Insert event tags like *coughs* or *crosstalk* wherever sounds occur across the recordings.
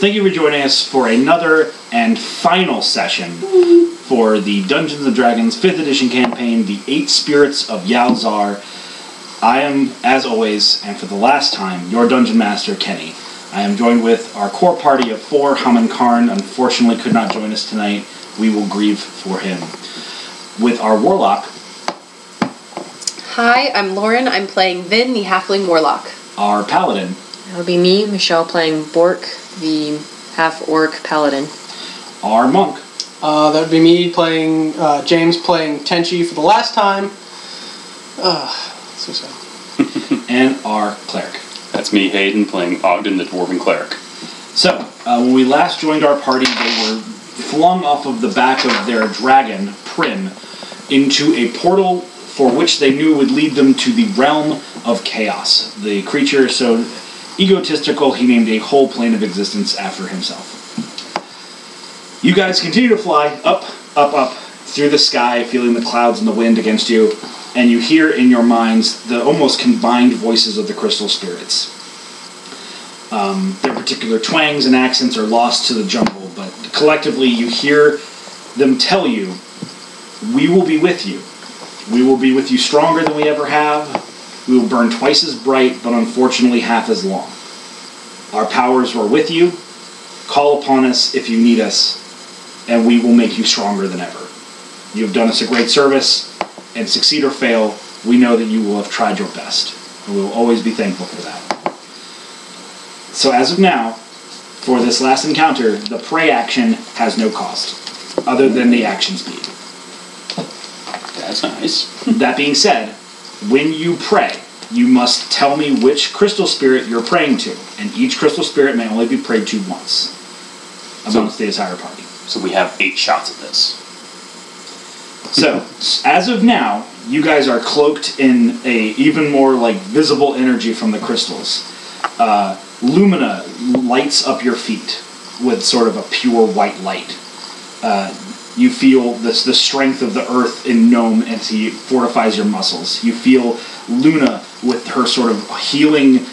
Thank you for joining us for another and final session for the Dungeons and Dragons 5th Edition campaign, The Eight Spirits of Yalzar. I am, as always, and for the last time, your Dungeon Master, Kenny. I am joined with our core party of four. Haman Karn unfortunately could not join us tonight. We will grieve for him. With our Warlock, Hi, I'm Lauren. I'm playing Vin, the halfling warlock. our Paladin, That'll be me, Michelle, playing Bork, the half orc paladin. our Monk, Uh, that would be me playing uh, James playing Tenchi for the last time. Uh, so sad. and our Cleric. That's me, Hayden, playing Ogden the Dwarven Cleric. So, uh, when we last joined our party, they were flung off of the back of their dragon, Prim, into a portal for which they knew would lead them to the realm of chaos. The creature is so egotistical, he named a whole plane of existence after himself. You guys continue to fly up, up, up through the sky, feeling the clouds and the wind against you, and you hear in your minds the almost combined voices of the crystal spirits their particular twangs and accents are lost to the jungle, but collectively you hear them tell you, We will be with you. We will be with you stronger than we ever have. We will burn twice as bright, but unfortunately half as long. Our powers are with you. Call upon us if you need us, and we will make you stronger than ever. You have done us a great service, and succeed or fail, we know that you will have tried your best, and we will always be thankful for that. So as of now, for this last encounter, the prey action has no cost, other than the action speed. That's nice. That being said, when you pray, you must tell me which crystal spirit you're praying to, and each crystal spirit may only be prayed to once amongst the entire party. So we have eight shots at this. So, as of now, you guys are cloaked in a even more like visible energy from the crystals. Uh, Lumina lights up your feet with sort of a pure white light. Uh, you feel this the strength of the earth in Gnome as he fortifies your muscles. You feel Luna with her sort of healing,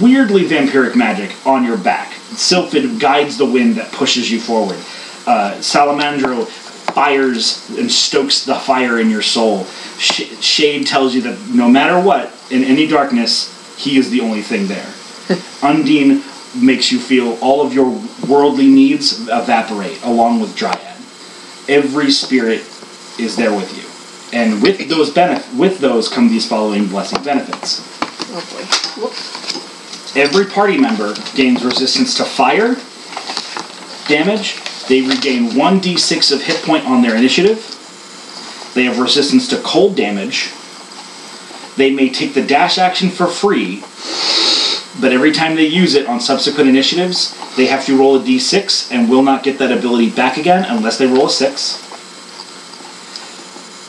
weirdly vampiric magic on your back. Sylphid guides the wind that pushes you forward. Uh, Salamandro fires and stokes the fire in your soul. Sh- Shade tells you that no matter what, in any darkness, he is the only thing there. Undine makes you feel all of your worldly needs evaporate along with Dryad. Every spirit is there with you. And with those benef- with those come these following blessing benefits. Oh boy. Every party member gains resistance to fire damage. They regain 1d6 of hit point on their initiative. They have resistance to cold damage. They may take the dash action for free, but every time they use it on subsequent initiatives, they have to roll a d6 and will not get that ability back again unless they roll a 6.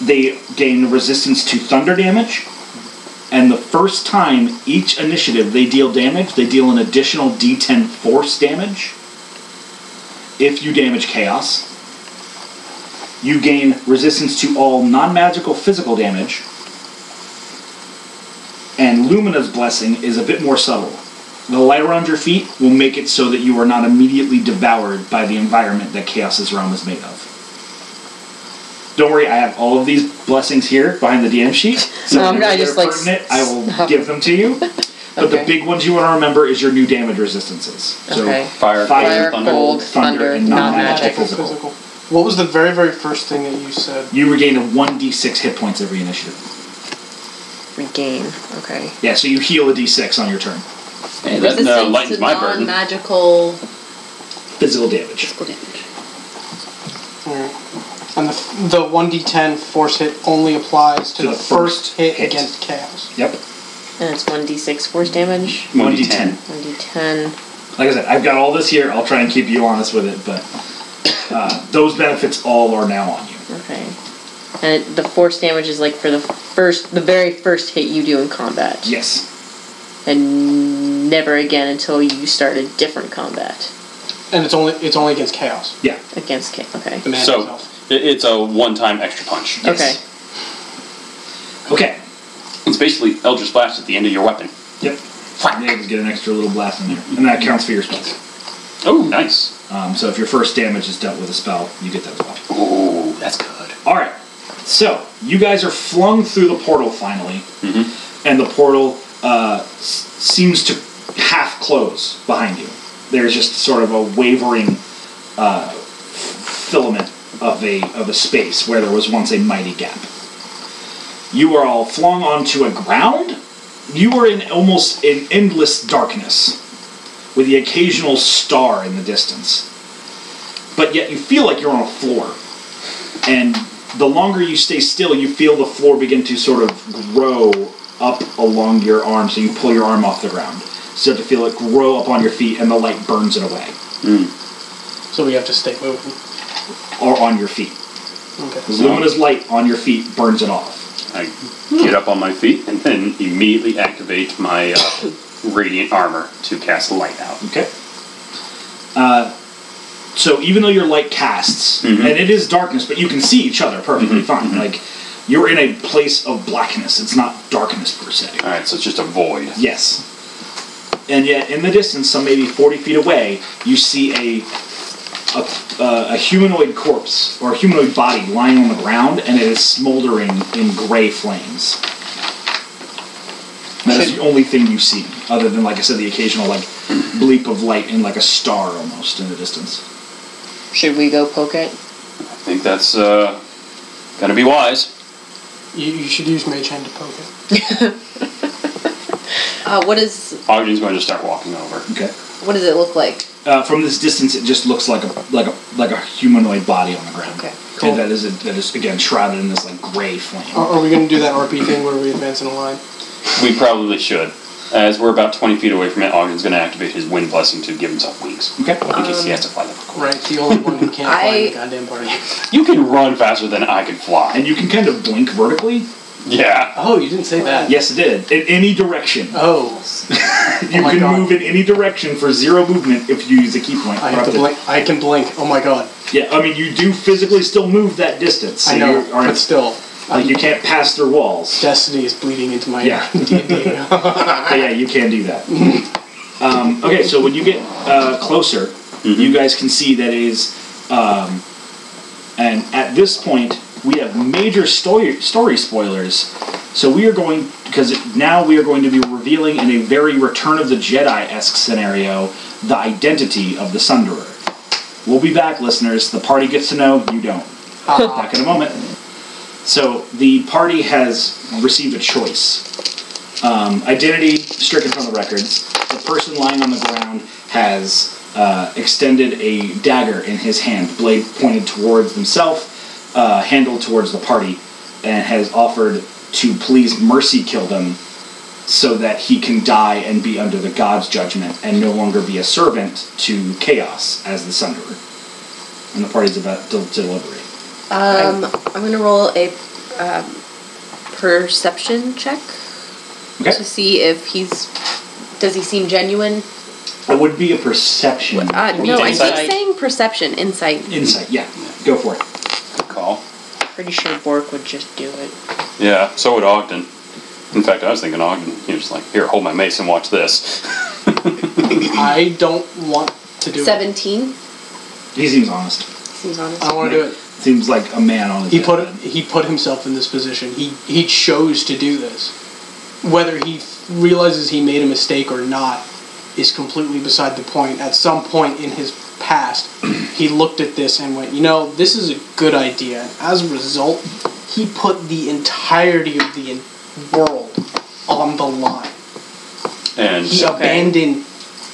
They gain resistance to thunder damage, and the first time each initiative they deal damage, they deal an additional d10 force damage. If you damage chaos, you gain resistance to all non magical physical damage. And Lumina's blessing is a bit more subtle. The light around your feet will make it so that you are not immediately devoured by the environment that Chaos's realm is made of. Don't worry, I have all of these blessings here behind the DM *laughs* sheet. So No, I'm if not they're just, like, pertinent, I will give them to *laughs* you. But the Okay. big ones you want to remember is your new damage resistances. So Okay. Fire, Fire, cold, Fire, thunder. cold, thunder, thunder, and not non-magic. magic. Physical. physical. What was the very, very first thing that you said? You regain a 1d6 hit points every initiative. Regain. Okay. Yeah, so you heal a d6 on your turn. Hey, that uh, lightens my burden. non-magical Physical damage. physical damage. Alright. And the, f- the 1d10 force hit only applies to, the, first, hit, hit. against chaos. Yep. And it's 1d6 force damage. 1d10. 1d10. Like I said, I've got all this here. I'll try and keep you honest with it, but uh, those benefits all are now on you. Okay. And it, the force damage is like for the first, the very first hit you do in combat. Yes. And never again until you start a different combat And it's only it's only against chaos. Yeah. against K. Okay. The man So himself. it, it's a one-time extra punch. Yes. Okay. It's basically Eldritch Blast at the end of your weapon. Yep. You just get an extra little blast in there, and that counts for your spells. Oh, nice. Um, so if your first damage is dealt with a spell, you get that as well. Oh, that's good. All right. So you guys are flung through the portal finally, and the portal uh, s- seems to half close behind you. There's just sort of a wavering uh, filament of a of a space where there was once a mighty gap. You are all flung onto a ground. You are in almost an endless darkness, with the occasional star in the distance. But yet you feel like you're on a floor and the longer you stay still, you feel the floor begin to sort of grow up along your arm. So you pull your arm off the ground. So you have to feel it grow up on your feet, and the light burns it away, So we have to stay moving. or on your feet. Okay. The luminous light on your feet burns it off. I get up on my feet and then immediately activate my uh, radiant armor to cast light out. Okay. Uh, so even though your light casts, and it is darkness, but you can see each other perfectly fine. Like you're in a place of blackness. It's not darkness per se. All right, so it's just a void. Yes. And yet, in the distance, some maybe 40 feet away, you see a, a, uh, a humanoid corpse or a humanoid body lying on the ground, and it is smoldering in gray flames. That is the only thing you see, other than, like I said, the occasional like bleep of light and like a star almost in the distance. Should we go poke it? I think that's uh, gotta be wise. You, you should use Mage Hand to poke it. Uh, what is Ogden's going to start walking over. Okay. what does it look like? Uh, from this distance, it just looks like a like a like a humanoid body on the ground. Okay. Cool. Oh. And that is that is again shrouded in this like gray flame. Are, are we going to do that RP thing where we advance in a line? We probably should. As we're about 20 feet away from it, Ogden's going to activate his wind blessing to give himself wings. Okay. In case he has to fly the fuck away. Right, the only one who can't fly in the goddamn party. You can run faster than I can fly. and you can kind of blink vertically. Yeah. Oh, you didn't say that. Yes, it did. In any direction. Oh, you my can God. move in any direction for zero movement if you use a key point. I Or have up to blink. I can blink. Oh my god. Yeah, I mean, you do physically still move that distance. so I know, you aren't- but still, uh, like, you can't pass through walls. destiny is bleeding into my Yeah. D&D. *laughs* But yeah, you can do that. um, okay, so when you get uh, closer, you guys can see that it is. Um, and at this point, we have major story, story spoilers. So we are going because now we are going to be revealing in a very Return of the Jedi esque scenario the identity of the Sunderer. We'll be back, listeners. The party gets to know you don't. back in a moment. So the party has received a choice identity stricken from the records. The person lying on the ground has uh, extended a dagger in his hand, blade pointed towards himself, uh, handle towards the party, and has offered to please mercy kill them so that he can die and be under the god's judgment and no longer be a servant to chaos as the Sunderer. And the party's about to deliberate. Um, I'm gonna roll a um, perception check Okay. to see if he's does he seem genuine. It would be a perception. Uh, no, I Insight. keep saying perception, insight. Insight, yeah. Go for it. Good call. Pretty sure Bork would just do it. Yeah, so would Ogden. In fact, I was thinking Ogden. He was like, here, hold my mace and watch this. *laughs* I don't want to do it. Seventeen He seems honest. seems honest. Oh, I don't want to do it. Seems like a man on his He put deathbed. he put himself in this position. He he chose to do this. Whether he realizes he made a mistake or not is completely beside the point. At some point in his past, he looked at this and went, "You know, this is a good idea." And as a result, he put the entirety of the en- world on the line. And He abandoned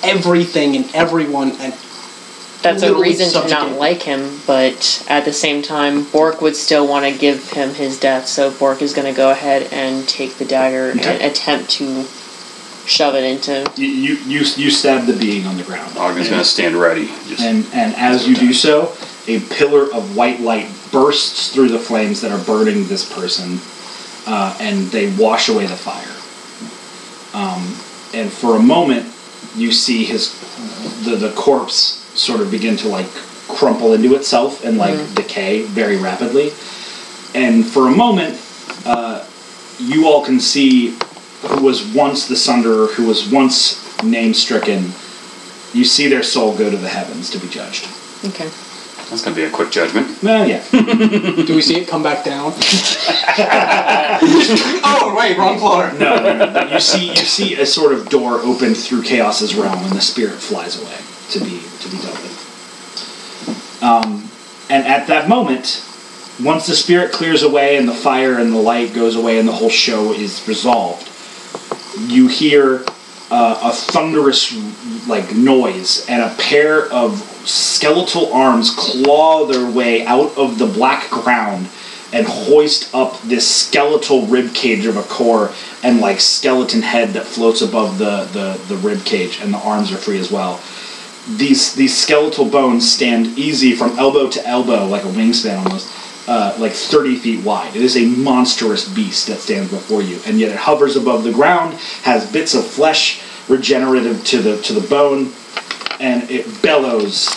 everything and everyone and That's a Literally reason to not subjugated. like him, but at the same time, Bork would still want to give him his death, so Bork is going to go ahead and take the dagger and Okay. attempt to shove it into. You, you, you, you stab the being on the ground. Ogden's going to stand ready. Just, And, and as you do so, a pillar of white light bursts through the flames that are burning this person, uh, and they wash away the fire. Um, and for a moment, you see his the, the corpse sort of begin to like crumple into itself and like decay very rapidly. And for a moment, uh, you all can see who was once the Sunderer, who was once name stricken, You see their soul go to the heavens to be judged. Okay. That's going to be a quick judgment. Well, yeah. Do we see it come back *laughs* down? oh wait, wrong floor. *laughs* No, no, no, no. You see, you see a sort of door opened through chaos's realm, and the spirit flies away to be to be dealt with. Um, and at that moment, once the spirit clears away and the fire and the light goes away and the whole show is resolved, you hear uh, a thunderous like noise and a pair of skeletal arms claw their way out of the black ground and hoist up this skeletal rib cage of a core and like skeleton head that floats above the, the, the rib cage and the arms are free as well these these skeletal bones stand easy from elbow to elbow, like a wingspan almost, uh, like thirty feet wide. It is a monstrous beast that stands before you, and yet it hovers above the ground, has bits of flesh regenerative to the to the bone, and it bellows.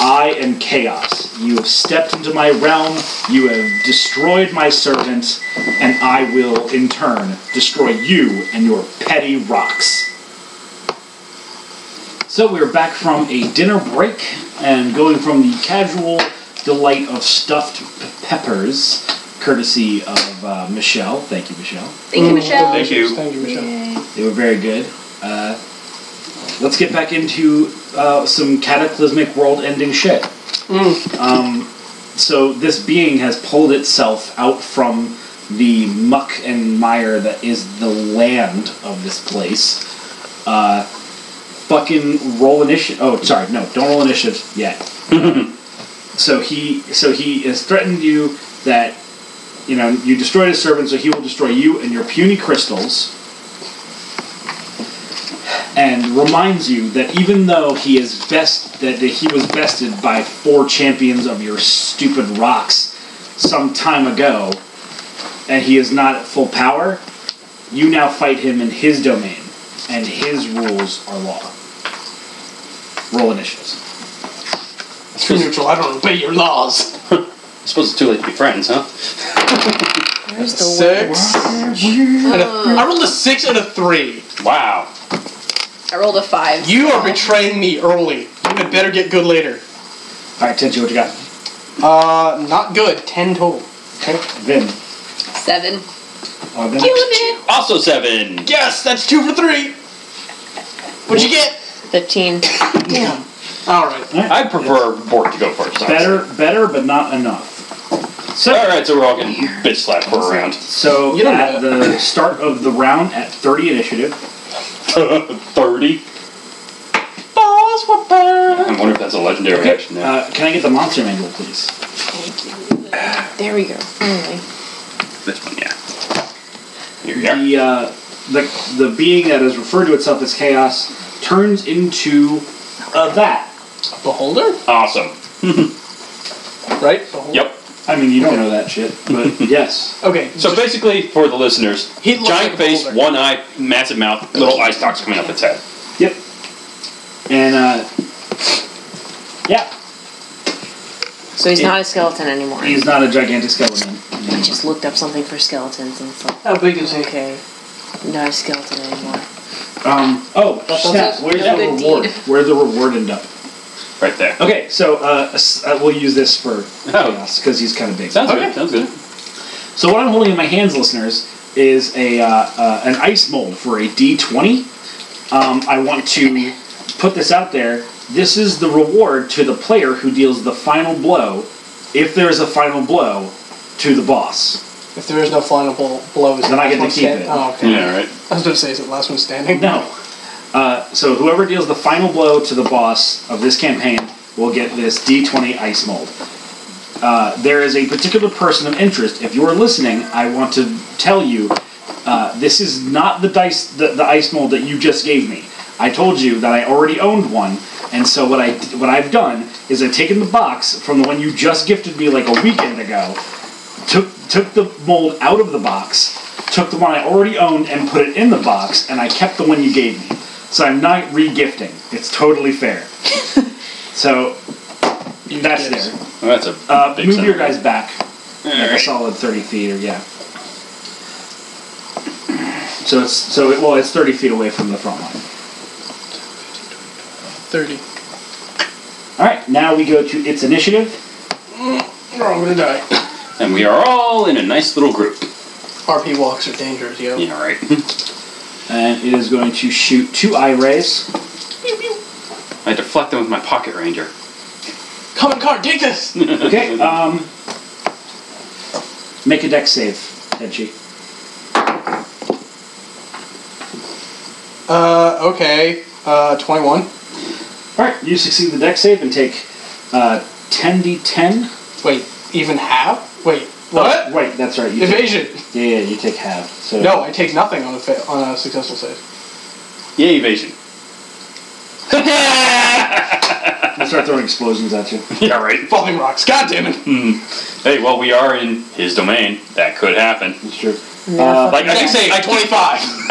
I am chaos. You have stepped into my realm. You have destroyed my servants, and I will in turn destroy you and your petty rocks. So we're back from a dinner break and going from the casual delight of stuffed p- peppers, courtesy of uh, Michelle. Thank you, Michelle. Thank you, Michelle. Thank you. Thank you, Michelle. They were very good. Uh, let's get back into uh, some cataclysmic world-ending shit. Um, so this being has pulled itself out from the muck and mire that is the land of this place. Uh, fucking roll initiative. Oh, sorry, no, don't roll initiative yet. so he, so he has threatened you that you know you destroyed his servant, so he will destroy you and your puny crystals. And reminds you that even though he is best, that that he was bested by four champions of your stupid rocks some time ago, and he is not at full power, you now fight him in his domain, and his rules are law. Roll initiatives. It's too neutral. I don't obey your laws. I suppose it's too late to be friends, huh? Where's the Six. and a- I rolled a six and a three. Wow. I rolled a five. You are betraying me early. You had better get good later. All right, Tenchi, what you got? Uh, not good. Ten total. Okay, Vin. Seven. Uh, Vin. Killing it. Also seven. Yes, that's two for three. What'd you get? 15. Damn. All right. I prefer Bork to go first. honestly. Better, better, but not enough. So, All right, so we're all getting bitch slapped for a round. so You don't at know. the start of the round at 30 initiative, Thirty. Balls were burned. I wonder if that's a legendary action. Now. uh, can I get the monster manual, please? There we go. Finally. this one, yeah. Here we are. The, uh, the the being that is referred to itself as chaos turns into a that. Beholder? Awesome. Right? Beholder. Yep. I mean, you don't know that shit, *laughs* but yes. Okay. So basically, for the listeners, He looks giant like a face, boulder. one eye, massive mouth, little eye stalks coming up its head. Yep. And uh, yeah, So he's not a skeleton anymore. he's not a gigantic skeleton. I just looked up something for skeletons and it's like, How big is he? okay, not a skeleton anymore. Um, oh, snap! a Where's good the reward? deed. Where the reward end up? Right there. Okay, so uh, s- uh, we'll use this for Oh. chaos because he's kind of big. Sounds good. Sounds good. So what I'm holding in my hands, listeners, is a uh, uh, an ice mold for a D20. Um, I want to put this out there. This is the reward to the player who deals the final blow, if there is a final blow, to the boss. If there is no final bl- blow, is Then I the get to last keep one stand- it. Oh, okay. Yeah. Right. I was going to say, is it the last one standing? No. Uh, so whoever deals the final blow to the boss of this campaign will get this D20 ice mold. Uh, there is a particular person of interest. If you are listening, I want to tell you uh, this is not the dice, the, the ice mold that you just gave me. I told you that I already owned one, and so what I what I've done is I've taken the box from the one you just gifted me like a weekend ago, took took the mold out of the box, took the one I already owned and put it in the box, and I kept the one you gave me. So I'm not regifting. It's totally fair. so You that's did. there. Well, that's a Uh, big move son. your guys back All like a right. solid thirty feet, or yeah. So it's so it, well, it's thirty feet away from the front line. 30. All right, now we go to its initiative. Oh, I'm gonna die. And we are all in a nice little group. RP walks are dangerous, yo. Yeah, right. *laughs* And it is going to shoot two eye rays. I deflect them with my pocket ranger. Come on, card, take this! Okay, um, make a deck save, Edgy. uh, okay. Uh, 21. All right, you succeed the deck save and take uh, 10d10. Wait, even half? Wait, Oh, what? Wait, that's right. You take, Evasion! yeah, yeah, you take half. So No, I take nothing on a, fa- on a successful save. Yay, evasion. *laughs* I start throwing explosions at you. Yeah, right. Falling rocks, god damn it! Hey, well, we are in his domain. That could happen. It's true. Uh, Yeah, Like, I Deck think, save, *laughs* I, 25!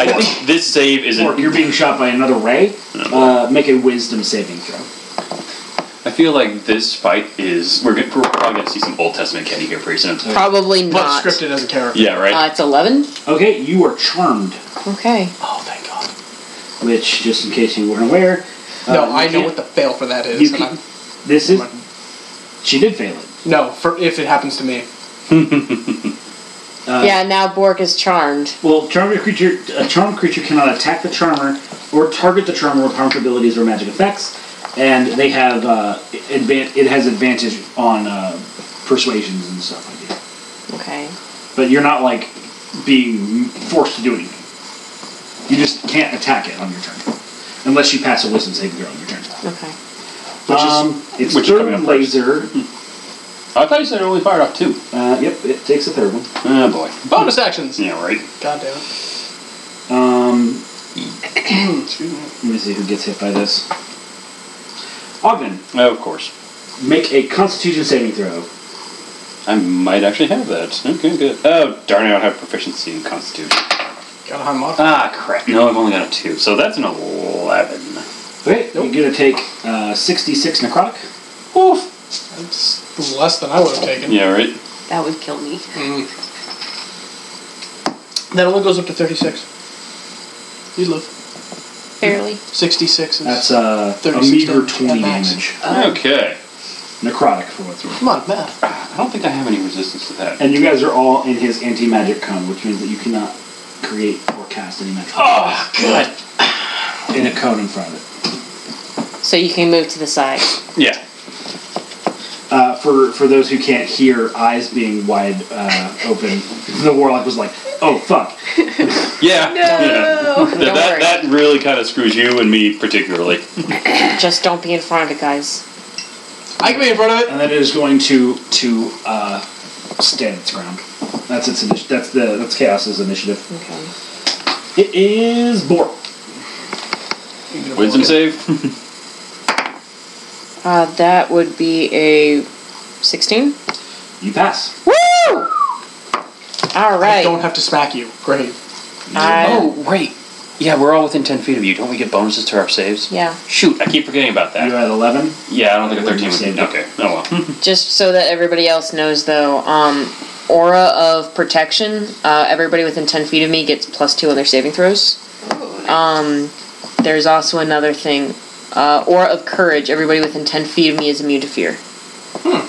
I think this save is Or an. you're being shot by another ray. Uh, make a wisdom saving throw. I feel like this fight is. We're, gonna, we're probably going to see some Old Testament candy here pretty soon. Probably But not. scripted as a character. Yeah, right. Uh, it's 11? Okay, you are charmed, Okay. Oh, thank god. which, just in case you weren't aware, No, Uh, I you know can't- what the fail for that is. you and can- I'm- this is. She did fail it. no, for if it happens to me. Uh, yeah, now Bork is charmed. Well, charmed creature, a charmed creature cannot attack the charmer or target the charmer with harmful abilities or magic effects, and they have uh, advan- It has advantage on uh, persuasions and stuff like that. Okay. But you're not like being forced to do anything. You just can't attack it on your turn, unless you pass a wisdom saving throw on your turn. Okay. Which is is- it's which is coming third up Hmm. laser. I thought you said it only fired off two. Uh, yep, it takes a third one. Oh, boy. Bonus actions! Yeah, right. God damn it. Um, Excuse me. Oh, let me see who gets hit by this. Ogden, Oh, of course. make a Constitution saving throw. I might actually have that. Okay, good. Oh, darn it, I don't have proficiency in Constitution. Got a high mod. Ah, crap. No, I've only got a two. So that's an 11. Okay, you're gonna take uh, 66 necrotic. Oof. That's less than I would have taken. Yeah, right. That would kill me. Mm. That only goes up to 36. You live. Barely. 66 is. That's uh, a 36 meager damage. 20 Yeah, max. damage. Okay. Necrotic for what's worth. Come on, math. I don't think I have any resistance to that. And you guys are all in his anti magic cone, which means that you cannot create or cast any magic Ah! Oh, God. in a cone in front of it. So you can move to the side. Yeah. Uh, for for those who can't hear, eyes being wide uh, open, the warlock was like, "Oh fuck!" No. Yeah. Yeah. Don't That, worry. that really kind of screws you and me particularly. Just don't be in front of it, guys. I can be in front of it. And then it is going to to uh, stand its ground. That's its initi- that's the that's chaos's initiative. Okay. It is Bork. You can Wisdom avoid it. save? Uh, that would be a 16. You pass. Woo! All I right. don't have to smack you. Great. I- Oh, wait. Yeah, we're all within 10 feet of you. Don't we get bonuses to our saves? yeah. Shoot, I keep forgetting about You're that. at eleven. Yeah, I don't think a I wouldn't 13 would have saved be. it. Okay. Oh, well. Just so that everybody else knows, though, um, aura of protection. Uh, everybody within 10 feet of me gets plus two on their saving throws. Um, there's also another thing. Uh, aura of courage. Everybody within 10 feet of me is immune to fear. Hmm.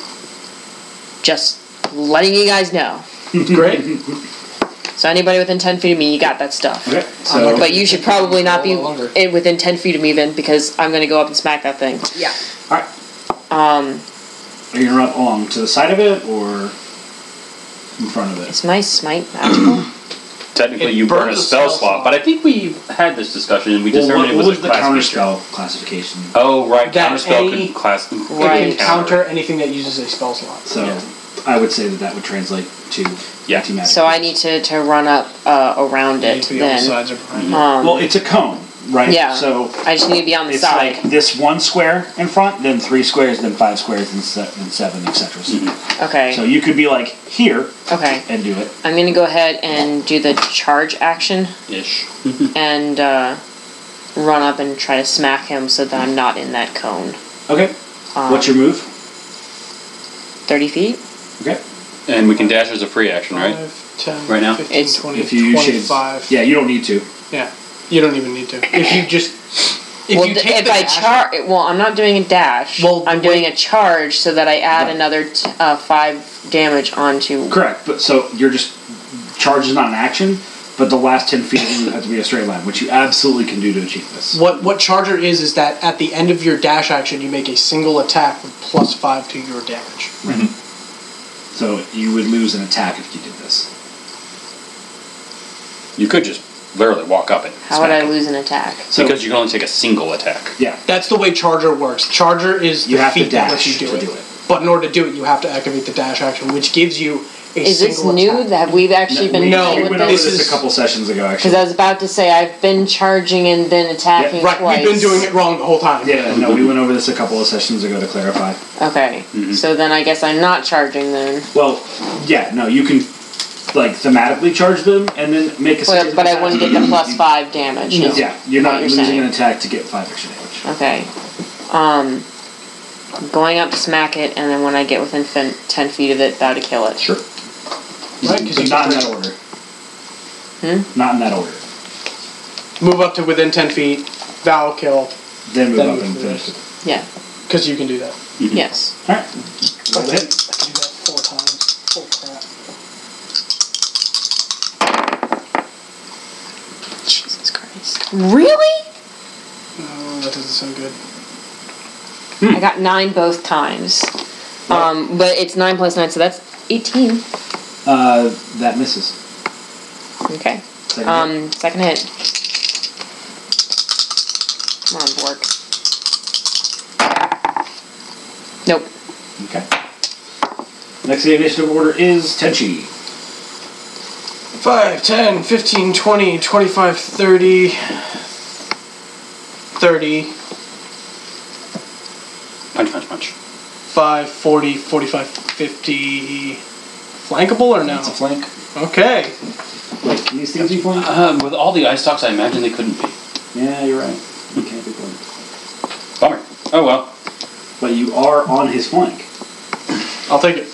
Just letting you guys know. Great. So anybody within 10 feet of me, you got that stuff. Okay. I'm not So gonna- But you should probably not be Roll longer. in within ten feet of me then, because I'm gonna go up and smack that thing. Yeah. all right. Um, Are you gonna run along to the side of it or in front of it? is my smite *clears throat* magical? *laughs* Technically, It you burn a burns a spell spell slot, slot. but I think we had this discussion and we determined what, what it was was a the class counter feature. spell classification? Oh, right. That Counter spell any- could class It Right. can counter anything that uses a spell slot. So Yeah. I would say that that would translate to Yeah. anti-magic. So I need to, to run up uh, around You it need to be on the then. sides or behind. Um, well, it's a cone, right? Yeah. So I just need to be on the it's side. like this one square in front, then three squares, then five squares, then, se- then seven, etc. Mm-hmm. okay. So you could be like here okay. and do it. I'm gonna go ahead and do the charge action ish. and uh, run up and try to smack him so that I'm not in that cone. Okay. Um, What's your move? Thirty feet? Okay. And we can dash as a free action, Uh, right? 5, 10, Right now? 15, It's- 20, If you use shades, 25. yeah, you don't need to. Yeah. You don't even need to. If you just If well, you th- take if the I dash- charge, well, I'm not doing a dash. Well, I'm doing a charge so that I add another t- uh, five damage onto. Correct, but so you're just charge is not an action, but the last ten feet of you have to be a straight line, which you absolutely can do to achieve this. What what charger is is that at the end of your dash action you make a single attack with plus five to your damage. So you would lose an attack if you did this. You could just literally walk up it. How would I lose an attack? So because you can only take a single attack. yeah, That's the way charger works. Charger is the You have to feat that lets dash you do, to it. do it. But in order to do it, you have to activate the dash action, which gives you a Is this single new? attack. That we've actually uh, been we, No, we playing went with over this this, is- a couple sessions ago. Actually, Because I was about to say I've been charging and then attacking Right, twice. we've been doing it wrong the whole time. yeah, no, we went over this a couple of sessions ago to clarify. Okay, Mm-hmm. so then I guess I'm not charging then. Well, yeah, no, you can like thematically charge them and then make a. series But, of but I attacks. wouldn't get the plus five damage. is Mm-hmm. Yeah, you're what not you're losing saying. an attack to get five extra damage. Okay. Um, going up to smack it, and then when I get within fin- ten feet of it, bow to kill it. Sure. Right, 'cause But you not in can- that order. Hmm? Not in that order. Move up to within ten feet, vow kill, Then move Then up move and to finish this. it. Yeah. because you can do that. Mm-hmm. Mm-hmm. Yes. Alright. I did, I That's did it. that four times. Holy crap. Jesus Christ. Really? Oh, that doesn't sound good. I got nine both times. Um, but it's nine plus nine, so that's eighteen. Uh, that misses. Okay. Second hit. Um, second hit. Come on, Bork. Nope. Okay. Next in the initiative order is Tenchi. 5, 10, 15, 20, 25, 30, 30, Punch, punch, punch. 5, 40, 45, 50. Flankable or no? That's a flank. Okay. Wait, can these things be flanked? Um, with all the ice stocks, I imagine they couldn't be. Yeah, you're right. You can't be flanked. Bummer. Oh well. But you are on his flank. I'll take it.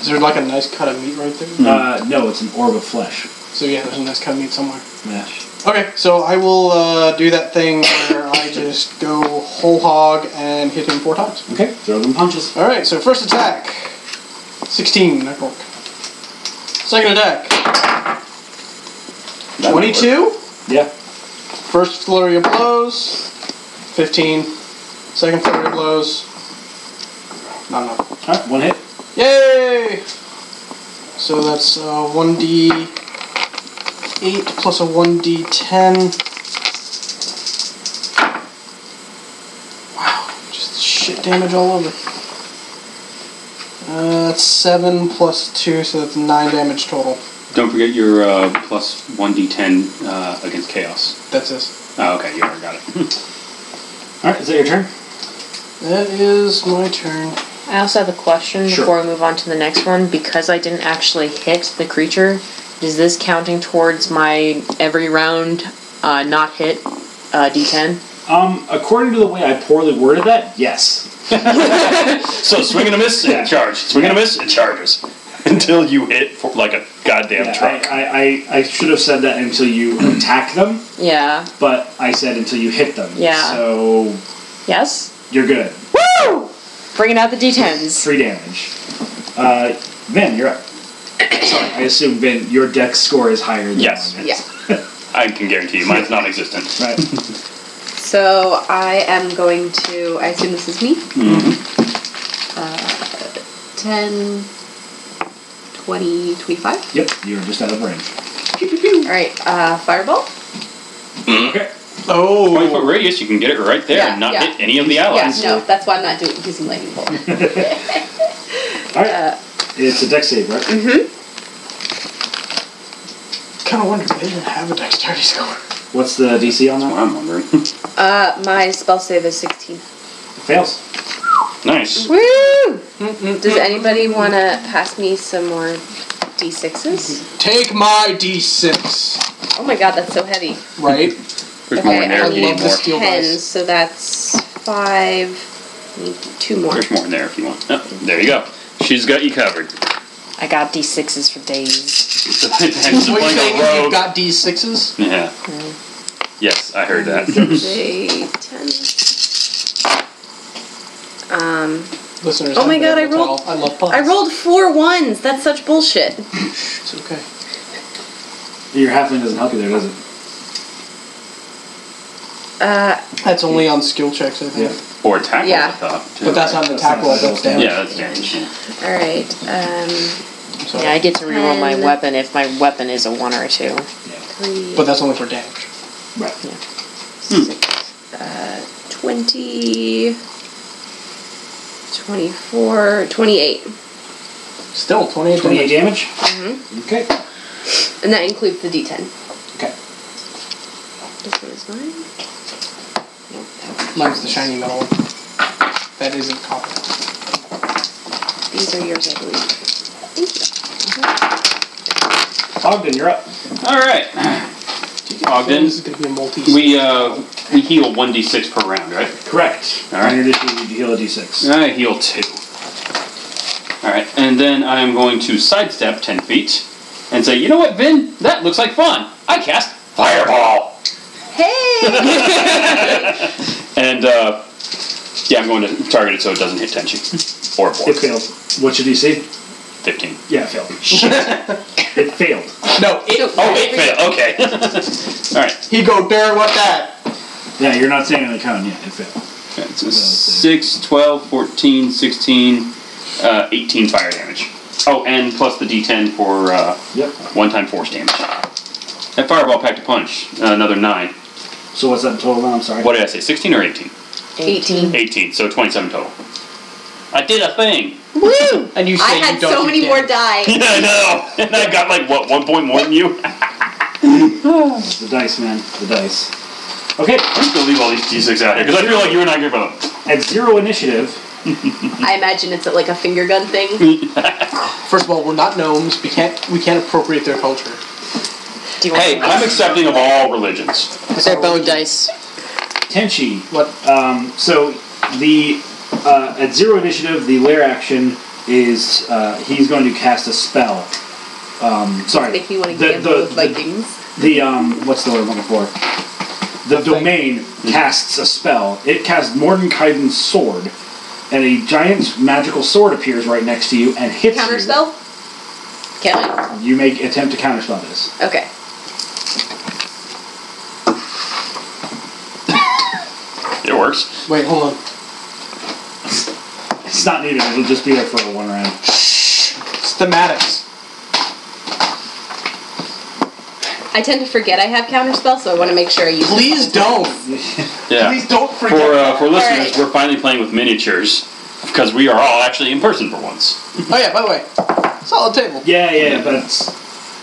Is there like a nice cut of meat right there? Uh, no, it's an orb of flesh. So yeah, there's a nice cut of meat somewhere. Yeah. Okay, so I will uh, do that thing where I just go whole hog and hit him four times. Okay, throw them punches. All right, so first attack, sixteen, not cork. Second attack, That would work. twenty-two. Yeah. First flurry of blows, fifteen. Second flurry of blows, not enough. Alright, one hit. Yay! So that's uh, one d eight plus a one d ten. Wow, just shit damage all over. Uh, that's seven plus two, so that's nine damage total. Don't forget your uh, plus 1d10 uh, against chaos. That's this. Oh, okay, you already got it. Hmm. Alright, is that your turn? That is my turn. I also have a question Sure. before we move on to the next one. Because I didn't actually hit the creature, is this counting towards my every round uh, not hit uh, d10? Um, according to the way I poorly worded that, yes. so swing and a miss, *laughs* it charges. Swing and a miss, it charges. *laughs* Until you hit for like a goddamn Yeah, truck. I, I, I, I should have said that until you attack them, Yeah. but I said until you hit them. Yeah. So Yes. you're good. Woo! Bringing out the d10s. Three damage. Uh, Vin, you're up. Sorry, I assume Vin, your deck score is higher than Yes. mine. Yeah. I can guarantee you, mine's non existent. *laughs* Right. So I am going to. I assume this is me. Uh, Mm-hmm. 10, 20, 25. Yep, you're just out of range. Mm-hmm. Alright, uh, fireball. Okay. 20 foot Oh, radius, you can get it right there Yeah, and not yeah. hit any of the Yeah, allies. no, that's why I'm not doing using lightning bolt. Alright. Uh, it's a deck save, right? kind of wondered they didn't have a dexterity score. What's the DC on Well, that? Oh, I'm wondering. *laughs* uh, my spell save is 16. Fails. nice. Woo! Does anybody want to pass me some more d6s? Take my d6, Oh my god, that's so heavy. right? There's Okay, more in there I if you love need more. this deal. Steel 10, dice. so that's 5. Need two more. There's more in there if you want. Oh, there you go. She's got *laughs* you covered. I got d6s for days. She's What are you playing saying? a You've rogue. got d6s? Yeah. Yes, I heard *laughs* that. Say ten. Um, Listeners, Oh I'm my God, gonna I rolled- tell. I love puns. I rolled four ones. That's such bullshit. It's okay. Your halfling doesn't help you there, does it? Uh, That's only on skill checks, I think. Or tackle, Yeah. I thought. Too. But that's not an attack roll. That's damage. Yeah, that's damage. yeah. all right. Um, So, Yeah, I get to reroll my And- weapon if my weapon is a one or a two. three, but that's only for damage. Right. Hmm. six, uh, twenty. 24, 28. Still, 28 28 damage. damage? Mm-hmm. Okay. And that includes the d10. Okay. This one is mine. Mine's the shiny metal. one. That isn't copper. These are yours, I believe. Thank you. Ogden, you're up. All right. Ogden, This is going to be a multi. we uh, we heal one d six per round, right? Correct. All right. On your issue, you heal a d6. I heal two. All right, and then I am going to sidestep ten feet and say, you know what, Vin? That looks like fun. I cast fireball, Hey! *laughs* and uh, yeah, I'm going to target it so it doesn't hit Tenchi or It Bork. failed. What's your DC? Fifteen. Yeah, it *laughs* failed. it failed. No, it, Oh, it failed. Okay. *laughs* All right. he go there with that. Yeah, you're not saying on the count. Yeah, it failed. That's a 6, 12, 14, 16, uh, 18 fire damage. Oh, and plus the d10 for uh, Yep. one time force damage. That fireball packed a punch, uh, another 9. So what's that in total now? I'm sorry. What did I say, 16 or 18? 18. 18, so 27 total. I did a *laughs* thing! Woo! And you say I you had don't so do many damage. more die. I know! And I got like, what, one point more than you? I'm The dice, man. The dice. Okay. just gonna leave all these d6 out here, because I feel like you and I give them. At zero initiative, I imagine it's like a finger gun thing. First of all, we're not gnomes. We can't. We can't appropriate their culture. Do you Hey, want I'm accepting of all religions. they're bone dice? Tenchi. What? Um, so the uh, at zero initiative, the lair action is uh, he's going to cast a spell. Um, sorry. Make me want to the, gamble the, with Vikings. the, the, um what's the word I'm looking for? The domain casts a spell. It casts Mordenkaiden's sword, and a giant magical sword appears right next to you and hits you. Counterspell? Can I? You make attempt to counterspell this. Okay. It works. Wait, hold on. It's not needed. It'll just be there for one round. It's thematics. I tend to forget I have counterspell, so I want to make sure I use it. Please don't. Oh, Yeah. Please don't forget. For uh, for listeners, Alright. we're finally playing with miniatures because we are all actually in person *laughs* for once. oh yeah. By the way, solid table. Yeah, yeah, but it's,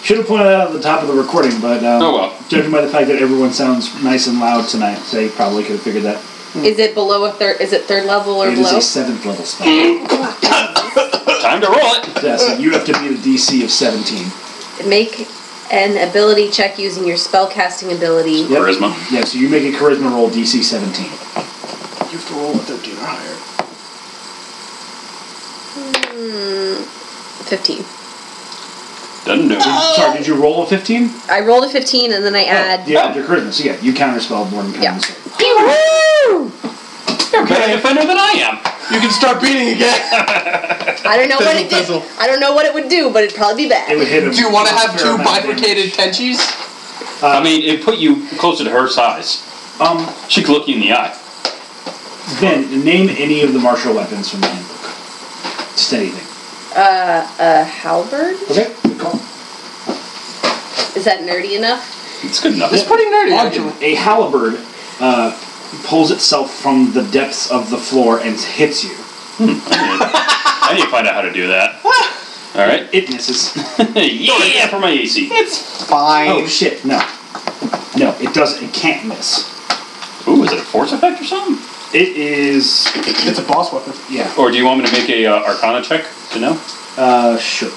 should have pointed that out at the top of the recording. But um, Oh well. Judging by the fact that everyone sounds nice and loud tonight, they probably could have figured that. Is it below a third? Is it third level or It is below? a seventh level spell. Time to roll it. yeah, so you have to beat a DC of 17. Make an ability check using your spellcasting ability. Yep. Charisma. Yeah, so you make a charisma roll DC 17. You have to roll a thirteen or higher. Hmm, Fifteen. Doesn't do. Oh. Sorry, did you roll a 15? I rolled a fifteen, and then I add. Oh, Yeah, your charisma. So yeah, you counterspelled Morgan Yeah. Counterspell. You're a better defender than I am. You can start beating again. I don't know what it did. Fizzle, fizzle. I don't know what it would do, but it'd probably be It bad. would hit him. Do you want to have Fair two amount of bifurcated tenchis? I mean, it put you closer to her size. damage. Uh, Um, She could look you in the eye. then name any of the martial weapons from the handbook. Just anything. A Uh, halberd? Okay, good call. Is that nerdy enough? It's good enough. It's pretty nerdy, actually. A halberd uh, pulls itself from the depths of the floor and hits you. I need to find out how to *laughs* do that. All right. *laughs* It misses. yeah, for *laughs* my AC. It's fine. Oh shit! No, no, it doesn't. It can't miss. Ooh, is it a force effect or something? It is. It's a boss weapon. Yeah. Or do you want me to make a uh, Arcana check to know? Uh, sure.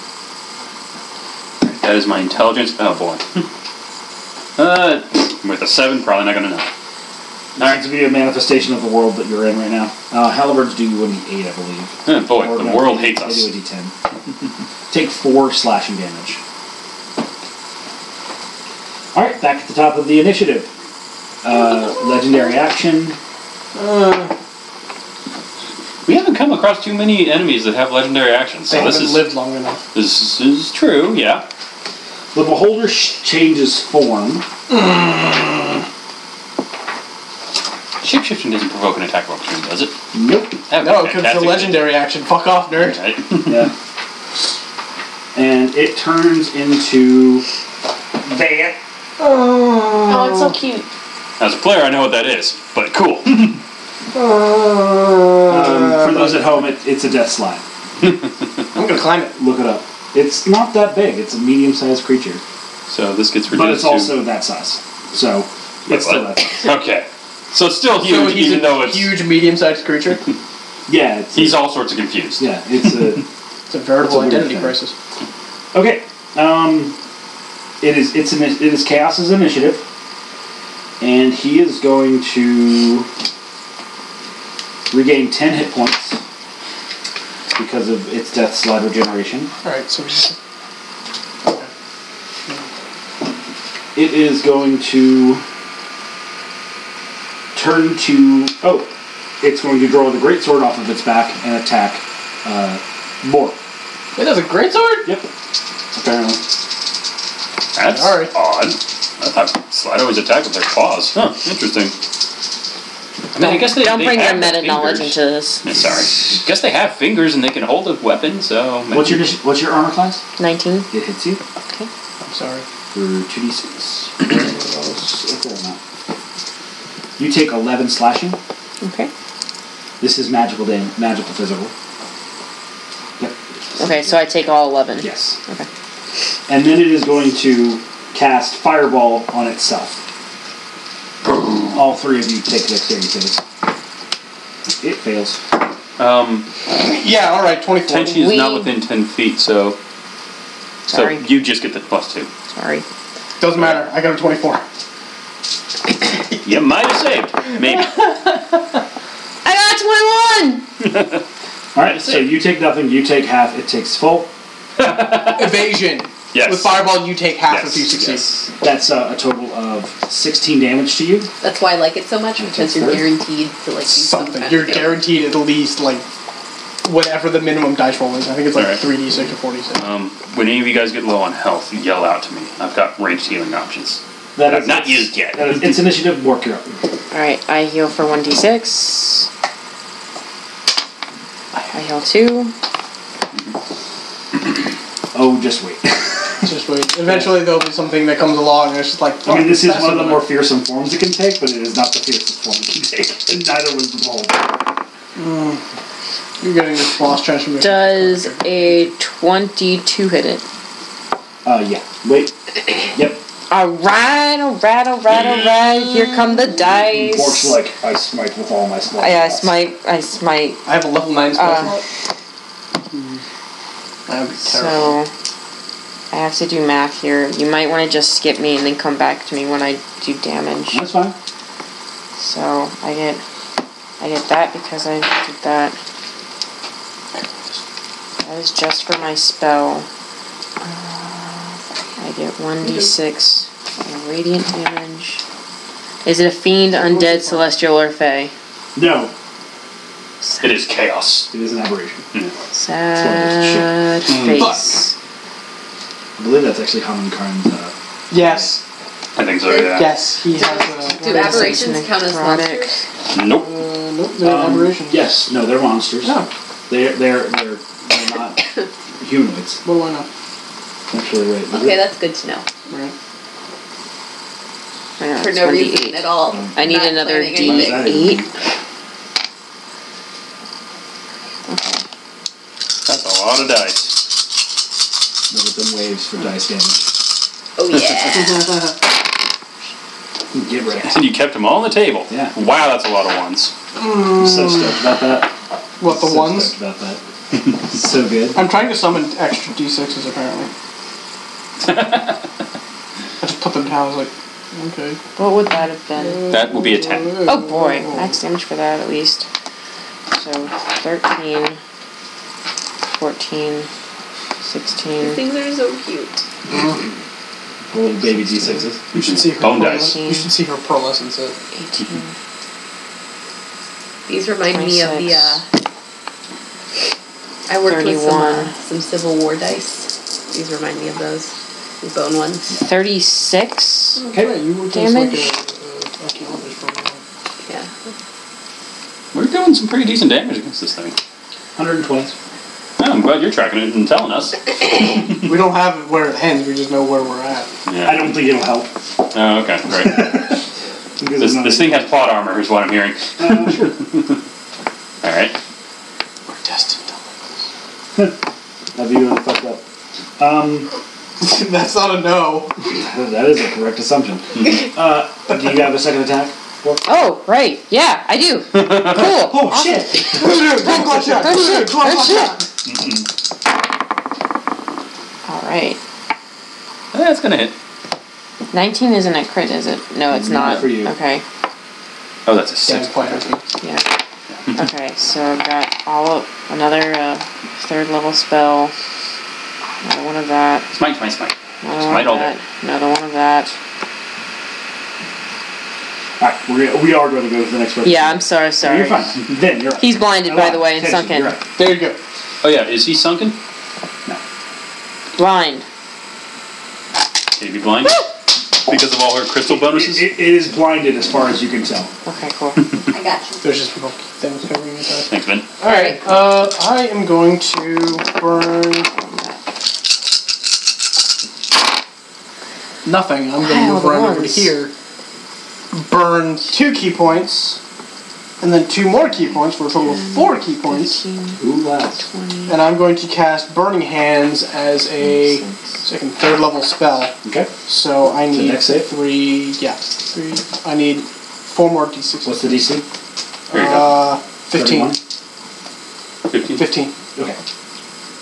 That is my intelligence. Oh boy. *laughs* uh, with a seven, probably not gonna know. It All right. seems to be a manifestation of the world that you're in right now. Uh, Hallibard's do one d eight, I believe. Oh, boy, Or the no, world they- hates they us. do a d ten. *laughs* Take four slashing damage. All right, back at the top of the initiative. Uh, legendary action. Uh, We haven't come across too many enemies that have legendary actions, they so this haven't is, lived long enough. this is true, yeah. The beholder sh- changes form. Shapeshifting doesn't provoke an attack of opportunity, does it? Nope. That would No, because be it's a fantastic. legendary action. Fuck off, *laughs* nerd. Right. Yeah. And it turns into that. Uh, Oh, it's so cute. As a player, I know what that is, but *laughs* cool. Uh, Um, for those at home, it, it's a death slide. I'm gonna climb it. Look it up. It's not that big. It's a medium-sized creature, so this gets reduced but it's to- also that size. So Wait, it's still what? that. Size. Okay. So it's still huge, so he's even though a it's... huge, medium-sized creature. Yeah. It's, He's all sorts of confused. yeah. It's *laughs* a. It's a veritable It's a weird identity thing. crisis. Okay. Um, it is. It's an. It is Chaos's initiative, and he is going to regain ten hit points because of its death slide regeneration. All right, so we just It is going to turn to. Oh, it's going to draw the greatsword off of its back and attack uh, more. it has a great sword. Yep. Apparently. That's Sorry. odd. I thought Slide always attacked with their claws. Huh, interesting. I mean, I guess they Don't they bring have your meta knowledge fingers. into this. Yeah, sorry. I guess they have fingers and they can hold a weapon, so... maybe- What's your dis- What's your armor class? 19. It hits you. I'm sorry. for 2d6. What was- what was that? you take 11 slashing. Okay. This is magical damage, magical physical. Yep. Okay, so I take all 11. Yes. Okay. And then it is going to cast Fireball on itself. All three of you take dexterity saves. It fails. Um, Yeah, all right, twenty-four. Tenchi is not We- within 10 feet, so... Sorry. So you just get the plus two. Sorry. Doesn't matter. I got a twenty-four. You might have saved. Maybe. *laughs* I got 21! All right. So you take nothing. You take half. It takes full. Evasion. Yes. With fireball, you take half Yes, if you succeed. That's uh, a total of 16 damage to you. That's why I like it so much because you're guaranteed to like do Something. Some You're kind of fail. guaranteed at least like whatever the minimum dice roll is. I think it's All like right. three d six or forty six. Um, when any of you guys get low on health, yell out to me. I've got ranged healing options. That I've is not its- used yet. That is its initiative. Work your up. Alright, I heal for 1d6. I heal 2. Oh, just wait. Just wait. Eventually, there'll be something that comes along, and it's just like. I mean, this is that's one of the another- more fearsome forms it can take, but it is not the fiercest form it can take. *laughs* And neither was the bowl. You're getting this boss transformation. Does a 22 hit it? Uh, yeah. Wait. *coughs* Yep. Alright, alright, alright, alright. Here come the dice. Orcs like, I smite with all my smite. I, I claws." smite. I smite. I have a level nine spell Uh, slot. That would be terrible. So I have to do math here. You might want to just skip me and then come back to me when I do damage. That's fine. So I get I get that because I did that. That is just for my spell. Uh, I get one d six radiant damage. Is it a fiend, undead, celestial, or fey? No, It is chaos. it is an aberration. Sad face. I believe that's actually Hamankarn's, uh, Yes. I think so, yeah. Yes. He has. uh, Do a- aberrations count as Necrotic. monsters? Nope. Uh, nope, they're not um, aberrations. Yes, no, they're monsters. No. They're, they're, they're, they're *coughs* not humanoids. What do I know? Actually, wait. is Okay, it? that's good to know. Right. I know, For it's no 1d8. reason at all. I need Not another planning anything. What is that? d8. That's a lot of dice. Look at them waves for dice damage. Oh *laughs* yeah. Get ready. And you kept them all on the table. Yeah. Wow, that's a lot of ones. I'm so stoked about that. what the so ones? Stoked about that. *laughs* so *laughs* good. I'm trying to summon extra d6s apparently. I just put them down. I was like, okay. What would that have been? That will be a 10. Oh boy, max damage for that at least. So 13, 14, 16, Mm-hmm. Things are so cute. Roll baby d6s. You should see her Bone pearles- dice. You should see her pearlescence. uh, 18. These remind me of the. 26. Uh, I worked with some, uh, 31. some Civil War dice. These remind me of those. The bone ones. 36. Okay, you were just like a, Damage. uh, archaeologist for a while. Yeah. We're doing some pretty decent damage against this thing. 120. Yeah, I'm glad you're tracking it and telling us. We don't have it where it ends. We just know where we're at. Yeah. I don't think it'll help. Oh, okay, great. Because this, it's not- this thing has plot armor, is what I'm *laughs* hearing. Uh, sure. All right. We're destined to live That'd be really fucked up. *laughs* Um, this. *laughs* That's not a no. that is a correct *laughs* assumption. uh, do you have a second attack? Oh, right. Yeah, I *laughs* do. Cool. Oh Awesome. shit! Claw shot. Oh, shit. Claw Oh, shot. All right. That's gonna hit. 19 isn't a crit, is it? No, it's not. for you. Okay. Oh, that's a six. That's quite okay. *laughs* Yeah. okay, so I've got all of another uh, third level spell. Another one of that. Smite, smite, smite. Another one Smite all of day. that. Another one of that. Alright, we're gonna, we are going to go to the next person. Yeah, I'm sorry, sorry. You're fine. Then, you're right. He's blinded, by the way, and Tension, sunken. You're right. There you go. Oh yeah, is he sunken? Blind. Can he be blind? because of all her crystal bonuses? It- it- it is blinded as far as you can tell. Okay, *laughs* cool. I got you. There's just people them covering it up. Thanks, Ben. All right. Uh, I am going to burn nothing. I'm going to Wow, move the around over to ones. here. Burn two key points, and then two more key points for a total of four key points. Ooh, wow. And I'm going to cast Burning Hands as a second, third level spell. Okay. So I The need next save? three. Yeah, three. I need four more d6s. What's the DC? There you go. uh, 15. 31? 15. 15. Okay.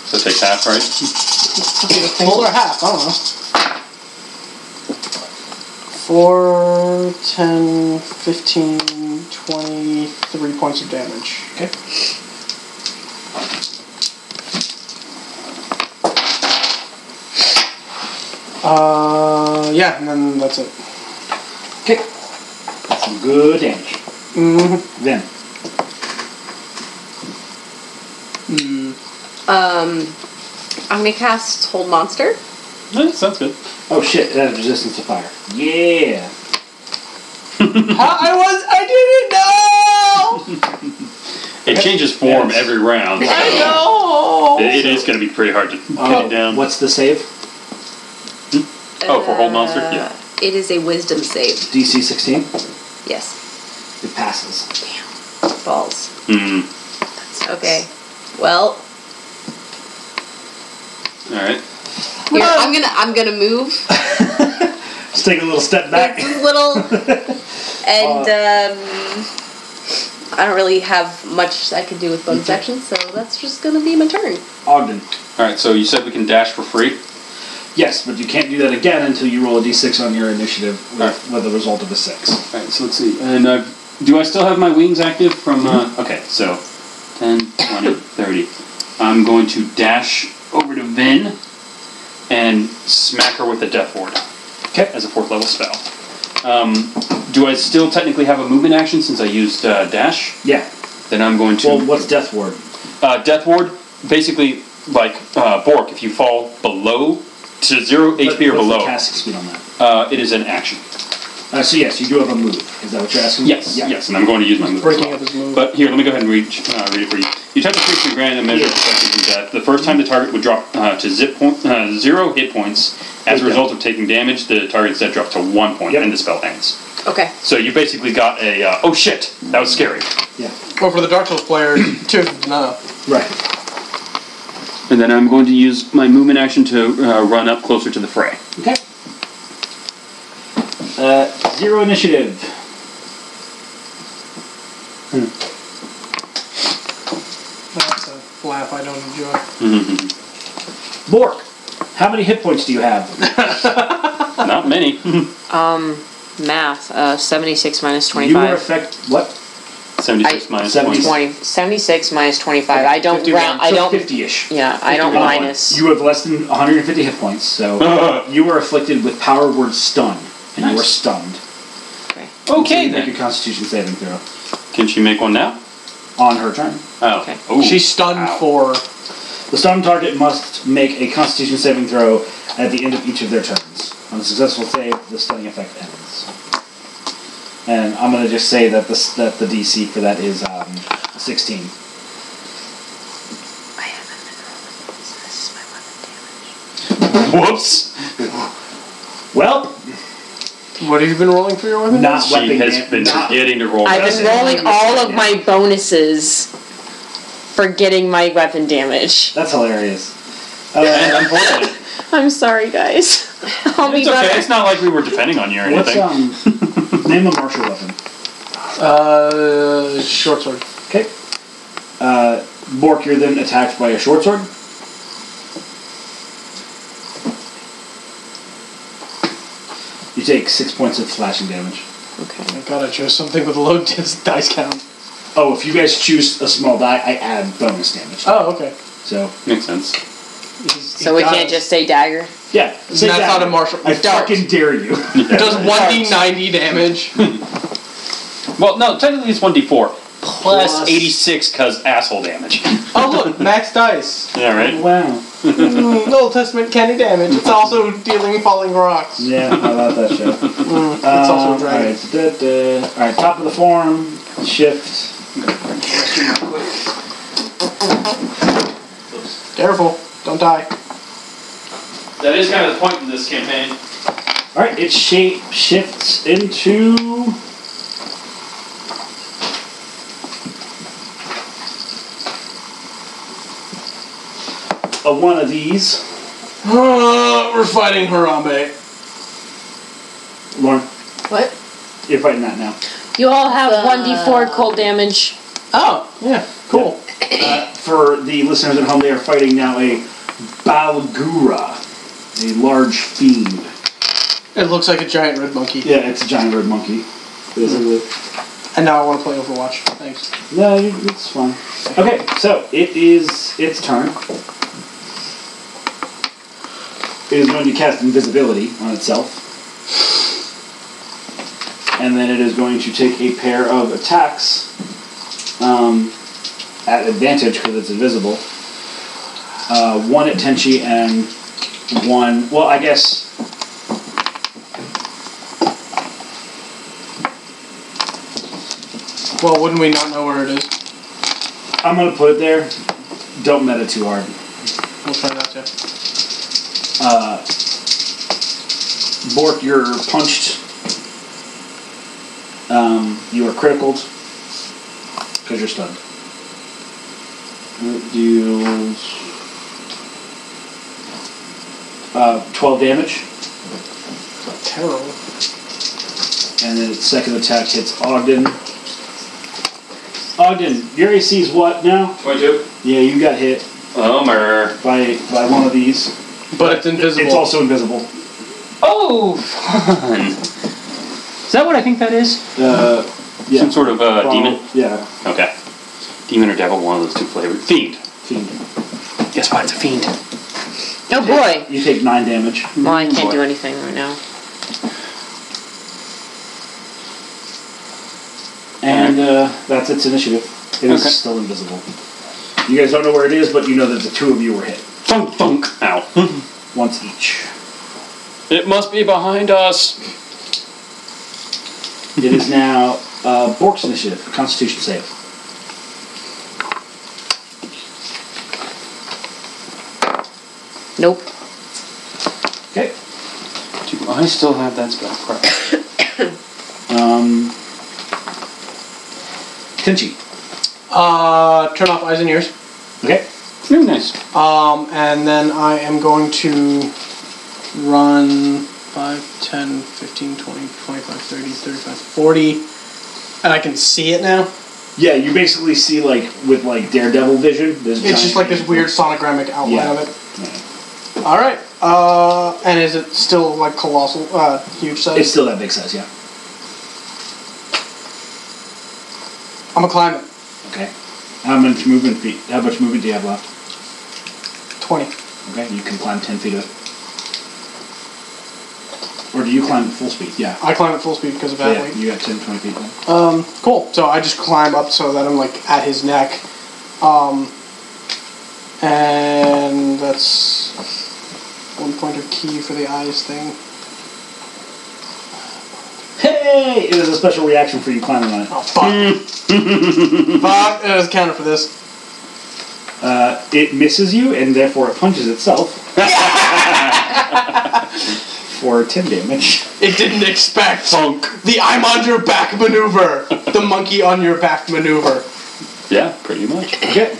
So it takes half, right? Full or half, I don't know. 4, 10, 15, 20, 3 points of damage. Okay. Uh, yeah, and then that's it. Okay. That's some good damage. Mm-hmm. Then, Um, I'm gonna cast Hold Monster. No, that sounds good. oh shit, that has resistance to fire. Yeah. I, I was, I didn't know! It changes form Yes. every round. so I know! It, it is going to be pretty hard to pin Uh, it down. What's the save? Oh, for Hold Monster? Uh, Yeah. It is a Wisdom save. DC 16. Yes. It passes. Balls. Mm. Okay. Well, All right. here, I'm gonna I'm gonna move. Just take a little step back. It's little, and um, I don't really have much I can do with bonus action, so that's just gonna be my turn. Ogden. All right. So you said we can dash for free. Yes, but you can't do that again until you roll a d6 on your initiative with, Alright. with the result of a 6. All right. So let's see. And i do I still have my wings active from? Uh, okay. So 10, 20, 30. I'm going to dash over to Vin and smack her with the Death Ward Okay. as a fourth level spell. Um, do I still technically have a movement action since I used uh, dash? Yeah. Then I'm going to. Well, what's Death Ward? Uh, death ward, basically like uh, Bork. If you fall below to zero What- HP or what's the below, casting speed on that? uh, it is an action. Uh, so, yes, you do have a move. Is that what you're asking? Yes, Yeah. yes, and I'm going to use my move. as Breaking well. up his move. But here, let me go ahead and read, uh, read it for you. You touch a creature and grant a measure of effective from death. The first time the target would drop uh, to zip point, uh, zero hit points. As a Okay. result of taking damage, the target's dead drop to one point, Yep. and the spell ends. Okay. So you basically got a uh, oh shit, that was scary. Yeah. Well, Oh, for the Dark Souls player, two of them, no. Right. And then I'm going to use my movement action to uh, run up closer to the fray. Okay. Uh, zero initiative. That's a laugh I don't enjoy. Bork, how many hit points do you have? *laughs* Not *laughs* many. Um, math. Uh, 76 minus You were 25. affect what? 76 minus 70. 20. 20, 76 minus 25. I don't 50 round. I so don't. 50-ish. Yeah, I don't minus. You have less than 150 hit points, Uh-huh. so you are afflicted with power word stun, and you are Nice. stunned. Okay, Make a then. Constitution saving throw Can she make one now? on her turn. Oh. Okay. Ooh. She's stunned Ow. for. The stunned target must make a Constitution saving throw at the end of each of their turns. On a successful save, the stunning effect ends. And I'm gonna just say that the s- that the DC for that is um, 16. I have a necromancer, so this is my weapon Whoops. Well, What have you been rolling for your weapon? not weapon She has dam- been not- forgetting to roll. I've been rolling all of my bonuses for getting my weapon damage. That's hilarious. Uh, and unfortunately, I'm sorry, guys. *laughs* I'll be it's okay. It's better. not like we were depending on you or What's anything. um *laughs* name the martial weapon? Uh, short sword. Okay. Uh, Bork, you're then attacked by a short sword. You take six points of slashing damage. Okay. Thank God I chose something with a low *laughs* d- dice count. Oh, if you guys choose a small die, I add bonus damage. Oh, okay. So Makes sense. He's- So he we got can't us. just say dagger. yeah, That's not a martial. I dart. fucking dare *laughs* you. *laughs* does one d ninety damage. Well, no, technically it's 1d4. Plus, Plus- 86 because asshole damage. *laughs* *laughs* oh look, max *laughs* dice. yeah, right? wow. Mm, Old Testament candy damage. It's also dealing falling rocks. Yeah, I love that show. Mm, *laughs* it's also a Um, dragon. Alright, da, da, da. Alright, top of the form, shift. Careful, don't die. That is kind of the point of this campaign. Alright, it shape shifts into. A one of these. Uh, *gasps* we're fighting Harambe. Lauren, What? you're fighting that now. You all have Uh, 1d4 cold damage. Oh, yeah, cool. Uh, For the listeners at home, they are fighting now a Balgura, a large fiend. It looks like a giant red monkey. Yeah, it's a giant red monkey, basically. And now I want to play Overwatch. Thanks. No, you- it's fine. Okay, so it is its turn. It is going to cast invisibility on itself. And then it is going to take a pair of attacks um, at advantage because it's invisible. Uh, one at Tenchi and one. Well, I guess. Well, wouldn't we not know where it is? I'm going to put it there. Don't meta too hard. We'll try that too. Uh, Bork, you're punched. Um, you are critical because you're stunned. It deals uh, 12 damage, Terrible. and then its second attack hits Ogden. Ogden, your AC is what now? 22. Yeah, you got hit Bummer. by by one of these. But it's invisible. It's also invisible. Oh, fun. Is that what I think that is? Uh, yeah. Some sort of uh, demon? Yeah, Okay. Demon or devil, one of those two flavors. Fiend. fiend. Guess what? It's a fiend. Oh boy. You take nine damage. Well, I can't do anything right now. And uh, that's its initiative. It is Okay. still invisible. You guys don't know where it is, but you know that the two of you were hit Thunk, thunk. *laughs* Ow. once each. it must be behind us. it is now uh, Bork's initiative, Constitution save. Nope. Okay. Do I still have that spell? Crap. Um, Tenchi. Uh, turn off eyes and ears. Okay. Very nice. Um, and then I am going to run 5, 10, 15, 20, 25, 30, 35, 40. And I can see it now. Yeah, you basically see like with like Daredevil vision. There's a It's just like giant- this weird sonographic outline Yeah. of it. Alright. Uh, and is it still like colossal, uh, huge size? It's still that big size, yeah. I'm gonna climb it. Okay. How much movement feet? How much movement do you have left? Twenty. Okay, you can climb ten feet up. Or do you climb at full speed? Yeah. I climb at full speed because of that Yeah, weight. you got 10, 20 feet left. Um, cool. So I just climb up so that I'm like at his neck. Um, and that's one point of key for the eyes thing. Hey! It is a special reaction for you climbing on it. Oh *laughs* fuck! fuck! It was counted for this. Uh, it misses you, and therefore it punches *laughs* itself. for 10 damage. It didn't expect Oh. the I'm on your back maneuver. the monkey on your back maneuver. Yeah, pretty much. Okay.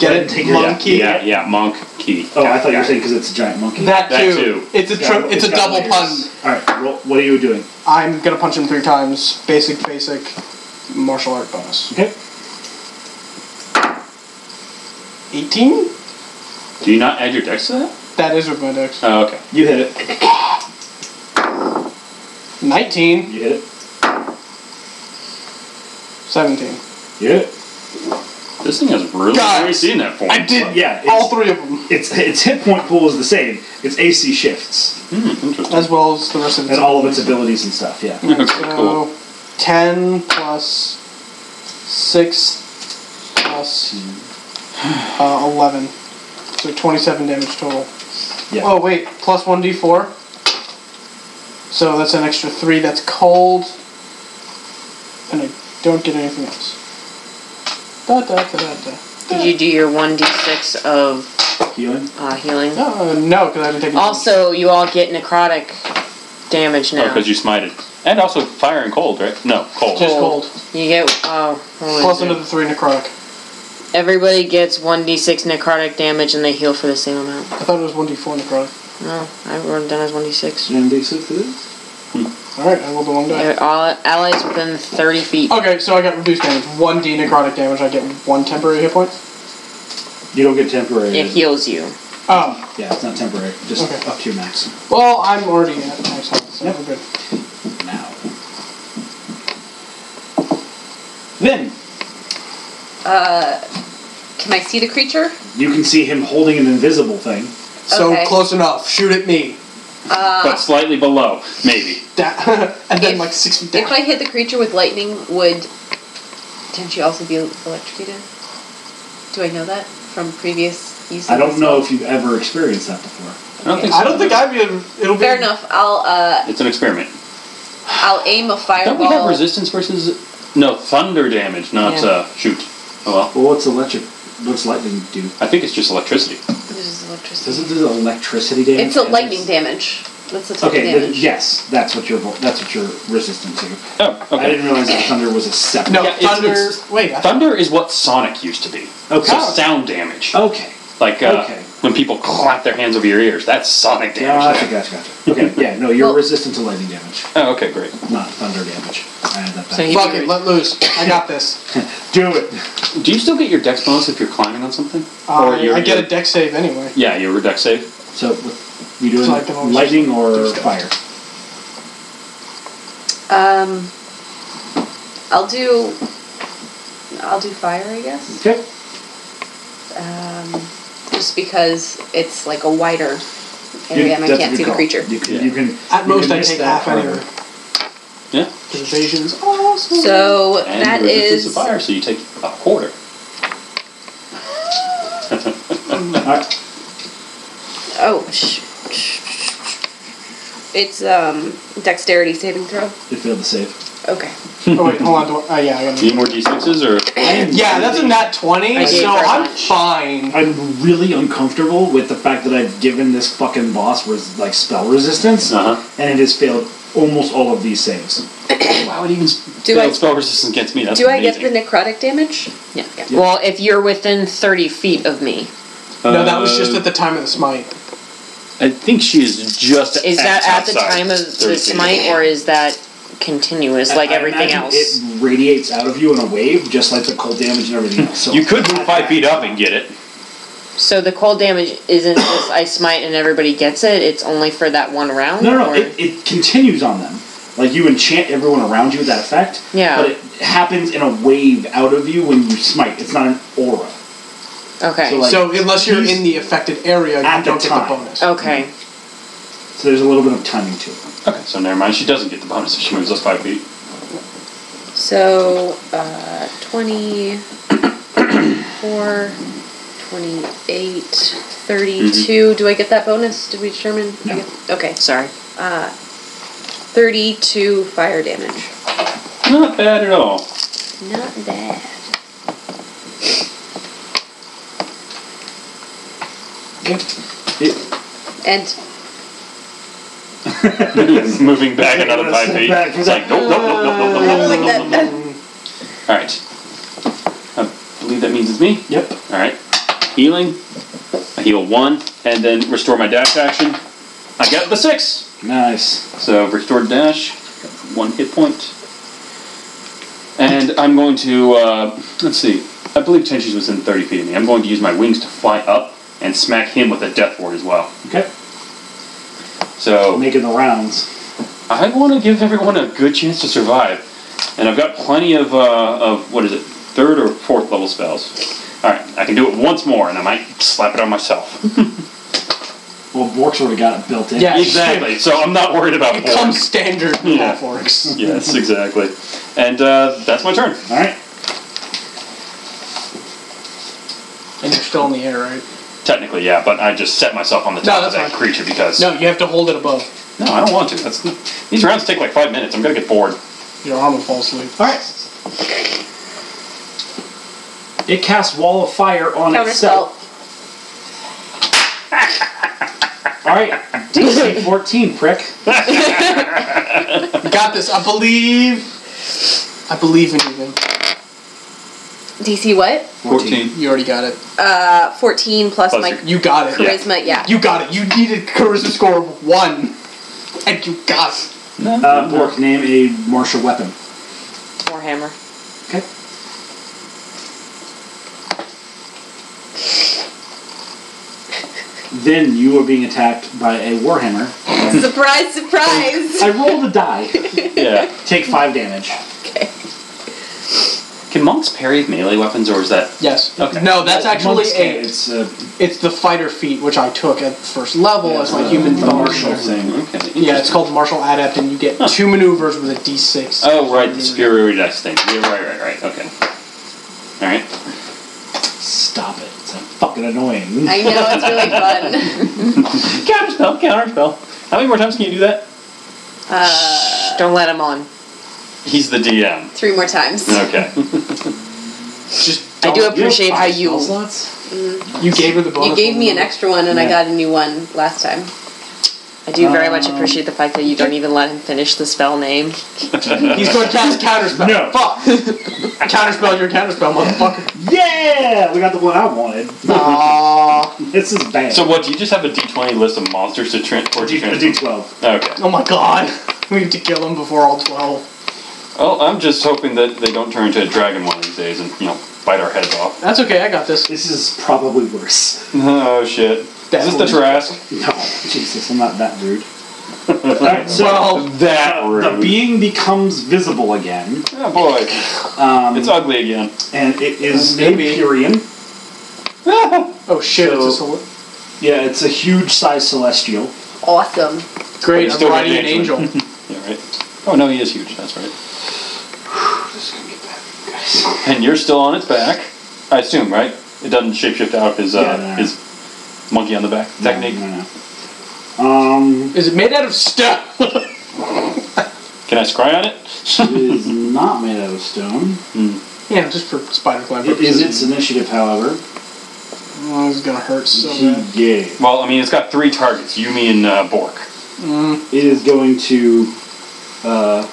Get it, Take your- monkey. Yeah, yeah, monk key. Oh, I Yeah, thought you yeah. were saying because it's a giant monkey. That, That too. too. It's a tri- it's a double pun. Alright, roll what are you doing? I'm gonna punch him three times. Basic, basic, martial art bonus. Okay. 18? Do you not add your dex to that? That is with my dex. Oh, okay. You hit it. 19, You hit it. 17. You hit it. This thing has really God. already seen that form. I did Yeah, it's- all three of them, Its its hit point pool is the same. Its AC shifts. Hmm, interesting. as well as the rest of the And all *laughs* of its abilities and stuff, yeah. Okay, cool. So, 10 plus 6 plus uh, 11. So 27 damage total. Yeah. Oh, wait, plus 1d4. So that's an extra 3. That's cold. And I don't get anything else. Da da da da da. Did you do your 1d6 of Healing. uh, healing? Uh, no, because I haven't taken Also, you all get necrotic damage Oh, now. because you smited. And also fire and cold, right? No, cold. Just cold. You get oh, what was Plus it? another 3 necrotic. Everybody gets one d six necrotic damage, and they heal for the same amount. I thought it was 1d4 necrotic. No, I wrote it down as one d six. And they said this? Alright, I rolled the wrong die. All allies within thirty feet. Okay, so I got reduced damage. One D necrotic damage. I get one temporary hit point. You don't get temporary. It heals you. Oh, Yeah, it's not temporary. Just Okay. up to your max. well, I'm already at max health, so we're good. Now. Then Can I see the creature? you can see him holding an invisible thing. So Okay. close enough. Shoot at me. But slightly below, maybe. That *laughs* and then If- like six feet If down. I hit the creature with lightning, would didn't she also be electrocuted? Do I know that from previous use? I of don't this know spell? if you've ever experienced that before. I don't think so. I don't think I'd be. A, it'll be Fair enough. I'll uh, It's an experiment. I'll aim a Don't we have fireball. resistance versus. No, thunder damage, not Yeah. uh, shoot. Oh well. Well, what's electric? What's lightning do? I think it's just electricity. This is electricity. Doesn't do electricity damage? It's a damage? lightning damage. That's the type Okay. then- of damage. yes, that's what you're. vo- That's what you're resistant to. Oh, I okay. didn't realize that thunder was a separate. No Yeah, it's- thunder. it's- wait, I, Thunder is what Sonic used to be. Oh, Okay. So sound damage. Okay. Like uh, Okay. when people clap their hands over your ears, that's sonic damage. Gotcha. Gotcha. Gotcha. Okay. Yeah. No, you're Well- resistant to lightning damage, Oh, okay, great. not thunder damage. I had that back. So he- fuck it, let loose. I got *laughs* this. do it. Do you still get your dex bonus if you're climbing on something? Uh, your- I get your- a deck save anyway. Yeah, your dex save. So, what- you doing So I can always lightning or do stuff. fire? Um, I'll do. I'll do fire, I guess. Okay. Um, just because it's like a wider area and I can't see the creature. You can, Yeah. you can, At you most, can I miss take that half harder. *laughs* anyway. Yeah. Invasions. *laughs* Awesome. So And that your resistance to is fire, so you take a quarter. Alright. oh, sh- sh- it's um dexterity saving throw. It failed to save. Okay, oh wait, hold on. Do I, uh, yeah, I got Do you it. need more d6s or? Yeah, that's a nat twenty. I did So very I'm much. fine. I'm really uncomfortable with the fact that I've given this fucking boss res- like spell resistance, Uh huh. and it has failed almost all of these saves. Wow, it even Do do I- spell resistance against me. That's do I amazing. get the necrotic damage? Yeah. Yeah. Well, if you're within thirty feet of me, No, that was Um, just Uh, at the time of the smite. I think she is just. is that at the outside time of 30 the feet. smite, or is that continuous like I everything imagine else? It radiates out of you in a wave, just like the cold damage and everything else. So You could move five feet up and get it. so the cold damage isn't just I smite and everybody gets it. It's only for that one round. No, no, or- it, it continues on them. Like you enchant everyone around you with that effect. Yeah. But it happens in a wave out of you when you smite. It's not an aura. Okay. So, like- so unless you're he's- in the affected area, At you the don't get time. Oh. the bonus. okay. So there's a little bit of timing to it. Okay, so never mind. She doesn't get the bonus if she moves us five feet. So, uh, 24, 28, 32. Mm-hmm. Do I get that bonus? Did we determine? No. Okay. Sorry. 32 Uh, fire damage. Not bad at all. Not bad. And *laughs* moving back another Let's five step feet. back for It's like nope, nope, nope, nope, nope, nope, nope, nope, nope, nope. All right. I believe that means it's me. Yep. All right. Healing. I heal one, and then restore my dash action. I got the six. Nice. So restored dash, one hit point. And I'm going to uh, let's see. I believe Tenshi's within thirty feet of me. I'm going to use my wings to fly up and smack him with a death ward as well. Okay. So Making the rounds. I want to give everyone a good chance to survive, and I've got plenty of uh, of what is it, third or fourth level spells. All right, I can do it once more, and I might slap it on myself. Well, Bork's already got it built in. Yeah. exactly. So I'm not worried about It Borg. comes standard with Yeah. all forks. Yes, exactly. And uh, that's my turn. All right. And you're still in the air, right? Technically, yeah, but I just set myself on the top of that's that fine. creature because No, you have to hold it above. No, I don't want to. That's these rounds take like five minutes. I'm gonna get bored. Your arm will fall asleep. All right. It casts Wall of Fire on Counter itself. spell. All right. DC 14, prick. You got this. I believe. I believe in you, Vin. DC what? You already got it. Uh, 14 plus, Plus plus my your- You got it. charisma. Yeah. *laughs* You got it. You needed charisma score of one, and you got it. Uh, Bork, name a martial weapon. Warhammer. Okay. Then you are being attacked by a warhammer. surprise, surprise. I rolled a die. yeah. Take five damage. Can monks parry with melee weapons, or is that? Yes. Okay. No, that's actually Monks can't. a. It's a It's the fighter feat, which I took at first level Oh, as my human uh, martial martial. thing. Okay. Yeah, it's called martial adept, and you get two maneuvers with a d6. Oh right, the superiority dice thing. Yeah, right, right, right. Okay. All right. *laughs* Stop it. It's fucking annoying. I know, it's really fun. Counter spell, counter spell. How many more times can you do that? Uh, Don't let him on. He's the DM. three more times. *laughs* Okay. Just I do don't- appreciate how five spell you. slots? You gave her the bonus. You gave one me an maneuver. extra one and I got a new one last time. I do very much appreciate the fact that you don't even let him finish the spell name. He's going to cast counterspell. No. Fuck. counterspell your counterspell, motherfucker. Yeah, we got the one I wanted. *laughs* Aww. This is bad. so what? Do you just have a D20 list of monsters to transport? D- a D12. Okay. Oh my god. *laughs* We have to kill him before all 12. Oh, I'm just hoping that they don't turn into a dragon one of these days and you know bite our heads off. That's okay, I got this. This is probably worse. *laughs* Oh shit. Is this the Trask? No, Jesus, I'm not that *laughs* rude. All right, so Well, That rude. the being becomes visible again, Oh boy, it's ugly again. and it is a Maybe. Empyrean. oh shit, it's a So- sol- Yeah, it's a huge size celestial. Awesome. Great, But I'm you're riding an angel. still an *laughs* Yeah, right. Oh no, he is huge. That's right. And you're still on its back, I assume, right? It doesn't shapeshift out of his uh, Yeah, no, no. his monkey on the back technique. No, no, no. Um, Is it made out of stone? *laughs* Can I scry on it? *laughs* it is not made out of *laughs* stone. yeah, just for spider climb It purposes. is its initiative, however. Oh, this is gonna hurt so he bad. gave. well, I mean, it's got three targets. You mean uh, Bork? It is going to. Uh,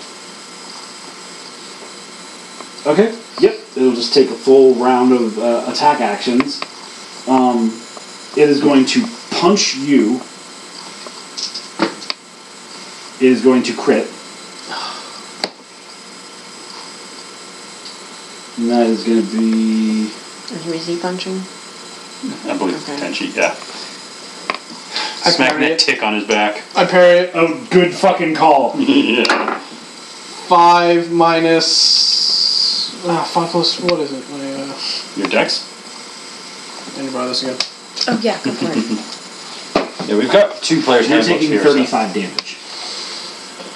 okay. Yep. It'll just take a full round of uh, attack actions. Um, it is going to punch you. It is going to crit. And that is going to be. And who is he punching? I believe Okay. Tenchi. Yeah. I Smacking parry that it. tick on his back. I parry it. Oh, good fucking call. yeah. five minus ah, five plus what is it? My, uh, Your decks? I need to borrow this again. Oh yeah, go for it. Yeah, we've got two players You're handbooks taking here, so- 35 damage.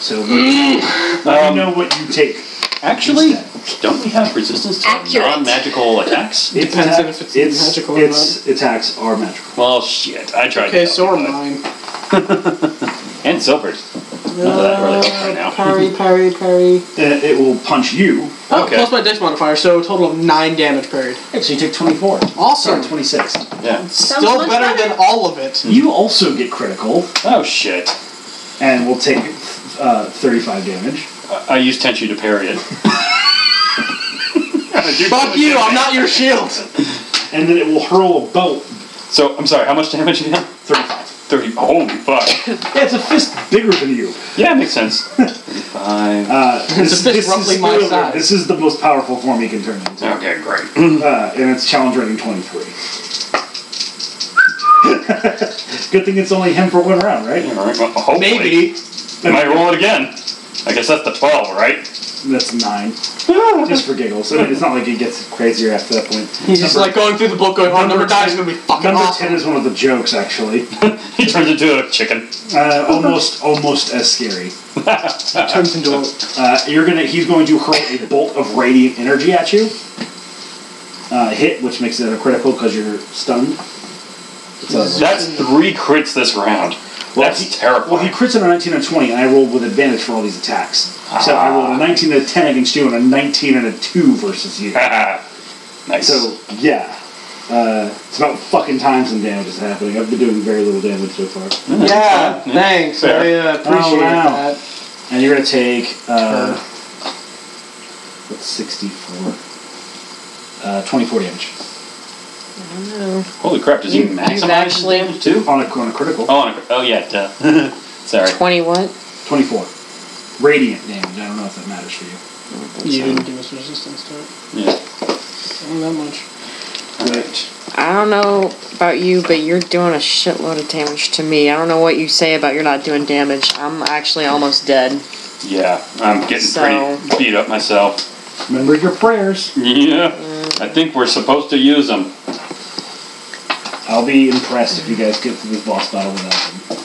So let Mm, me know um, what you take. Actually, Instead. don't we have resistance to Accurate. non-magical attacks? It's Depends atta- if it's it's, magical or Its attacks are magical. Well, shit. I tried. Okay, to so help are you, but- mine. And silvers. None of that really helps right *laughs* now. Parry, parry, parry. Uh, it will punch you. Oh, Okay. plus my dex modifier, so a total of nine damage parried. Actually, you take 24. Awesome. Sorry, 26. Yeah. Still much better better. than all of it. You also get critical Oh shit. and will take uh, 35 damage. I, I used Tenchu to parry *laughs* it. I do Fuck you! I'm not your shield. And then it will hurl a bolt. So I'm sorry. How much damage you have? 35. Thirty. Holy *laughs* fuck. Yeah, it's a fist bigger than you. Yeah, makes sense. Thirty-five. Uh, this, It's a this fist roughly is my literally- size. This is the most powerful form he can turn into. okay, great. Uh, and it's challenge rating 23. *laughs* Good thing it's only him for one round, right? All right. Well, hopefully. Maybe. Might roll it again. I guess that's the twelve, right? That's nine. *laughs* Just for giggles. I mean, it's not like he gets crazier after that point. He's just like going through the book, going, "Oh, number nine is gonna be fucking Number awesome." 10 is one of the jokes, actually. He turns into a chicken. Uh, almost, *laughs* almost as scary. Turns into a Uh, you're gonna. He's going to hurl a bolt of radiant energy at you. Uh, hit, which makes it a critical because you're stunned. It's a- That's three crits this round. he- That's terrible. Well, he crits on a 19 and 20, and I rolled with advantage for all these attacks. So I rolled a 19 and a 10 against you, and a 19 and a 2 versus you. *laughs* nice. So, yeah. Uh, it's about fucking time some damage is happening. I've been doing very little damage so far. yeah. Thanks. Fair. I uh, Oh, appreciate wow. that. And you're going to take. Uh, what's 64? Uh, 24 damage. Holy crap! Does he You- you've maximize actually- his damage too? On a, on a critical? Oh, and a- oh yeah. Duh. *laughs* Sorry. Twenty what? 24. Radiant damage. I don't know if that matters for you. You didn't give us resistance to it. Yeah. Not that much. Right. I don't know about you, but you're doing a shitload of damage to me. I don't know what you say about you're not doing damage. I'm actually almost dead. Yeah, I'm getting So- pretty beat up myself. Remember your prayers. Yeah, I think we're supposed to use them. I'll be impressed if you guys get through this boss battle without them.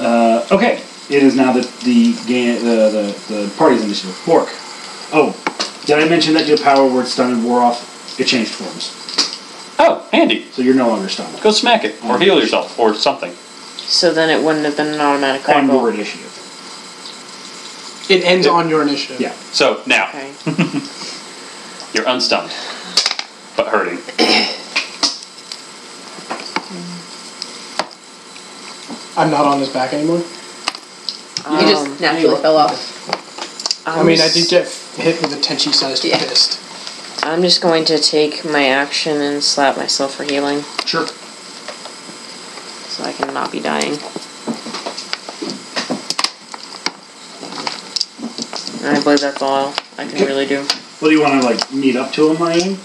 Uh, okay, it is now the the game the, the the party's initiative. Bork. Oh, did I mention that your power word stun and wore off? It changed forms, Oh, Andy, so you're no longer stunned. go smack it or heal yourself or something. So then it wouldn't have been an automatic On critical. your initiative. It ends on your initiative. Yeah. So now Okay. you're unstunned, but hurting. *laughs* I'm not on his back anymore. You Um, just naturally fell off. I mean, I did get f- hit with a tenchi sized Yeah. fist. I'm just going to take my action and slap myself for healing, Sure. so I can not be dying. And I believe that's all I can really do. Well, do you want to like meet up to him or anything?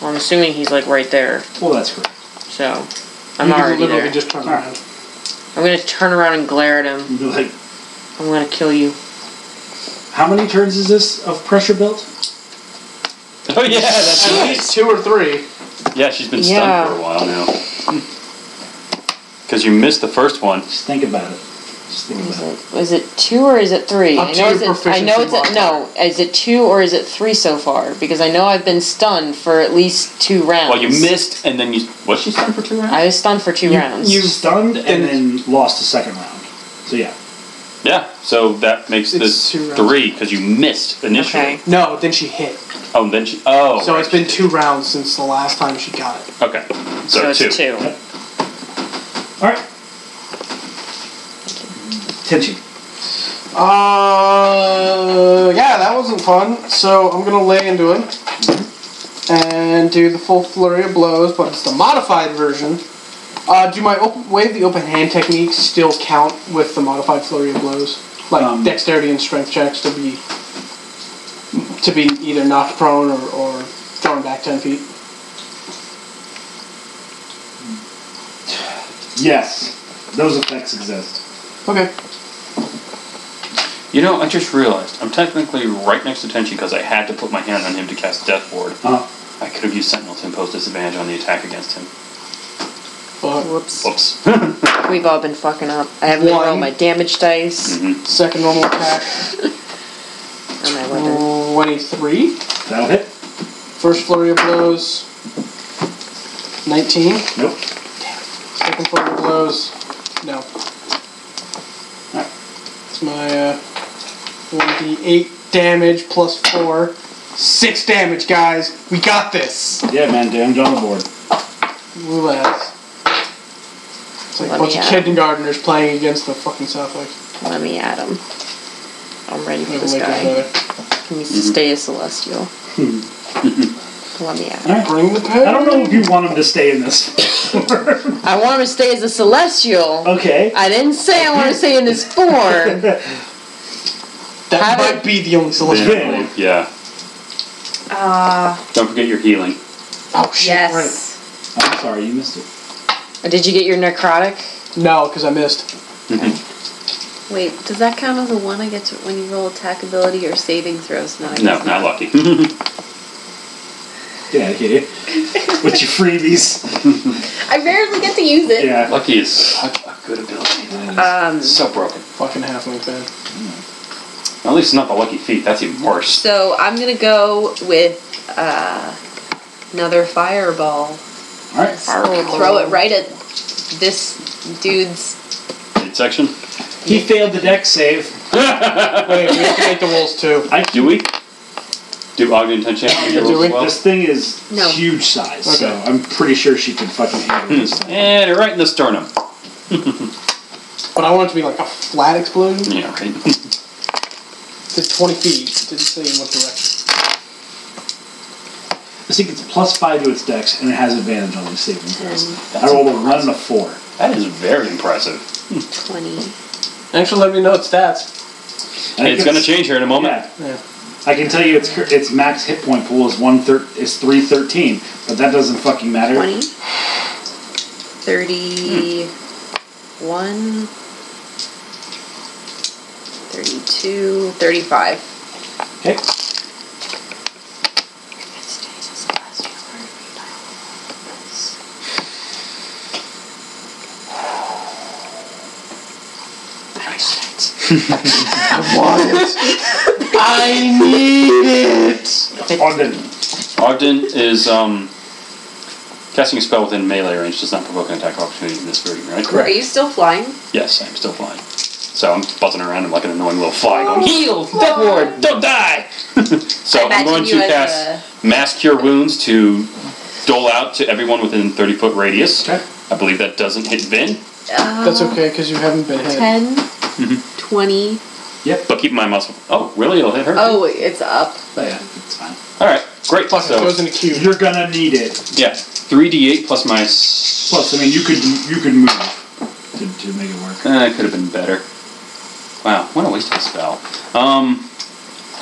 Well, I'm assuming he's like right there, Well, that's correct. so I'm You can already literally there. just turn Alright. around. I'm gonna turn around and glare at him. You'd be like, I'm gonna kill you. how many turns is this of pressure built? Oh yeah, that's At least two or three. yeah. She's been Yeah. stunned for a while now. Because you missed the first one. Just think about it. Just think Is about it. it, is it two or is it three? Up I to know your it's at- I know it's proficiency at, no. Is it two or is it three so far? Because I know I've been stunned for at least two rounds. Well, you missed, and then you was she stunned for two rounds? I was stunned for two rounds. You stunned and Then- then lost the second round. So yeah. yeah. So that makes It's this two rounds. three because you missed initially. okay. No, then she hit. Oh, and then she. Oh. So it's been two rounds since the last time she got it. okay. So So, it's two. All right. Tenchi. Uh, yeah, that wasn't fun. So I'm gonna lay into him and do the full flurry of blows, but it's the modified version. Uh, do my open, wave the open hand technique still count with the modified flurry of blows, like Um, dexterity and strength checks to be to be either knocked prone or, or thrown back ten feet? Yes, those effects exist. Okay. You know, I just realized I'm technically right next to Tenchi because I had to put my hand on him to cast Death Ward. Uh-huh. I could have used Sentinel to impose disadvantage on the attack against him. Fuck. Whoops. Oops. We've all been fucking up. I haven't One. rolled my damage dice Second normal attack, and my weapon. 23. That'll hit. First flurry of blows, 19. Nope. Second flurry of blows, no. Alright. It's my uh, 1d8 damage plus 4. 6 damage, guys. We got this. Yeah, man, damage on the board. Roulette. It's like Let a bunch me of add. kindergartners playing against the fucking Southwick. Let me add him. I'm ready for Like, this like, guy. uh, He needs to stay a celestial. Let me add. him. Bring the pain. I don't know if you want him to stay in this. *laughs* I want him to stay as a celestial. okay. I didn't say I want to stay in this form. Uh, That Have might it- be the only solution. Yeah. yeah. Ah, Don't forget your healing. Oh shit! yes. I'm sorry, you missed it. Did you get your necrotic? Right. No, because I missed. Wait, does that count as a one I get to when you roll attack ability or saving throws? No, No, I guess not lucky. *laughs* Get out of here. With your freebies. I rarely get to use it. Yeah. lucky is such a good ability. Um, So broken. Fucking halfling fan. At least it's not the lucky feet. That's even worse. so I'm gonna go with uh, another fireball. Alright. Throw it right at this dude's. Midsection. He failed the deck save. Wait, we have to make the rolls too. I Do we? Do Ogden Tenchi have any Do rolls we? as well? This thing is No. huge size, so Okay. I'm pretty sure she can fucking Hmm. handle this thing. And right in the sternum. But I want it to be like a flat explosion. Yeah, right. *laughs* It's 20 feet. It didn't say in what direction. This thing gets plus five to its dex, and it has advantage on these saving throws. I rolled a one and a four. That is very impressive. Twenty. Actually, let me know its stats. I And it's think going to change here in a moment. Yeah, Yeah. I can tell you its cur- its max hit point pool is one thir- is three thirteen, but that doesn't fucking matter. 20, 31, 32, 35. Okay, I want it. I need it. on the Ogden is um, casting a spell within melee range does not provoke an attack of opportunity in this version, right? Are you still flying? Yes, I'm still flying. So I'm buzzing around him like an annoying little fly going, Heal. Oh, *laughs* Death ward, don't die! *laughs* so I I'm going to imagine you as cast Mass Cure Wounds to dole out to everyone within 30 foot radius. Okay. I believe that doesn't hit Vin, Uh, That's okay because you haven't been hit. 10, 20. but keep in mind, muscle. Oh, really? It'll hit her? Oh, wait, it's up. but yeah, it's fine. Alright, great. Fuck, it so, goes in a cube. You're gonna need it. yeah, 3d8 plus my. s- Plus, I mean, you could you could move to, to make it work. Uh, it could have been better. Wow, what a waste of a spell. Um,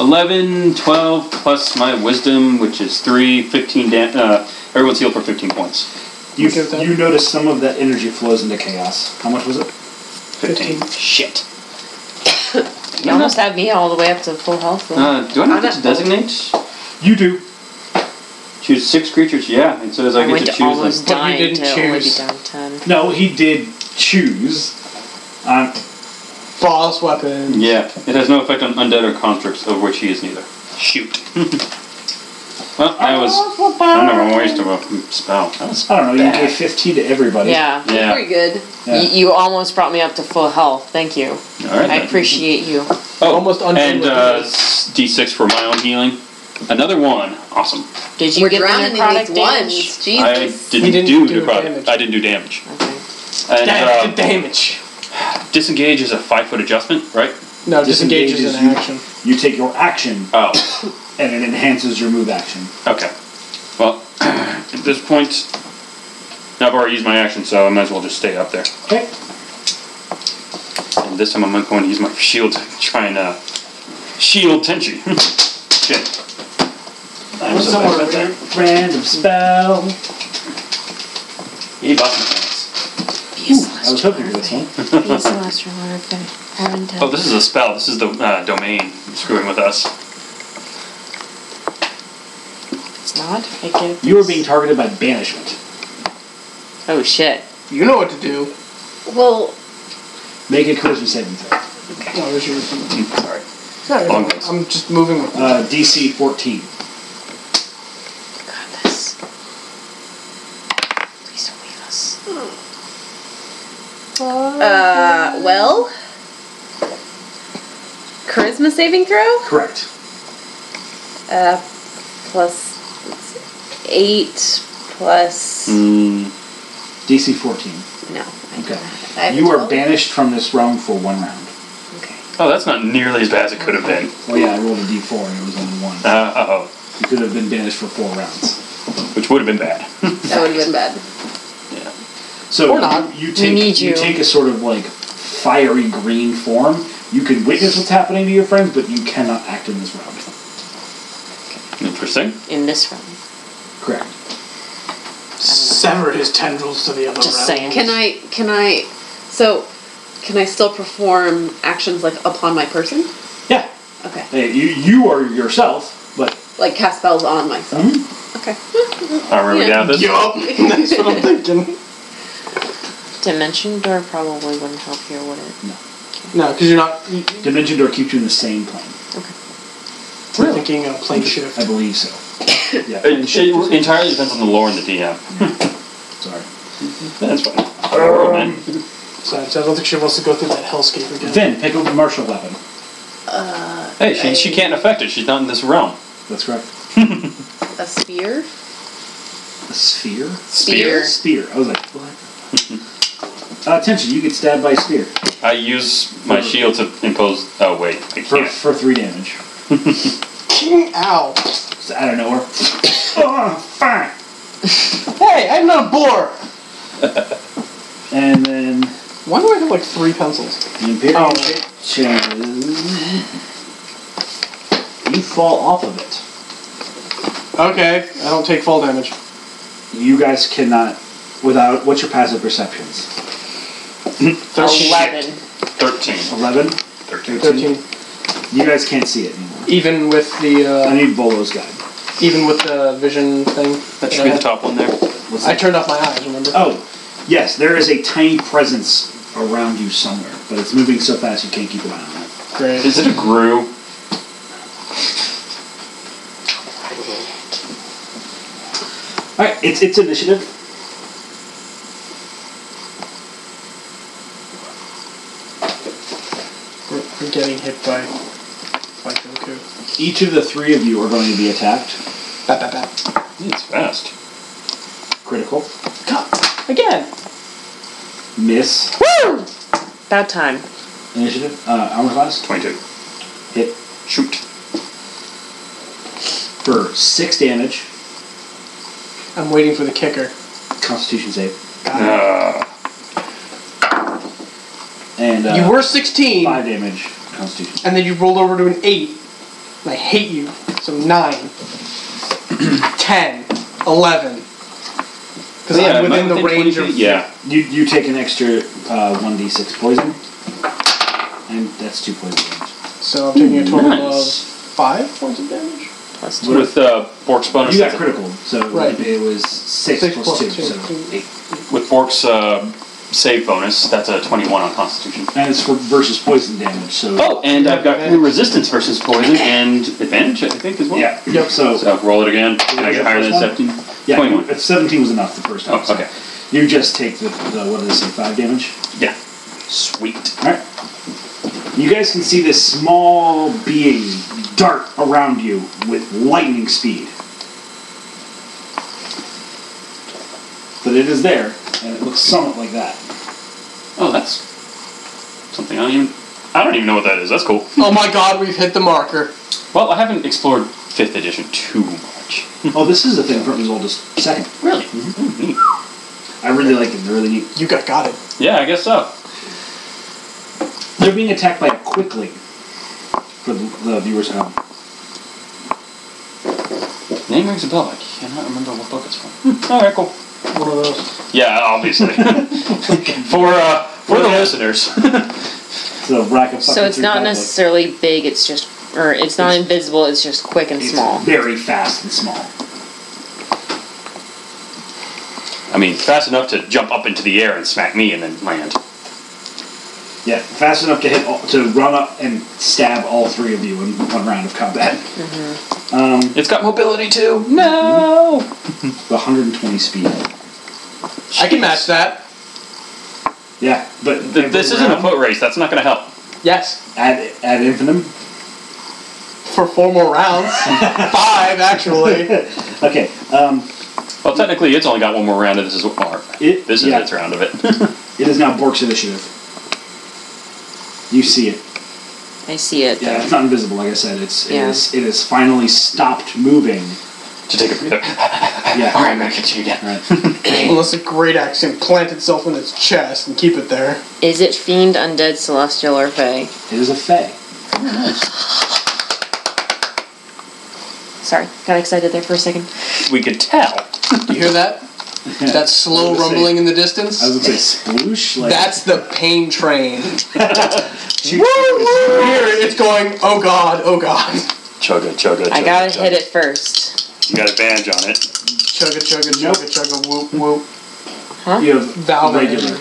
11, 12 plus my wisdom, which is 3, 15 dam- uh, Everyone's healed for 15 points. You Okay with that. you notice some of that energy flows into chaos. How much was it? 15. Shit. You almost have me all the way up to full health. though. Uh, do I I'm not get at- to designate? You do. Choose six creatures, yeah. It says I, I get went to to, choose almost them. But you dying didn't to only be choose. down ten. No, he did choose. Um, Boss weapon. Yeah, it has no effect on undead or constructs, of which he is neither. *laughs* Shoot. well, I was. I don't know, a waste of a spell. That was I don't know. You bad. gave fifteen to everybody. Yeah. Yeah. Pretty good. Yeah. You, you almost brought me up to full health. Thank you. All right. I then. appreciate you. Oh, Almost undead and with uh, it. s- D6 for my own healing. Another one. Awesome. Did you We're get the drowning in necrotic these damage? ones. Jesus. I didn't, didn't do, do necrotic. damage. I didn't do damage. Okay. And That uh, did damage. disengage is a five foot adjustment, right? No, disengages Disengages in you. action. You take your action, Oh. and it enhances your move action. Okay. Well, *coughs* at this point, I've already used my action, so I might as well just stay up there. Okay. And this time I'm going to use my shield to try and uh, shield Tenchi. *laughs* Shit. I'm so bad about that. Random spell. He bought some things. I was hoping for this one. He's the last reward, but Aaron Oh, this is a spell. This is the uh, domain screwing with us. It's not. I can't. You are being targeted by banishment. Oh shit. You know what to do. Well, Make a charisma saving throw. No, there's your- Sorry. Sorry, Long no, ways. I'm just moving. on. Uh, DC 14. God, this. Please don't leave us. uh, well. Charisma saving throw? Correct. Uh, plus eight plus Mm, DC 14. no. Okay. I have You are 12. banished from this realm for one round. Okay. oh, that's not nearly as bad as it could have been. Well, yeah, I rolled a D4 and it was only one. Uh, oh, You could have been banished for four rounds. which would have been bad. That would have been bad. yeah. So Or not. you, you We take need you. you. take a sort of like fiery green form. You can witness what's happening to your friends, but you cannot act in this round. *laughs* Interesting. In this room. Correct. Sever his tendrils to the other Just realm. saying. Can I? Can I? So, can I still perform actions like upon my person? Yeah. Okay. Hey, you you are yourself, but um, Like cast spells Mm-hmm. on myself. Okay. All right, we got this. Yup, *laughs* that's what I'm thinking. Dimension door probably wouldn't help here, would it? No, because you're not. you- dimension door keeps you in the same plane. You're thinking a plane shift. I believe so. *coughs* yeah. plane It, shift is- it entirely depends on the lore and the DM. Sorry. *laughs* That's fine. So I don't think she wants to go through that hellscape again. Then pick up a martial weapon. hey, she, she can't affect it. She's not in this realm. That's correct. A spear. A sphere. Spear. Spear. I was like, what? uh, attention! You get stabbed by a spear I use my shield to impose. Oh wait, I for can't. for three damage. Ow! So I don't know where. oh, fine. Hey, I'm not a boar. And then Why do I have like three pencils? the Imperial Oh. changes. You fall off of it. Okay, I don't take fall damage. You guys cannot without what's your passive perceptions? Eleven. Thirteen. Eleven? Thirteen. Thirteen. You guys can't see it anymore. Even with the I uh, need Bolo's guide. even with the vision thing. That should be the top one there. What's I that? turned off my eyes. Remember? Oh, yes, there is a tiny presence around you somewhere, but it's moving so fast you can't keep an eye on it. great. Is it a Gru? All right, it's it's initiative. We're, we're getting hit by by Goku. Each of the three of you are going to be attacked. Bat bat bat. It's fast. Critical. Again. Miss. Woo! About time. Initiative. Uh, armor class. Twenty-two. Hit Shoot. for six damage. I'm waiting for the kicker. Constitution save. Uh, And uh, you were 16, five damage. Constitution. and then you rolled over to an eight. And I hate you. So nine, ten, eleven. Because yeah, I'm am I within the range 22? of. Yeah. You you take an extra uh, one d six poison, and that's two poison damage. So I'm taking a total Nice. of five points of damage. Plus two. With uh, Bork's bonus. You got attack- critical, so Right. it was six, Six plus plus two, two. so eight. With Bork's uh, save bonus, that's a twenty-one on Constitution. Oh, And it's for versus poison damage, so Oh, and I've got resistance versus poison and advantage, I think, as well. yeah. Yep. So, So roll it again. Can I was get your higher than first one? seventeen? yeah, Twenty-one. if seventeen was enough the first time. Oh, so okay. You just take the, the what did I say, five damage? Yeah. Sweet. All right. You guys can see this small being dart around you with lightning speed. But it is there, and it looks somewhat like that. Oh, that's something I don't even. I don't even know what that is. That's cool. oh my god, we've hit the marker. Well, I haven't explored fifth edition too much. Oh, this is the thing from as old as second. Really? Hmm. I really like it. They're really neat. You got got it. Yeah, I guess so. They're being attacked by a quickly *laughs* for the, the viewers at home. Yeah. name rings a bell. I cannot remember what book it's from. Hmm, All right, cool. One of those. Yeah, obviously. *laughs* for uh, for the listeners. It's a rack of So it's not necessarily big. It's just, or it's not invisible. It's just quick and small. very fast and small. I mean, fast enough to jump up into the air and smack me and then land. Yeah, fast enough to hit all, to run up and stab all three of you in one round of combat. It's got mobility too. No. The 120 speed. I can match that. Yeah, but Th- this isn't a foot race. That's not going to help. Yes. Ad, ad infinitum. *laughs* For four more *laughs* rounds. Five, actually. Okay, um, Well, technically, it's only got one more round, and this is or, It- this is yeah. its round of *laughs* it. it is now Bork's initiative. You see it. I see it. Yeah, it's not invisible. Like I said, it's it Yeah. is it is finally stopped *laughs* moving. to take a breather. Yeah. All right, I'm going to continue down. Right. Unless a great axe can plant itself in its chest and keep it there. Is it fiend, undead, celestial, or fey? It is a fey. Sorry, got excited there for a second. We could tell. You hear that? That slow I was gonna say- rumbling in the I was distance? gonna say sploosh. Like That's the pain train. *laughs* Woo, woo. Here, it's going, oh god, oh god. Chugga, chugga, chugga. I gotta chugga. hit it first. You got a badge on it. Chugga, chugga, Nope. chugga, chugga, whoop, whoop. you have Valve regular.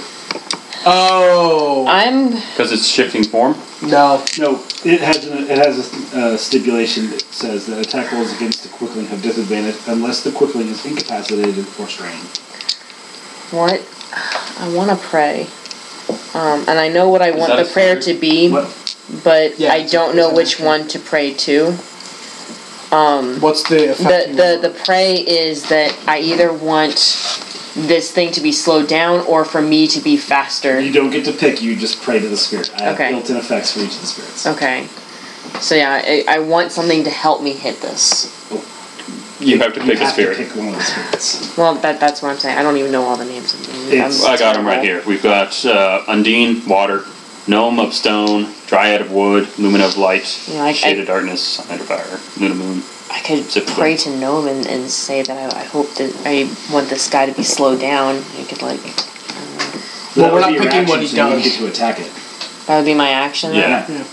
Oh, I'm Because it's shifting form. no. No, it has an, it has a uh, stipulation that says that attack rolls against the quickling have disadvantage unless the quickling is incapacitated or strained. what? I want to pray, um, and I know what I want that the a prayer to be, What? but Yeah, I it's a- don't it's know an which action. one to pray to. Um, What's the effect? you the, want? the the pray is that I either want this thing to be slowed down or for me to be faster. You don't get to pick. You just pray to the spirit. I have Okay. Oh. built-in effects for each of the spirits. Okay. So yeah, I, I want something to help me hit this. You have to You pick a have to spirit. pick one of the spirits. Well, that that's what I'm saying. I don't even know all the names of them. It's- I got them right here. We've got uh, Undine, Water, Gnome of Stone, Dryad of Wood, Lumina of Light, Yeah, I- Shade I- of Darkness, Sunlight of Fire, Luna Moon. I could Zip it. pray to Gnome and, and say that I, I hope that I want this guy to be slowed down. I could like But Well, that we're would not be your picking what action, he so You don't does. get to attack it. that would be my action. then? Yeah.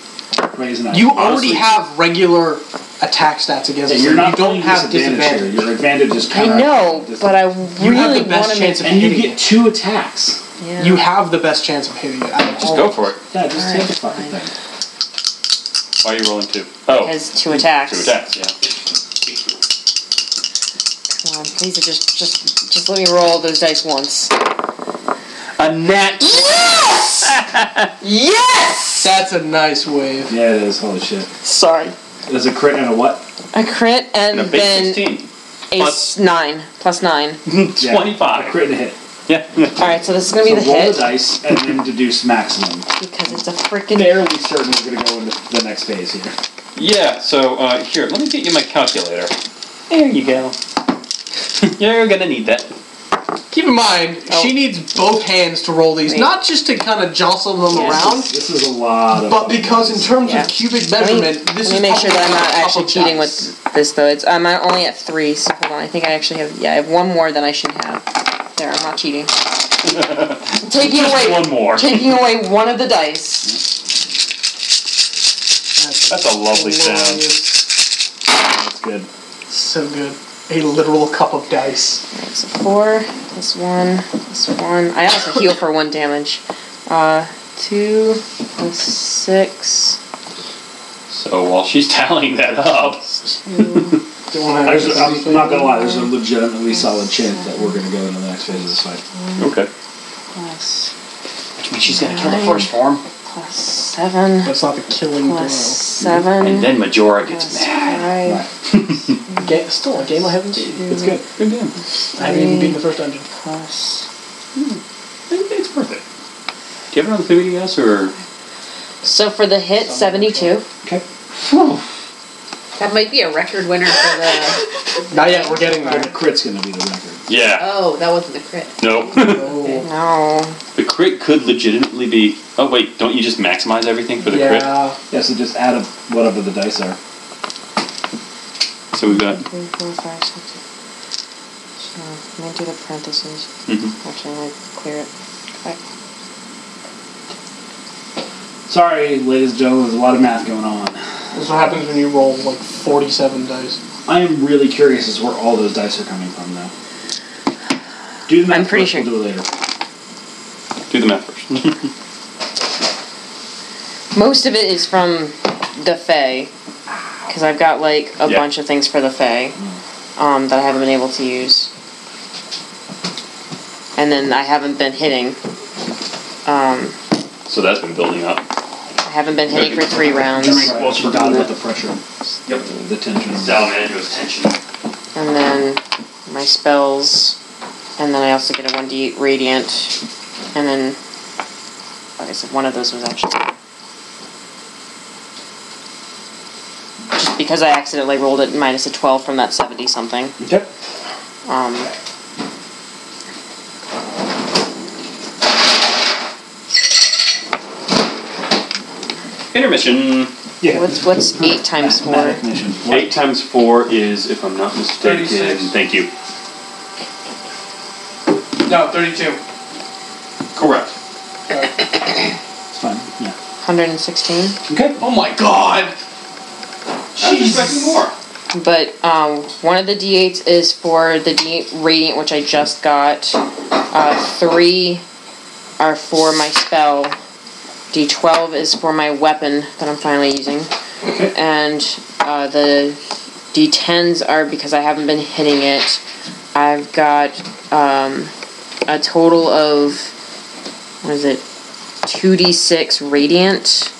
Praise and You action. already have regular attack stats against Yeah, us. you're and not you don't playing have disadvantage. Here. Your advantage is I kind know, but I You have really the best want to chance make. of and you hitting get two attacks. Yeah. it. You have the best chance of hitting it. out of Just all go of for it. Yeah, just take the Alright, fucking fine. thing. Why are you rolling two? Oh, has two attacks. two attacks, yeah. Come on, please just just just let me roll those dice once. A nat. it. That's a nice wave. Yeah, it is. Holy shit. Sorry. There's a crit and a what? A crit and, And a big then 16. a s- plus- nine plus nine. Yeah, A 25. crit and a hit. Yeah. All right, so this is gonna be So the roll hit the dice and then deduce *laughs* maximum. because it's a freaking. Barely certain we're gonna go into the next phase here. Yeah, so uh, here, let me get you my calculator. *laughs* There you go. You're gonna need that. Keep in mind, Oh. she needs both hands to roll these, Wait. not just to kind of jostle them Yeah. around, This is a lot of. but because in terms Yeah. of cubic Let me, measurement, this let me is make sure that I'm probably not on top actually of cheating dice. with this though. It's I'm at- only at three, so hold on. I think I actually have yeah, I have one more than I should have. There, I'm not cheating. taking Just away one more. taking away one of the dice. That's That's a lovely sound. glorious. That's good. So good. A literal cup of dice. Alright, so four plus one plus one. I also heal for one damage. Uh, two plus six. So while she's tallying that up, Two. Don't wanna There's a, I'm not gonna lie. There's a legitimately solid chance that we're gonna go into the next phase of this fight. okay. plus Which means she's gonna kill the first form, plus seven That's not the killing blow. plus seven and then Majora gets plus mad. five Right. Ga- still a game I haven't beaten. It's good. Good game. I haven't even beaten the first dungeon. plus. I think it's worth it. Do you have it on the 3DS or? So for the hit, seventy-two. Okay. That might be a record winner for *laughs* the. Not yet, we're *laughs* getting Your there. crit's gonna be the record. Yeah. Oh, that wasn't a crit. No. Oh. No. *laughs* the crit could legitimately be. Oh wait, don't you just maximize Oh, everything for the crit? Yeah. Yeah. So just add up whatever the dice are. So we've got. Three, four, five, six. So I'm gonna do the parentheses. mhm. Actually, I'm gonna clear it. Right. Sorry, ladies and gentlemen, there's a lot of math going on. That's what happens when you roll like 47 dice. I am really curious as to where all those dice are coming from, though. Do the math I'm pretty first, We'll do it later. Do the math first. *laughs* Most of it is from the Fae, because I've got like a Yeah. bunch of things for the Fae um, that I haven't been able to use, and then I haven't been hitting. Um, so that's been building up. I haven't been hitting for three rounds, Sorry, I almost forgot about the pressure. Yep. The tension. Salamandra's tension. and then my spells, and then I also get a one d radiant, and then like I said, one of those was actually. Just because I accidentally rolled it minus a 12 from that 70 something. Okay. Um, Intermission. Yeah. what's what's eight times four? Mathematic mission. Eight times four is, if I'm not mistaken. 36. Thank you. No, 32. Correct. It's fine. Yeah. Hundred and sixteen. Okay. Oh my god! I was expecting more. But um, one of the d8s is for the d8 radiant, which I just got. Uh, three are for my spell. D12 is for my weapon that I'm finally using, and uh, the D10s are because I haven't been hitting it. I've got um, a total of what is it? 2d6 radiant,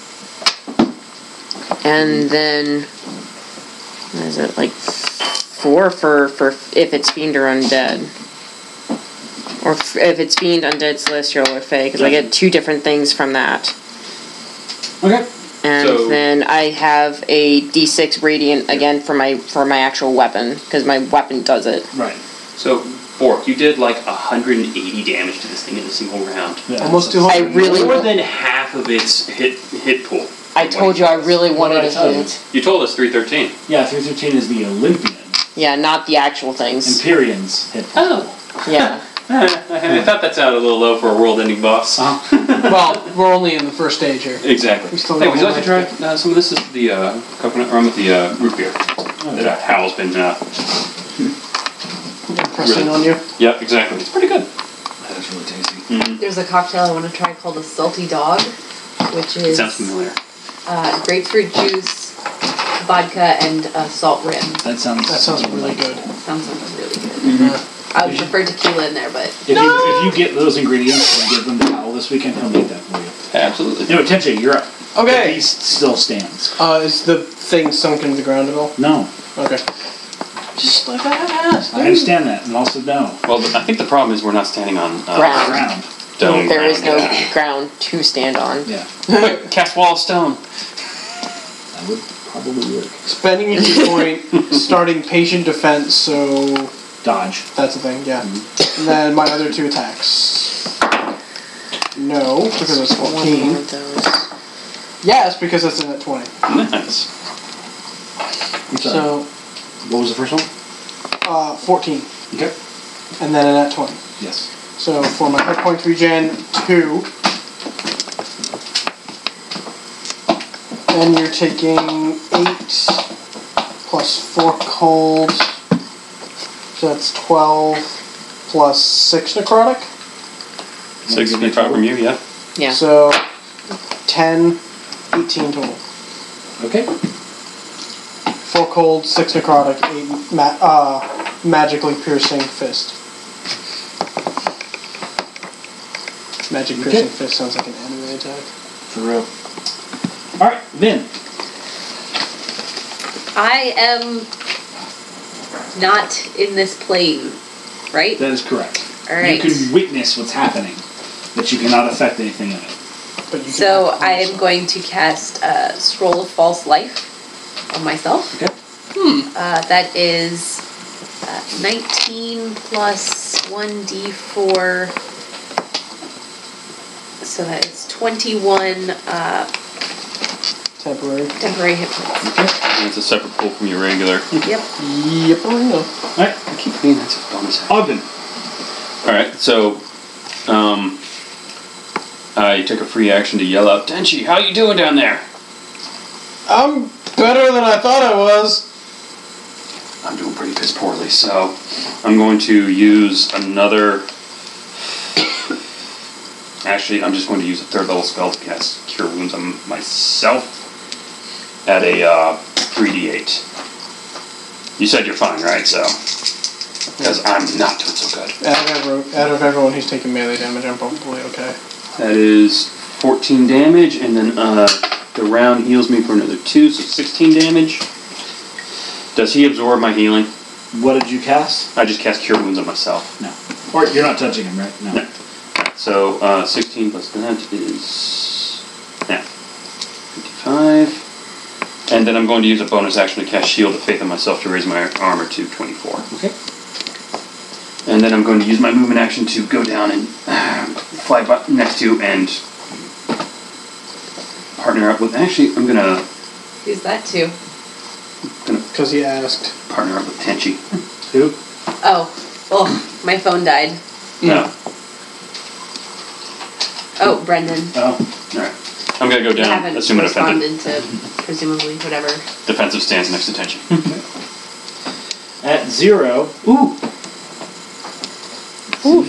and then what is it like four for for if it's fiend or undead, or f- if it's fiend, undead, celestial, or fey? Because I get two different things from that. Okay. And So- then I have a D6 radiant again for my for my actual weapon because my weapon does it. Right. So, Bork, you did like 180 damage to this thing in a single round. Yeah. Almost that's- 200. I really, More than half of its hit hit pool. I told you I really wanted I to tell you? hit. You told us 313. Yeah, 313 is the Olympian. Yeah, not the actual things. Empyrean's hit. Oh. Yeah, I thought that sounded a little low for a world-ending boss. well, we're only in the first stage here. Exactly. We still Uh-huh. Hey, got would you like to more try uh, some of this? Is the uh, coconut rum with the uh, root beer that uh, Hal's been. Uh, Pressing Really? on you. yep, exactly. It's pretty good. That is really tasty. There's a cocktail I want to try called the Salty Dog, which It is sounds familiar. uh, grapefruit juice, vodka, and uh, salt rim. That sounds. That sounds really good. Sounds like really good. Mm-hmm. I would prefer tequila in there, but If, you, if you get those ingredients and give them to Owl this weekend, he'll make that for you. Absolutely. No, attention, you're up. The Okay. beast still stands. Uh, is the thing sunk into the ground at all? No, Okay. Just like that. I understand that, and also no. Well, I think the problem is we're not standing on uh, ground. Ground. stone. There is no ground. ground to stand on. Yeah, *laughs* Quick, cast wall of stone. that would probably work. Spending a key *laughs* point, starting patient defense, so Dodge. that's the thing, yeah. Mm-hmm. And then my other two attacks. No, because it's One more 14. of those. Yes, because it's in at 20. Nice. I'm sorry. So, what was the first one? uh, 14. Okay. And then an at 20. Yes. So for my hit points regen, two. Then you're taking eight plus four cold. So that's twelve plus six necrotic. Wanna Six give me feet five from total? you, yeah. Yeah. So 10, 18 total. Okay. Four cold, six necrotic, eight ma- uh, magically piercing fist. Magic piercing Okay. fist sounds like an anime attack. For real. All right, Vin. I am not in this plane, right? That is correct. All right. You can witness what's happening, but you cannot affect anything in it. But you can So act on I yourself. am going to cast uh, Scroll of False Life on myself. Okay. Uh, that is uh, 19 plus 1d4. So that is 21 uh, Temporary. Temporary hit points. And it's a separate pool from your regular. Yep. Yep. Oh, I, I keep thinking that's a bonus action. Ogden. All right, so um, I took a free action to yell out, Denshi, how you doing down there? yeah. I'm better than I thought I was. I'm doing pretty piss poorly, so I'm going to use another. Actually, I'm just going to use a third level spell to cast Cure Wounds on myself at a uh, 3d8. You said you're fine, right? So. Because I'm not doing so good. Out of, every, out of everyone who's taking melee damage, I'm probably okay. That is 14 damage, and then uh, the round heals me for another 2, so 16 damage. Does he absorb my healing? What did you cast? I just cast Cure Wounds on myself. No. Or you're not touching him, right? No. So uh, 16 plus that is. Yeah. 55. And then I'm going to use a bonus action to cast Shield of Faith on myself to raise my armor to 24. Okay. And then I'm going to use my movement action to go down and uh, fly by next to and partner up with. Actually, I'm gonna Who's that to? Because he asked. partner up with Tenchi. Who? Oh, oh, my phone died. No. Oh, Brendan. Oh. All right. I'm gonna go I down. haven't Assume an offended responded to presumably whatever. defensive stance next to Tenchi. At zero. Ooh. Ooh.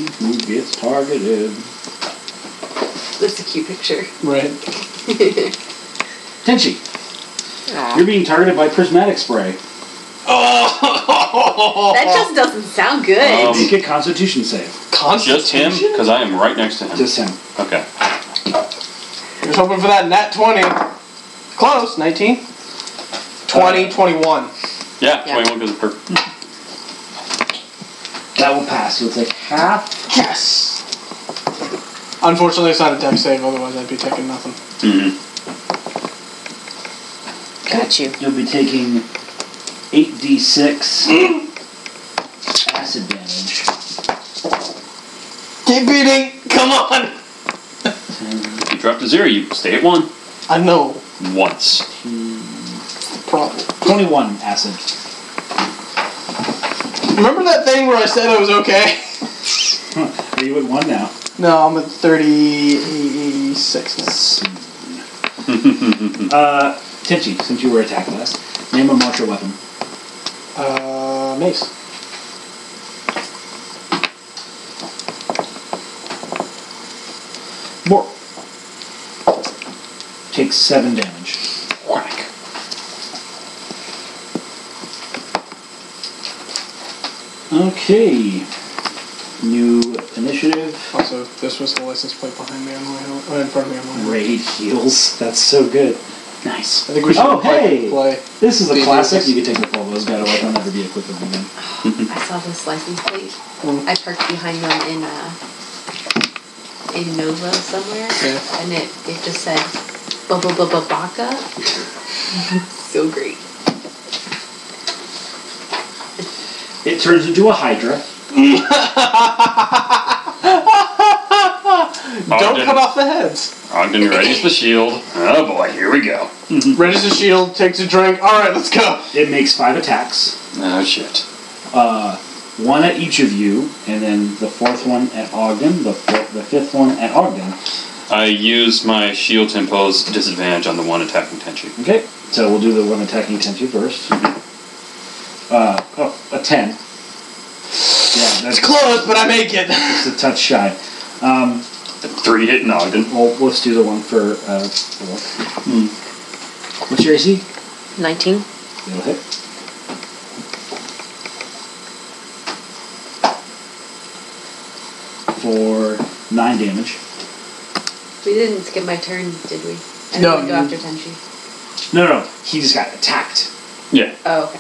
Gets targeted. That's a cute picture. *laughs* Right. Tenchi. You're being targeted by prismatic spray. *laughs* That just doesn't sound good. Um, Make a Constitution save. Just him, because I am right next to him. Just him. okay. Just hoping for that nat 20. Close. 19. 20, 21. Yeah, Yeah. 21 goes perfect. That will pass. You'll take half. Yes! Unfortunately, it's not a deck save, otherwise, I'd be taking nothing. Mm-hmm. Got you. You'll be taking eight d six acid damage. Keep beating! Come on! If you drop to zero, you stay at one. I know. *laughs* Once. Problem. Twenty one acid. Remember that thing where I said I was okay? Are you at one now? No, I'm at 36 now. Uh, Tenchi, since you were attacked last, name a martial weapon. Uh, mace. More. Takes seven damage. Whack. Okay. New initiative. Also, this was the license plate behind me on the way home. uh, in front of me on the way home. Raid heals. That's so good. Nice. I think we should Oh, play, hey! play. This is a Be classic. dangerous. You can take the Volvo's got a weapon, never be equipped with again. I saw this license plate. Mm. I parked behind them in uh, in Nova somewhere, Yeah. and it, it just said "ba ba ba ba *laughs* baka." so great. It turns into a Hydra. Don't Ogden, cut off the heads. Ogden readies the shield. Oh boy, here we go. Raises his shield, takes a drink. All right, let's go. It makes five attacks. Oh shit. Uh, one at each of you, and then the fourth one at Ogden, the, fourth, the fifth one at Ogden. I use my shield to impose disadvantage on the one attacking Tenchi. Okay, so we'll do the one attacking Tenchi first. Uh, oh, a ten. Yeah, It's that's close, but I make it. *laughs* It's a touch shy. Um, Three hitting Ogden. Well, let's do the one for uh, four. Hmm. What's your AC? 19. It'll hit. For nine damage. We didn't skip my turn, did we? I No, didn't go you- after Tenchi. No, no, he just got attacked. Yeah. Oh, okay.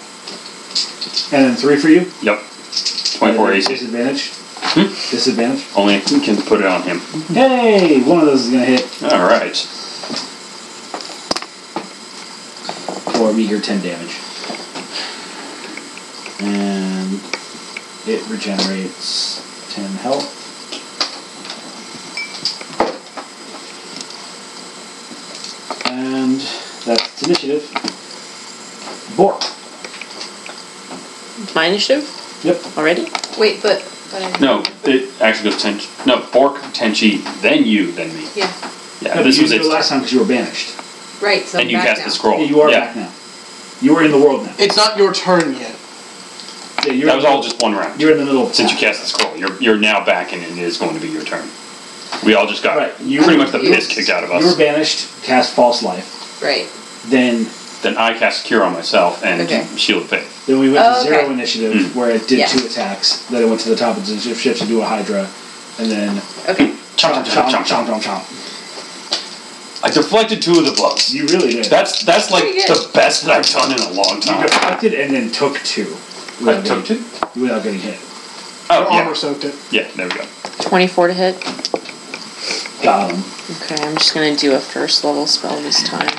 And then three for you. Yep. 24 And AC. Disadvantage. Hmm? Disadvantage. Only if you can put it on him. Hey, one of those is gonna hit All right. for a meager ten damage. And it regenerates ten health. And that's initiative. Bork. My initiative Yep. already? Wait, but. but I- No, it actually goes Tenchi. No, Bork, Tenchi, then you, then me. Yeah. Yeah, No, but this you was did it. it last time because you were banished. Right, so And you back cast now. the scroll. Yeah, you are Yeah. back now. You are in the world now. It's not your turn yet. Yeah, you're That was all just one round. You're in the middle of Since you cast the scroll, you're, you're now back and it is going to be your turn. We all just got Right, you pretty were- much the you- piss kicked out of You were us. banished, cast false life. Right. Then Then I cast Cure on myself and Okay. Shield of Faith. then we went Oh, to zero okay. initiative Hmm. where it did Yeah. two attacks. Then it went to the top of the ship, ship to do a Hydra, and then Okay. Chomp, chomp, chomp, chomp, chomp, chomp. I deflected two of the blows. You really did. That's that's like Pretty good. the best that I've done in a long you time. deflected and then took two. I Without took getting- two. without getting hit. Oh Your armor yeah, soaked it. yeah. There we go. *laughs* 24 to hit. Got him. Okay, I'm just gonna do a first level spell this time.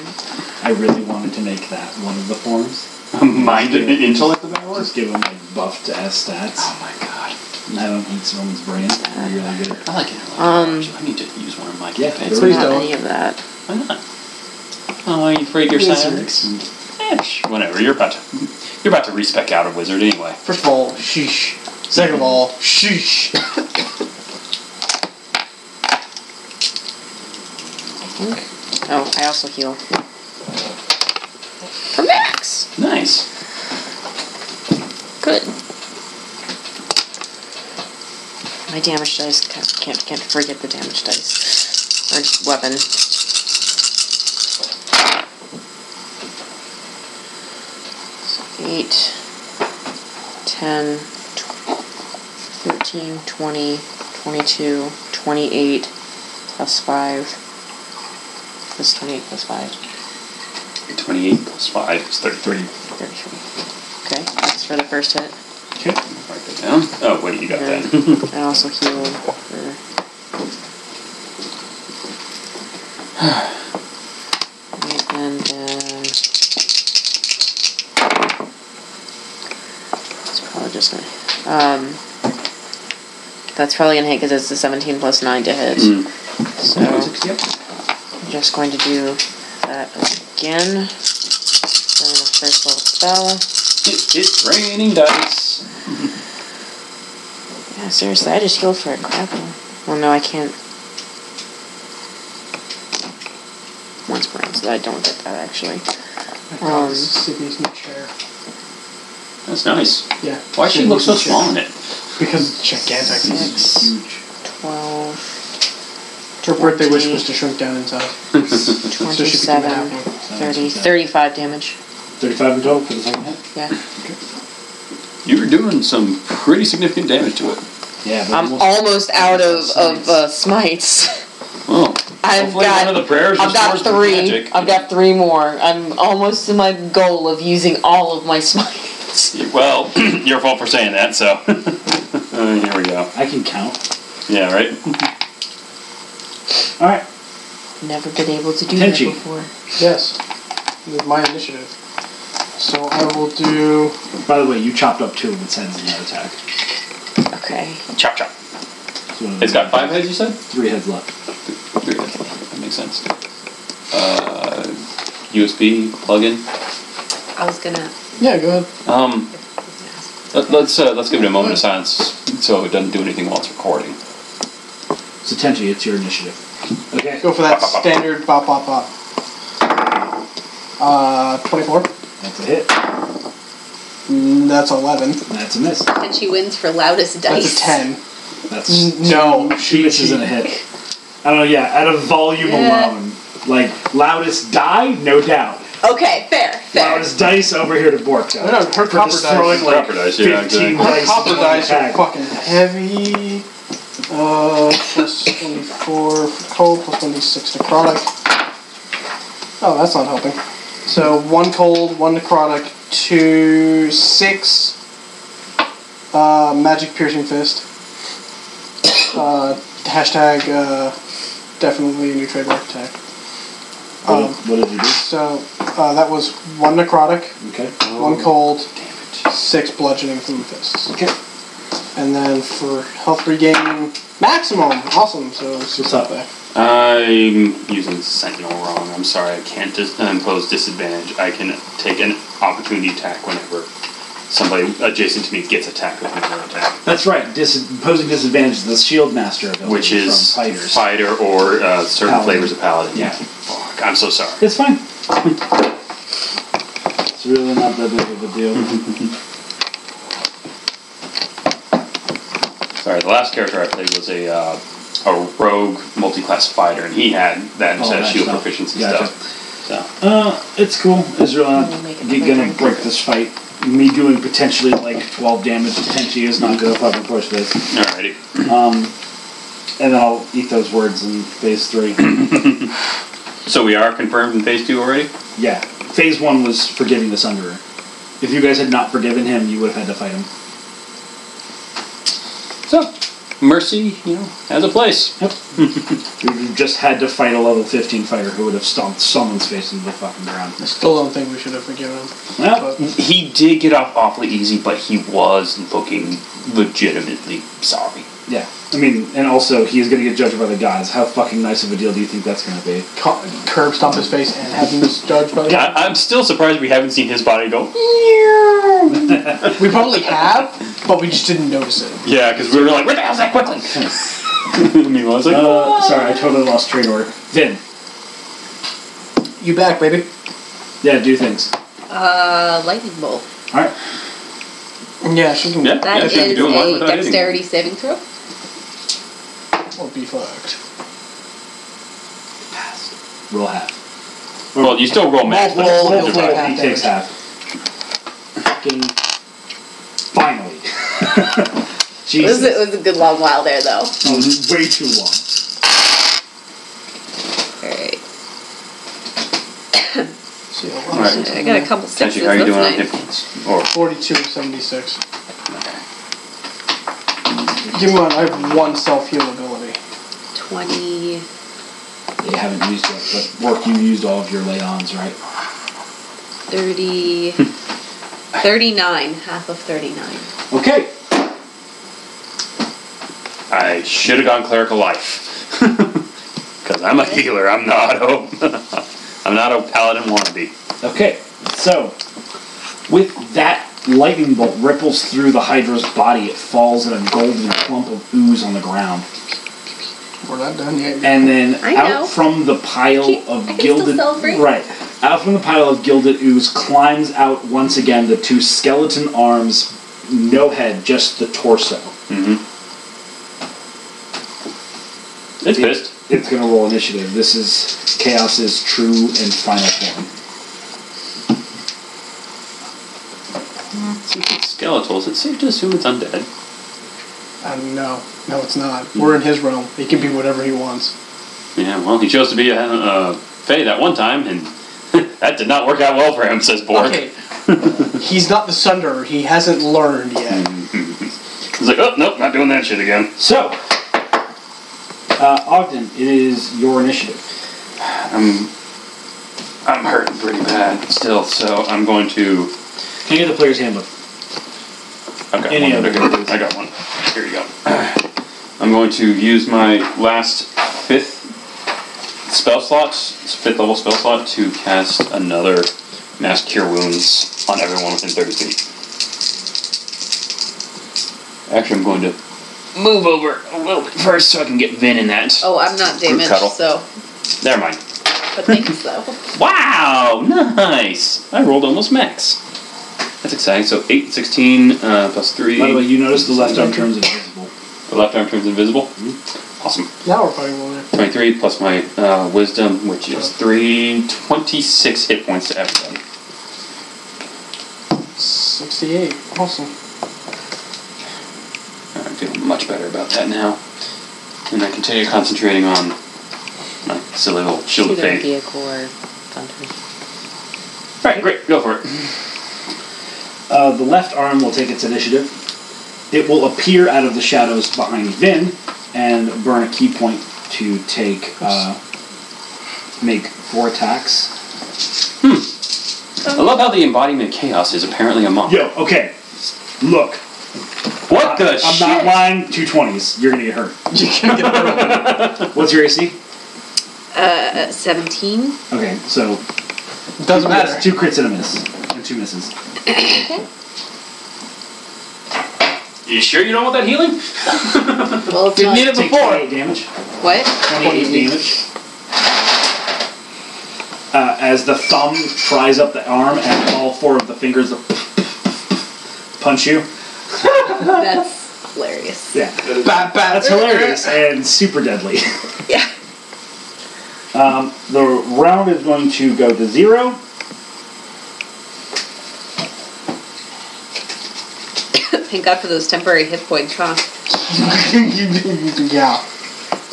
I really wanted to make that one of the forms. Mind and intellect. Just give him like buff to S stats. my god, And I don't need someone's brain. I'm really good. I like intellect. Um, I need to use one of my Yeah, campaigns. there Please Not don't. any of that. Why not? Oh, are you afraid you're Wizards. psionics? Eh, sh- whatever. You're about to you're about to respec out a wizard anyway. First of all, sheesh. Second of all, sheesh. I think. Oh, I also heal. For max! Nice. Good. My damage dice. ca- Can't, can't forget the damage dice. Or weapon. Eight, 10, 13, 20, 22, 28, plus 5. Plus 28, plus 5. Twenty eight plus five is thirty three. 33. Okay, that's for the first hit. Okay. Write that down. Oh wait, you got that. *laughs* And I also healed for. Right, and then. It's probably just gonna. Um, that's probably gonna hit because it's the 17 plus 9 to hit. So. I'm just going to do that again. Then the first little spell. It, it's raining dice. Yeah, seriously, I just healed for a grapple. Well, no, I can't. Once per round, so I don't get that actually. God, Um, this is Sydney's new chair. That's nice. Yeah. Why does she look so Sydney's new small in chair. it? Because it's gigantic. Six. It's huge. 12, It's her birthday wish Twenty. was to shrink down inside. *laughs* So she became an 27, apple. 30, 35 damage. 35 in total for the second hit? Yeah. You were doing some pretty significant damage to it. Yeah, but I'm almost out of, of uh, smites. *laughs* Oh. I've Hopefully got- one of the prayers I've got restores the three. magic. I've got three more. I'm almost to my goal of using all of my *laughs* smites. Well, *clears throat* your fault for saying that, so. *laughs* Uh, here we go. I can count. Yeah, right? Alright. Never been able to do Tenchi. that before. Yes. It was my initiative. So I will do. By the way, you chopped up two of its heads in that attack. Okay. Chop chop. It's, one of the It's got five heads, you said? three heads left. Three heads. That makes sense. Uh, USB plug-in. I was gonna. Yeah, go ahead. Um, let, let's uh, let's give it a moment of silence so it doesn't do anything while it's recording. So Tenchi, it's your initiative. Okay. Go for that standard bop bop bop. Uh, 24. That's a hit. Mm, That's 11. That's a miss. And she wins for loudest dice. That's a 10. That's Mm, No, she misses in a hit. I don't know, yeah, out of volume Yeah. alone. Like loudest die, no doubt. Okay, fair, fair. Loudest dice over here to Bork. though. No, no, her For copper just dice. throwing like Copper dice, yeah, 15 exactly. Her dice copper in one dice are attack. fucking heavy. Uh, plus 24 for cold, plus 26 necrotic. Oh, that's not helping. So one cold, one necrotic, two, six. Uh, magic piercing fist. Uh, hashtag uh, definitely a new trademark attack. What, Um, did- Oh, what did you do? so uh, that was one necrotic, Okay. one cold, six bludgeoning from the fists. Okay. And then for health regain, maximum. Awesome. So it's just up there. I'm using Sentinel wrong. I'm sorry. I can't dis- impose disadvantage. I can take an opportunity attack whenever somebody adjacent to me gets attacked with another attack, That's right. Dis- posing disadvantage is the shield master ability which is from fighters. fighter or uh, certain Paladin. flavors of paladin. Yeah. Fuck. I'm so sorry. It's fine. It's really not that big of a deal. Sorry. The last character I played was a uh, a rogue multi-class fighter, and he had that and All instead of that shield Oh, stuff. proficiency Gotcha. stuff. So uh, it's cool. It's really not Make it g- gonna quicker. break this fight. Me doing potentially like 12 damage potentially is not gonna fucking push this. alrighty. And then I'll eat those words in phase three. So we are confirmed in phase two already. yeah. Phase one was forgiving the Sunderer. If you guys had not forgiven him, you would have had to fight him. So mercy, you know, has a place. You would have just had to fight a level 15 fighter who would have stomped someone's face into the fucking ground. Still don't think we should have forgiven him. Well, he did get off awfully easy, but he was looking legitimately sorry. Yeah. I mean, and also, he is going to get judged by the gods. How fucking nice of a deal do you think that's going to be? Cu- Curb stomp his face and have him misjudged by the Yeah, I, I'm still surprised we haven't seen his body *laughs* go. *laughs* We probably have, but we just didn't notice it. Yeah, because we were like, where the hell's that quickly? Meanwhile, it's like, Uh, sorry, I totally lost train order. Vin. You back, baby. Yeah, do things. Uh, lightning bolt. All right. Yeah, she can yeah, That yeah, is she can do it one a without hitting. dexterity saving throw. or be fucked. Roll half. Well, you still roll max. Roll, but- roll, roll. half he takes damage. half. Fucking. *laughs* Finally. This Jesus. is- was a good long while there, though. That was way too long. Alright. So yeah, All right. I got a couple Tenshi, sixes. how are you doing on That's hit nice. points? Or 42 of 76. Give me one. I have one self heal ability. 20. You haven't used it, but work, you used all of your lay ons, right? 30. 39. Half of 39. Okay. I should have gone clerical life. *laughs* Because I'm a healer. I'm not a. *laughs* I'm not a paladin wannabe. Okay, so with that lightning bolt ripples through the hydra's body, it falls in a golden clump of ooze on the ground, We're not done yet. Eh. and then I out know. from the pile Keep- of I can still gilded celebrate. right out from the pile of gilded ooze climbs out once again the two skeleton arms, no head, just the torso. Mm-hmm. It's pissed. It's gonna roll initiative. This is chaos's true and final form. Since it's skeletals, it's safe to assume it's undead. Um, no, no, it's not. We're in his realm. He can be whatever he wants. Yeah, well, he chose to be a uh, Fae that one time, and *laughs* that did not work out well for him, says Bork. Okay. He's not the Sunderer. He hasn't learned yet. He's like, oh, nope, not doing that shit again. So, uh, Ogden, it is your initiative. I'm, I'm hurting pretty bad still, so I'm going to. Can you get the player's handbook? I've got Any one. other I got- I got one. Here you go. *sighs* I'm going to use my last fifth spell slot, s- fifth level spell slot, to cast another mass cure wounds on everyone within 30 feet. Actually, I'm going to move over a little bit first so I can get Vin in that. Oh, I'm not Group damaged, cuddle. so. Never mind. But *laughs* thanks, though. Wow, nice! I rolled almost max. That's exciting. So 8, 16, uh, plus 3. By the way, you notice the left arm Mm-hmm. turns invisible. The left arm turns invisible. Awesome. Now we're fighting one another. 23 plus my uh, wisdom, which is 3, 26 hit points to everybody. 68. Awesome. I'm feeling much better about that now. And I continue concentrating on my silly little shield of Either faith. vehicle or thunder. Alright, great, go for it. Uh, the left arm will take its initiative. It will appear out of the shadows behind Vin and burn a key point to take uh, make four attacks. I love how the embodiment of chaos is apparently a monk. Yo, okay. Look. What the I'm shit? not lying. Two twenties. You're gonna get hurt. *laughs* You can't get around. What's your AC? Uh, 17. Okay, so Doesn't *laughs* matter. that's two crits and a miss, and two misses. You sure you don't want that healing? Well, it's Didn't not. need it Take before. 28 damage. What? 28 damage. Uh, as the thumb tries up the arm and all four of the fingers punch you. That's hilarious. Yeah. Bat, bat. That's hilarious and super deadly. *laughs* Yeah. Um, the round is going to go to zero. *laughs* Thank God for those temporary hit points, huh? yeah.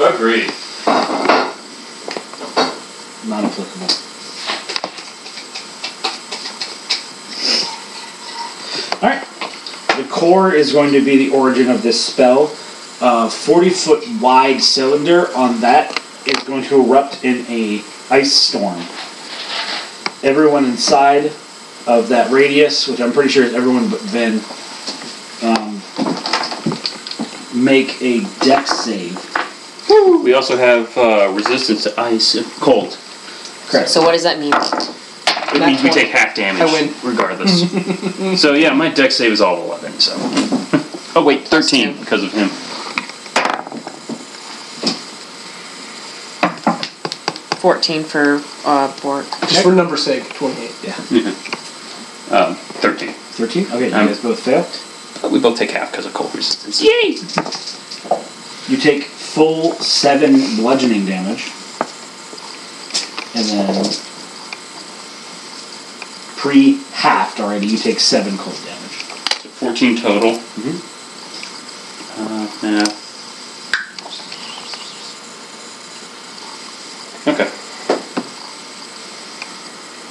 Agreed. Not applicable. Alright. The core is going to be the origin of this spell. A 40 foot wide cylinder on that is going to erupt in a ice storm. Everyone inside of that radius, which I'm pretty sure is everyone but Vin, um, make a dex save. We also have uh, resistance to ice and cold. Correct. So what does that mean? It means we one. take half damage. I win. Regardless. so yeah, my deck save is all 11, so. *laughs* oh wait, 13 two. because of him. Fourteen for uh, Bork. Just for number's sake, 28. Um, 13. 13? Okay, you Um, guys both failed. But we both take half because of cold resistance. Yay! You take full seven bludgeoning damage. And then pre halved already, you take seven cold damage. So 14 total. Mhm. Mm-hmm. Uh, yeah. Okay.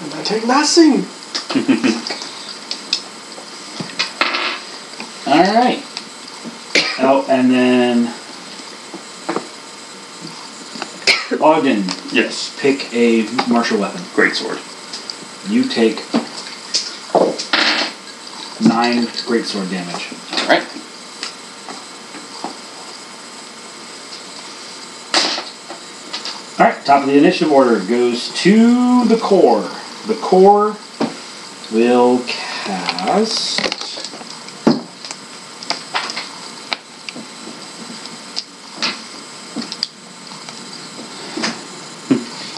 And I take nothing. Alright. Oh, and then. Ogden, Yes. pick a martial weapon. Great sword. You take nine greatsword damage. All right. All right, top of the initiative order goes to the core. The core will cast.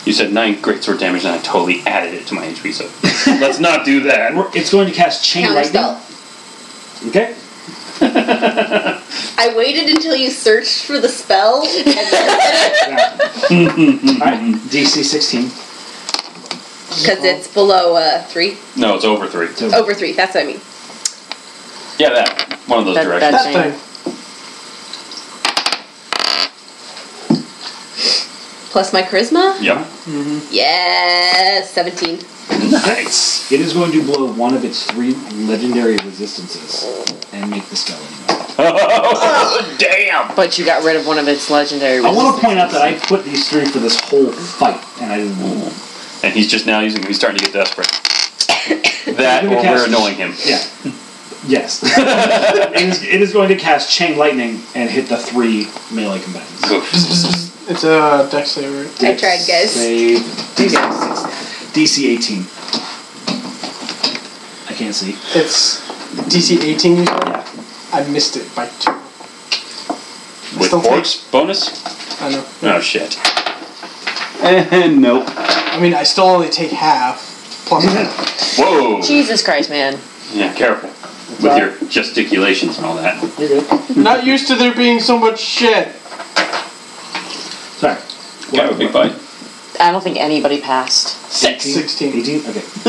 You said nine great sword damage, and I totally added it to my HP. *laughs* So let's not do that. It's going to cast chain Counter lightning. spell. Okay. I waited until you searched for the spell. And then, *laughs* *laughs* All right. DC 16. because it's below uh, three. No, it's over three. So Over three. That's what I mean. Yeah, that one of those That- that- directions. That Same. thing. Plus my charisma. Yep. *laughs* Yes. Seventeen. Nice. it is going to blow one of its three legendary resistances and make the spell anyway. Oh, damn. But you got rid of one of its legendary. I want to point out resistances. that I put these three for this whole fight, and I didn't. And he's just now using. He's starting to get desperate. That I'm or gonna we're cast- annoying him. Yeah. *laughs* Yes. it, is, it is going to cast Chain Lightning and hit the three melee combatants. Oof. It's a deck saver. right? I tried, guys. Save DC, DC 18. I can't see. It's DC 18, you said? Yeah. I missed it by two. With Still forks bonus. I know. Oh shit. And nope. I mean, I still only take half. *laughs* Plus, Whoa. Jesus Christ, man! Yeah, careful with your gesticulations and all that. You're good. not used to there being so much shit. Sorry. Yeah, big fight. I don't think anybody passed. 16. 18? Okay. *laughs*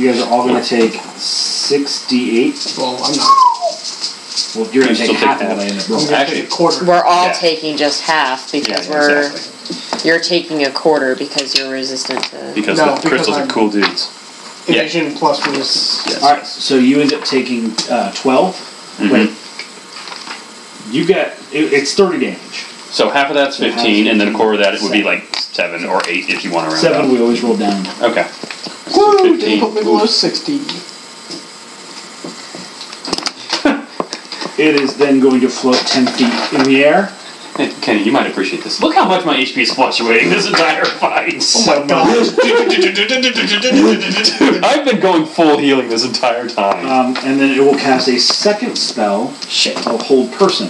you guys are all going to take 68. Well, I'm not. Well, you're going to You take still half of take what I half. end up I'm rolling. gonna Actually, take a quarter. We're all Yeah. taking just half because yeah, we're exactly. you're taking a quarter because you're resistant to. Because No, the because crystals I'm- are cool dudes. yeah. Evasion plus was. Yes. All right, so you end up taking uh, 12. Mm-hmm. Wait. You get, it, it's 30 damage. So half of that's half is fifteen, and then a quarter of that it would be Seven. like seven or eight if you want to round Seven up. we always roll down. Okay. Woo! They Oh 15. put me below 60. It is then going to float 10 feet in the air. Hey, Kenny, you might appreciate this. Look how much my HP is fluctuating this entire fight. my god. *laughs* I've been going full healing this entire time. Um, and then it will cast a second spell Shit. of Hold Person.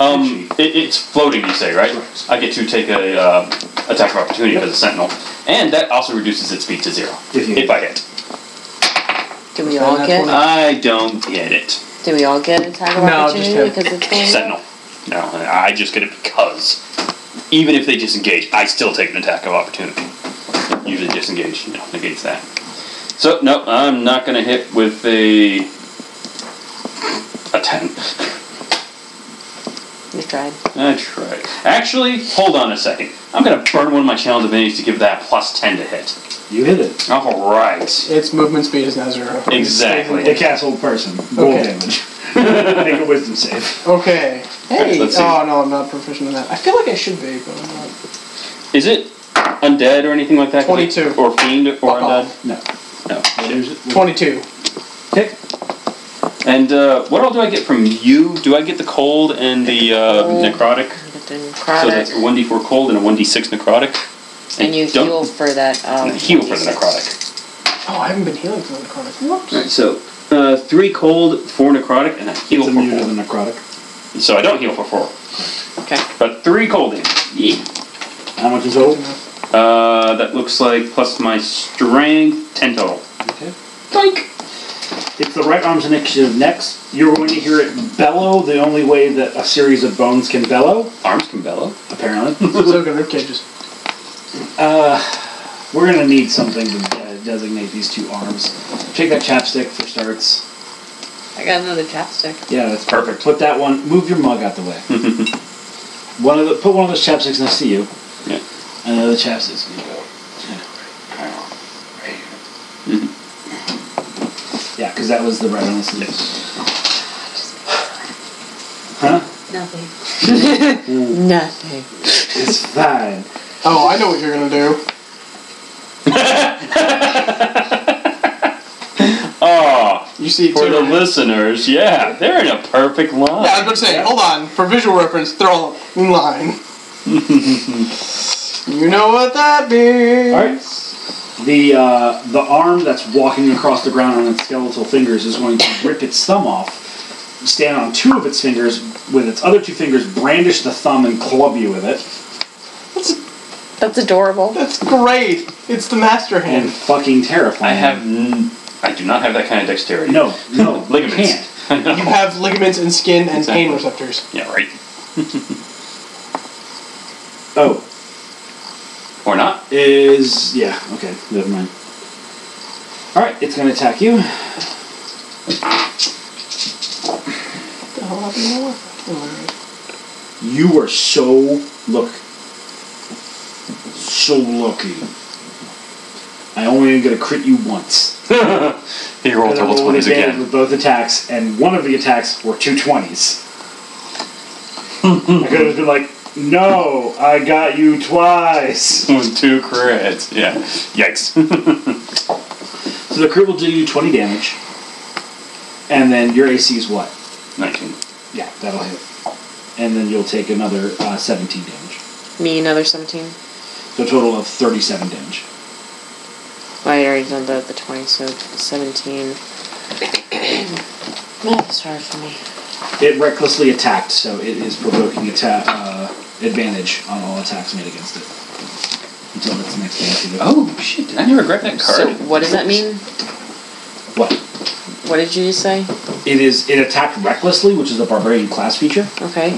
Um, it, it's floating, you say, right? I get to take a uh, attack of opportunity as a sentinel, and that also reduces its speed to zero If you- I hit. Do we all That's get? one- I don't get it, Do we all get attack of No, just opportunity him. because it's going up? sentinel. No, I just get it because even if they disengage, I still take an attack of opportunity. Usually disengage, you know, negates that. So no, I'm not gonna hit with a a ten. You tried. That's right. Actually, hold on a second. I'm gonna burn one of my channel divinities to give that plus ten to hit. You hit it. All right. Its movement speed is now zero. Exactly. It casts Hold Person. Roll Okay. damage. *laughs* Make a wisdom save. Okay. Hey. Let's see. Oh no, I'm not proficient in that. I feel like I should be, but I'm not. Is it undead or anything like that? 22. Or fiend or Fuck undead? off. No. No. Twenty-two. Pick. And uh, what all do I get from you? Do I get the cold and the uh, Cold. necrotic? But then So that's a necrotic, 1d4 cold and a 1d6 necrotic. and you don't- heal for that. Um, *laughs* heal for the 1d6. necrotic. Oh, I haven't been healing for the *laughs* chronic. Whoops. Alright, so uh, 3 cold, 4 necrotic, and I heal It's for immune to the 4. necrotic. So I don't heal for 4. Okay. But 3 cold damage. Yeah. How much is total? Uh, that looks like plus my strength, 10 total. Okay. Doink! It's the right arm's initiative next. You're going to hear it bellow the only way that a series of bones can bellow, Arms can bellow. apparently. *laughs* So good rib cages. We're going to need something to uh, designate these two arms. Take that chapstick for starts. I got another chapstick. Yeah, that's Perfect. Put that one. Move your mug out the way. one of the put one of those chapsticks next to you. Yeah. And the other chapstick's gonna go. Yeah, because that was the right one. Yes. Huh? Nothing. Nothing. It's fine. Oh, I know what you're gonna do. Oh, You see it for too. the right? listeners, yeah, they're in a perfect line. Yeah, I was about to say. Hold on. For visual reference, they're all in line. *laughs* you know what that means. All The uh, the arm that's walking across the ground on its skeletal fingers is going to rip its thumb off, stand on two of its fingers with its other two fingers, brandish the thumb and club you with it, That's adorable. That's great. It's the master and Mm. hand. fucking terrifying. I have, n- I do not have that kind of dexterity. no, *laughs* no, you Ligaments. can't. You have ligaments and skin and pain Exactly. receptors. *laughs* Yeah, right. Oh, Or not. is yeah okay never mind all right it's going to attack you What the hell happened to my life? Oh, all right. you were so look so lucky i only am going to crit you once He rolled And I double rolled twenties advantage again. with both attacks and one of the attacks were two 20s i could have been like no i got you twice *laughs* With two crits. Yeah. Yikes. *laughs* so the crit will do you 20 damage and then your ac is what Nineteen. yeah that'll hit and then you'll take another uh, 17 damage Me another seventeen. So a total of 37 damage. Well, I already done the the twenty, so seventeen. *clears throat* That's hard for me. It recklessly attacked, so it is provoking atta- uh, advantage on all attacks made against it. Until its next initiative. Oh shit! Did I never grab that So card? what does that mean? What? What did you just say? It is. It attacked recklessly, which is a barbarian class feature, Okay.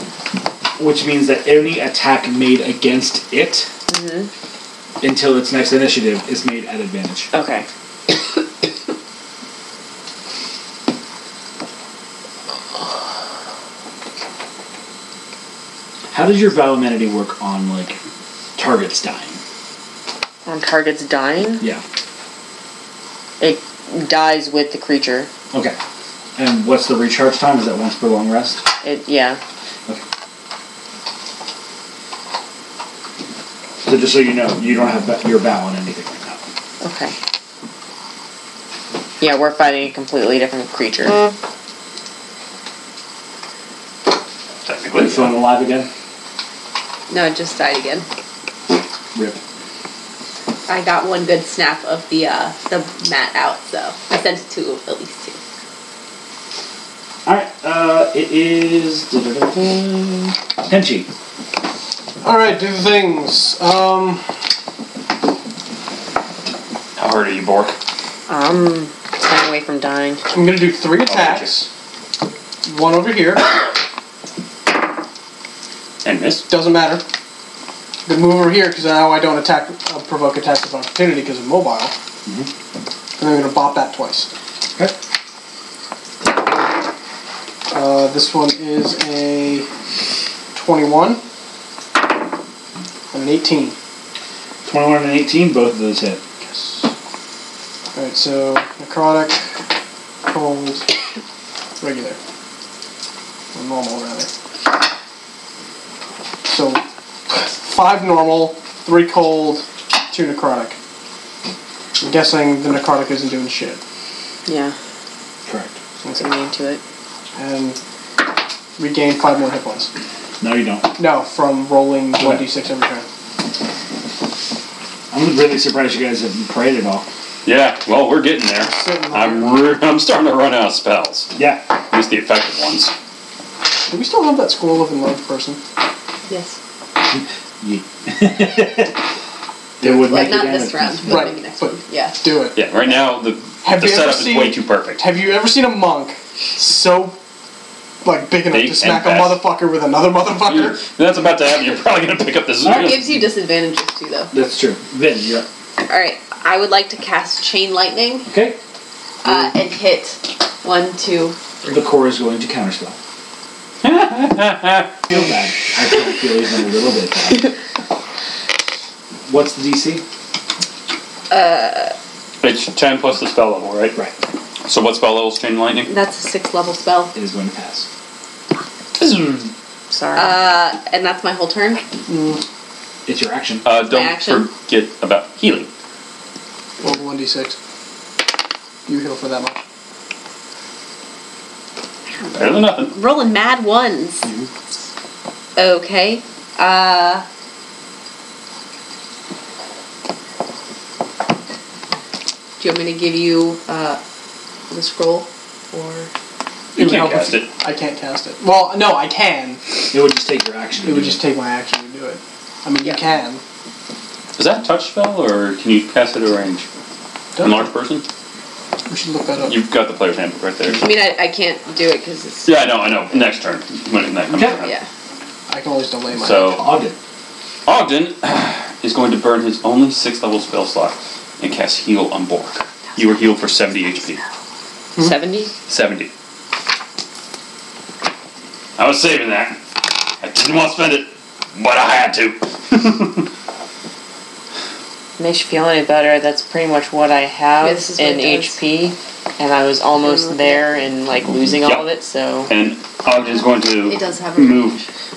which means that any attack made against it until its next initiative is made at advantage. Okay. How does your Vow Amenity work on like targets dying? On target's dying, Yeah. it dies with the creature. Okay. And what's the recharge time? Is that once per long rest? It yeah. So just so you know, you don't have ba- your Vow on anything right now. Okay. Hmm. Yeah, we're fighting a completely different creature. Oh, this one alive again? No, it just died again. Rip. I got one good snap of the uh, the mat out, so I sent it to at least two. Alright, uh, it is. Tenchi. All right, do the things. Um, How hard are you, Bork? Um, ten away from dying. I'm gonna do three attacks. One over here. And miss. Doesn't matter. Then move over here because now I don't attack, uh, provoke attacks of opportunity because I'm mobile. And I'm gonna bop that twice. Okay. Uh, this one is a 21 and an 18. 21 and 18, both of those hit. Yes. All right, so necrotic, cold, regular, or normal rather. So five normal, three cold, two necrotic. I'm guessing the necrotic isn't doing shit. Yeah, Correct. it's immune to it. And regain five more hit points. No, you don't. No, from rolling 1d6 every turn. I'm really surprised you guys haven't prayed at all. Yeah, well, we're getting there. Certainly. I'm, re- *laughs* I'm starting to run out of spells. Yeah. At least the effective ones. Do we still have that squirrel of in love person? Yes. They would Like make not it this damage. round, but Right, maybe next but- one. Yeah. Do it. Yeah, right now, the, Have the you ever setup is seen- way too perfect. Have you ever seen a monk so like big enough Big to smack a and fast. motherfucker with another motherfucker? You're- that's about to happen. You're probably going to pick up this. It gives you disadvantages too, though. That's true. Vin, you're up. All right, I would like to cast chain lightning Okay. uh, and hit one, two. The core is going to counterspell. feel bad. I don't feel even a little bit bad. What's the DC? *laughs* It's 10 plus the spell level, right? Right. So what spell level's chain lightning? That's a six level spell, It is going to pass. Hmm. Sorry. uh, and that's my whole turn. It's your action. Uh, my don't action. forget about healing. Roll one d six. You heal for that much. Better than nothing. Rolling mad ones. Okay. Uh. Do you want me to give you uh, the scroll, or You would help can't cast if- it. I can't cast it. Well, no, I can. It would just take your action. It would just take my action to do it. I mean, Yeah. you can. Is that a touch spell, or can you cast it at a range? Don't- Enlarge person? We should look that up. You've got the player's handbook right there. I mean, I, I can't do it because it's Yeah, I know, I know. Next turn. When that comes Okay. around. yeah. I can always delay my. So, Ogden. Ogden *sighs* is going to burn his only 6th level spell slot and cast Heal on Bork. You were healed for 70 HP. Hmm? 70? 70. I was saving that. I didn't want to spend it, but I had to. Makes you feel any better. That's pretty much what Mm-hmm. I have Yeah, this is what in it does. HP, and I was almost there and like losing Yep. all of it. So And Ogden is going to It does have a move.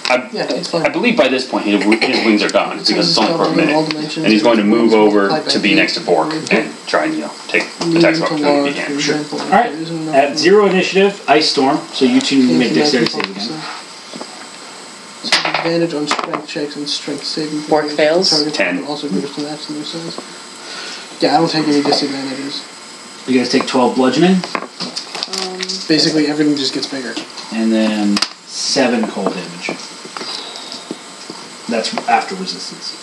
I, Yeah, it's fine. I believe by this point his, w- his wings are gone because it's only for a minute. And he's going to move over to be next to Bork and try and you know take attacks of opportunity if he can. Sure. All Alright. At zero initiative, Ice Storm, so you two make dexterity save So again. uh, advantage on strength checks and strength saving. Bork throws. fails. Target Ten. Also goes to the absolute size. Yeah, I don't take any disadvantages. You guys take 12 bludgeoning, Basically, everything just gets bigger. and then 7 cold damage. That's after resistance.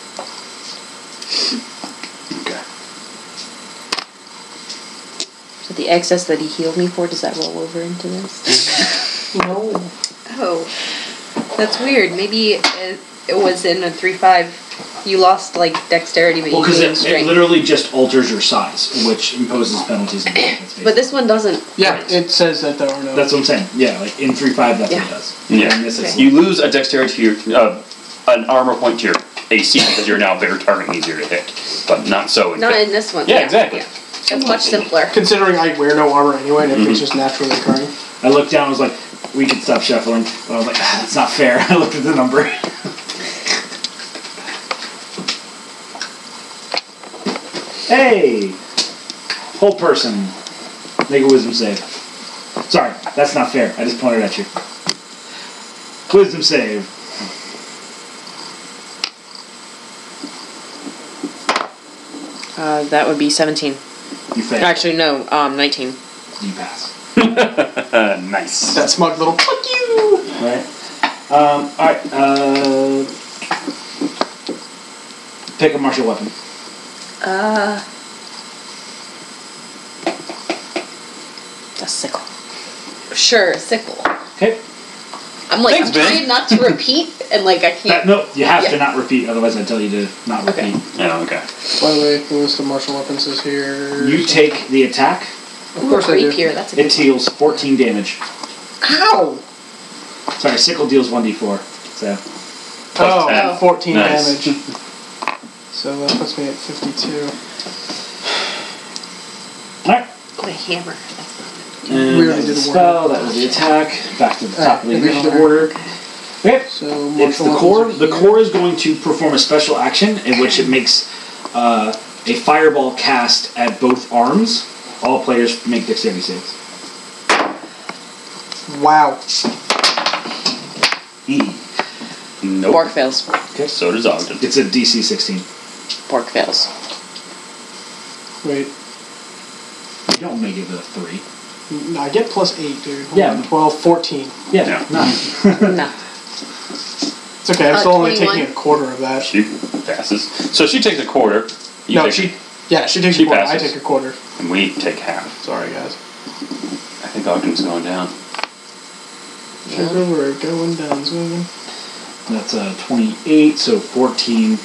So the excess that he healed me for, does that roll over into this? No. Oh, that's weird. Maybe it, it was in a three five. You lost like dexterity, but Well, you because gained it, it strength. literally just alters your size, which imposes penalties. And benefits, but this one doesn't. Yeah, it says that there are no. That's what I'm saying. Yeah, like in 3 5, that's what it does. Yeah. And this is- You lose a dexterity to your uh, an armor point to your AC because you're now a bigger target and easier to hit, but not so. in Not fact. in this one. Yeah, exactly. It's much simpler. Considering I wear no armor anyway, and Mm-hmm. everything's just naturally occurring. I looked down, I was like, we could stop shuffling. But I was like, ah, that's not fair. *laughs* I looked at the number. hey! Whole person. Make a wisdom save. Sorry, that's not fair. I just pointed at you. Wisdom save. Uh, that would be 17. You fail. Actually, no, um, 19. you pass. *laughs* nice. That smug little fuck you. Right. Um, all right. Uh, pick a martial weapon. Uh, A sickle. sure, sickle. Okay. I'm like, Thanks, I'm Ben. trying not to repeat, and like, I That, *laughs* can't. Uh, no, you have to Yeah. not repeat. Otherwise, I tell you to not Okay. repeat. Yeah, okay. By the way, the list of martial weapons is here. You take the attack. Of course Ooh, I do. rapier, That's a It good deals 14 damage. Ow! Sorry, sickle deals 1d4. So Oh, ten. 14 Nice. damage. so that puts me at 52. Alright. one. My hammer. That's not it. And We already that was did the a spell, that was the attack. Back to the top of Alright, the we initiative should- order. Okay. So It's martial the weapons core. are The here. core is going to perform a special action in which it makes uh, a fireball cast at both arms. All players make dexterity saves. Wow. E. Nope. Bork fails. So does Ogden. It's a DC 16. Bork fails. Wait. You don't make it a three. No, Mm, I get plus 8, dude. Hold Yeah. on, 12, 14. Yeah. Yeah. Nice. *laughs* no. It's okay, I'm Uh, still only 21. taking a quarter of that. She passes. So she takes a quarter. You no, take- she. Yeah, she takes She a quarter. I passes. take a quarter. And we take half. Sorry, guys. I think Ogden's going down. Sugar, we're going down, zooming. That's a 28, so 14.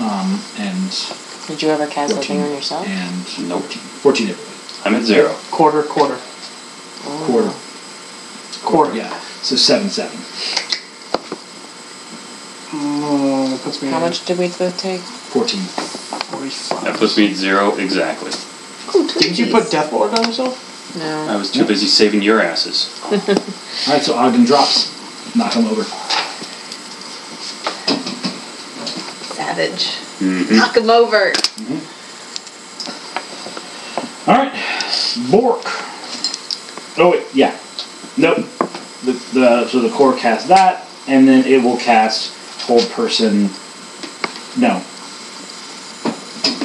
Um, and Did you ever cast a 14. thing on yourself? And Nope. 14 everybody. I'm at zero. Quarter, quarter. Oh. Quarter. Quarter. Yeah. So 7 7. Mm, puts me How at much did we both take? 14. 45. That puts me at zero exactly. Ooh, Oh, Didn't you Twinkies. put Death Lord on yourself? I No. was too busy saving your asses. Alright, so Ogden drops. Knock him over. *laughs* Savage. Mhm. Knock him over. Mm-hmm. Alright. Bork. Oh, wait, yeah. Nope. The, the, so the core casts that, and then it will cast Hold Person. No.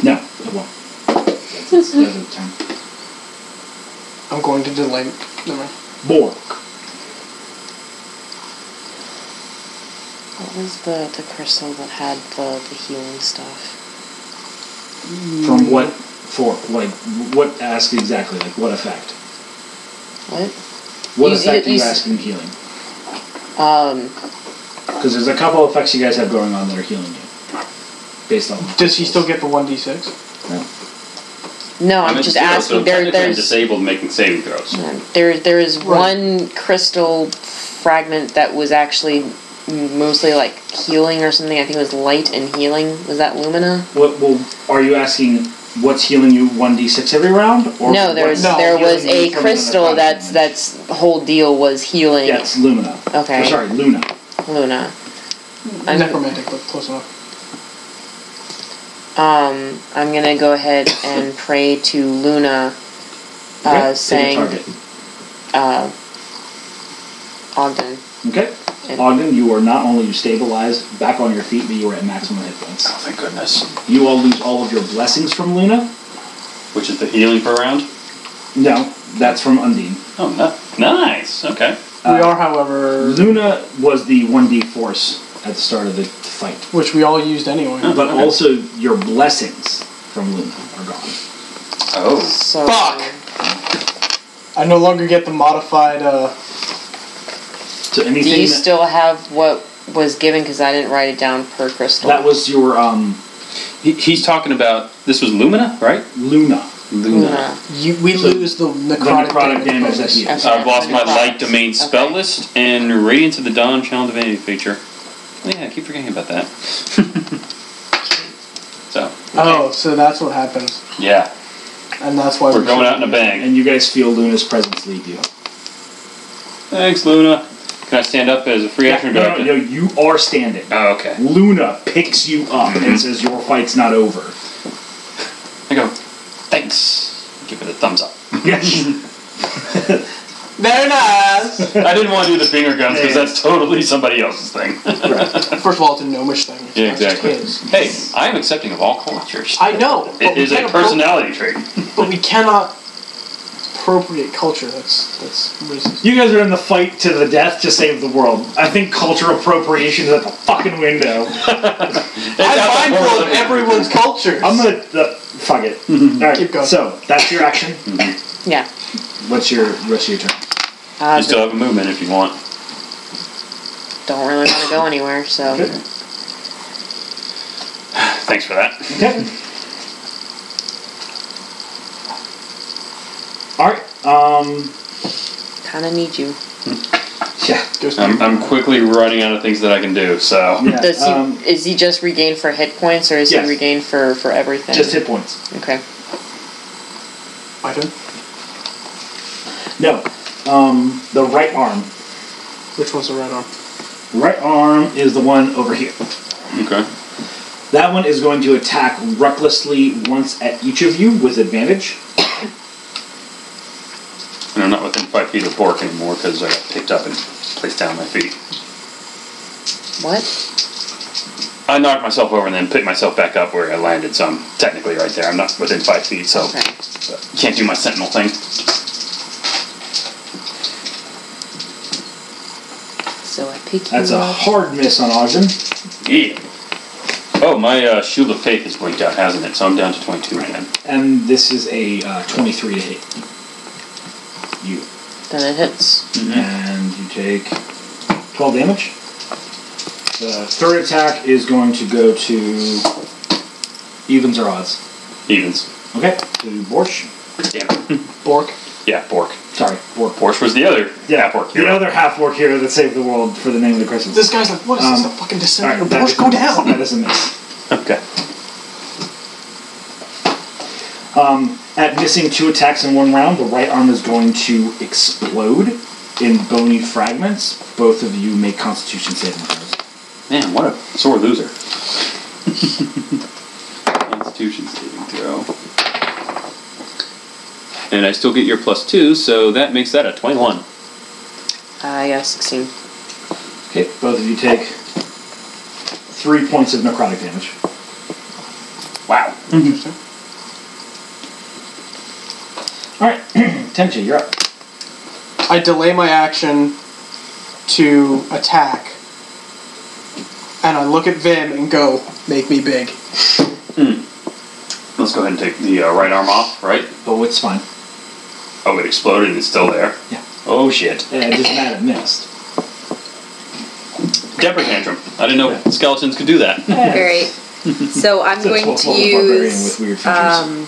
No, it won't. That's its, that's its turn. I'm going to delay. Never mind. Bork. What was the, the crystal that had the, the healing stuff? From what for? Like, what ask exactly? Like, what effect? What? What You- effect you- are you you s- asking healing? Um, Because there's a couple effects you guys have going on that are healing you. Based on. Does he still get the 1d6? no, I'm, at just zero, asking. So there, technically I'm there's disabled making saving throws. there, there is Right. one crystal fragment that was actually mostly like healing or something. I think it was light and healing. Was that Lumina? What, well, are you asking what's healing you 1d6 every round? Or no, there what- was No, there healing was you a from another crystal fragment. that's that's whole deal was healing Yeah, it's Lumina. Okay. Or, Oh, sorry, Luna. Luna. I'm- Necromantic, but close enough. Um, I'm gonna go ahead and pray to Luna, uh, Okay, pick a saying, target. uh, Ogden. Okay. And- Ogden, you are not only stabilized back on your feet, but you are at maximum hit points. Oh, thank goodness. You all lose all of your blessings from Luna. Which is the healing per round? No, that's from Undine. Oh, ni- nice. Okay. we are, however, Luna was the 1d force at the start of the fight. which we all used anyway. But Okay. also, your blessings from Luna are gone. Oh. So, Fuck! I no longer get the modified. Uh, So do anything you that, still have what was given? Because I didn't write it down per crystal. that was your um, He, he's talking about this was Lumina, right? Luna. Luna. you, we So, lose the necrotic, necrotic damage that bonus. he- Okay, I've lost my that's light domain spell Okay. list and Radiance of the Dawn Channel Divinity feature. Oh, yeah, I keep forgetting about that. *laughs* so, Oh, so that's what happens, yeah, and that's why we're going out in a shouldn't- bang. And you guys feel Luna's presence leave you. Thanks, Luna. Can I stand up as a free action? or do I no, have no, to- no, you are standing. Oh, okay. Luna picks you up and says, Your fight's not over. I go, thanks. Give it a thumbs up. Yes. Very nice. *laughs* I didn't want to do the finger guns because that's totally somebody else's thing. First of all, it's a gnomish thing. It's Yeah, not just exactly. his. *laughs* hey, I am accepting of all cultures. I know. but It we is can't a appro- personality trait. But we cannot appropriate culture. That's that's racist. *laughs* You guys are in the fight to the death to save the world. I think culture appropriation is at the fucking window. I'm mindful of everyone's culture. I'm gonna uh, fuck it. All right, Keep going. so that's your action. Yeah. What's your rest of your turn? Uh, You still have a movement if you want. *sighs* don't really want to go anywhere, so. Thanks for that. Okay. All right. Um. Kind of need you. Yeah. Goes I'm, I'm quickly running out of things that I can do, so. yeah Does he, um, is he just regained for hit points or is Yes. he regained for, for everything? just hit points? Okay. My turn. No. Um. The right arm. Which one's the right arm? Right arm is the one over here. Okay. That one is going to attack recklessly once at each of you with advantage. And I'm not within five feet of Bork anymore because I got picked up and placed down my feet. What? I knocked myself over and then picked myself back up where I landed, so I'm technically right there. I'm not within five feet, so Okay. can't do my sentinel thing. So I pick you That's a up. hard miss on Ogden. Yeah. Oh, my uh, shield of faith has blinked out, hasn't it? So I'm down to 22 right now. And this is a uh, 23 to hit. You. Then it hits. Mm-hmm. Mm-hmm. And you take 12 damage. The third attack is going to go to evens or odds. Evens. Okay, to Borsch. Damn. Bork. *laughs* yeah, Bork. Sorry, Borsch. Borch was the other Yeah, half orc The hero. other half orc hero that saved the world for the name of the Christmas. This guy's like, what is Um, this? A fucking descendant of that Bork? is- Go down. That is a miss. Okay. At missing two attacks in one round, the right arm is going to explode in bony fragments. Both of you make Constitution saving throws. Man, what a *laughs* sore loser. Constitution saving throw. And I still get your plus two, so that makes that a 21. I got a 16. Okay, both of you take three points of necrotic damage. Wow. All right, *clears throat* Tenchi, you're up. I delay my action to attack, and I look at Vim and go, "Make me big." Let's go ahead and take the uh, right arm off, right? Oh, it's fine. Oh, it exploded and it's still there. Yeah. Uh, Oh, shit. Yeah, just mad at missed. Debra tantrum. I didn't know skeletons could do that. *laughs* Great. *laughs* So I'm going to use. with weird features. Um,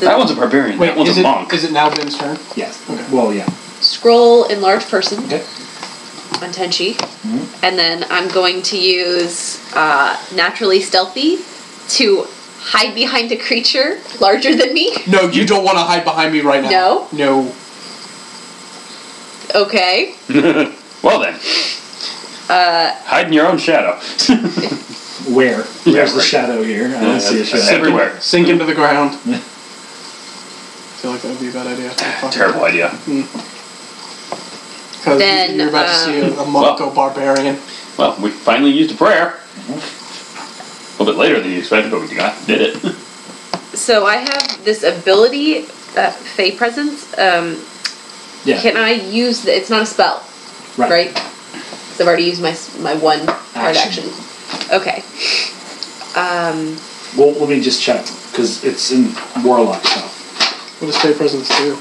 that one's a barbarian. Wait, that one's is a it monk. is it now Vim's turn? yes. Well, yeah. scroll in large person Okay. on Tenchi. Mm-hmm. And then I'm going to use uh, naturally stealthy to hide behind a creature larger than me. No, you don't want to hide behind me right now. No? No. Okay. well then. Uh, Hide in your own shadow. Where? Where's *laughs* Yeah, the right. shadow here? I don't see a That's shadow. everywhere. Sink into the *laughs* ground. I feel like that would be a bad idea. Fuck. Terrible idea. 'Cause Then, um, you're about to see a, a monk go barbarian. Well, we finally used a prayer. A little bit later than you expected, but we got did *laughs* it. So I have this ability, uh, Fey Presence. Um, Yeah. Can I use the, It's not a spell, Right. right? So I've already used my, s- my one hard Action. action. Okay. Um, Well, let me just check because it's in warlock stuff. What does Fey Presence do?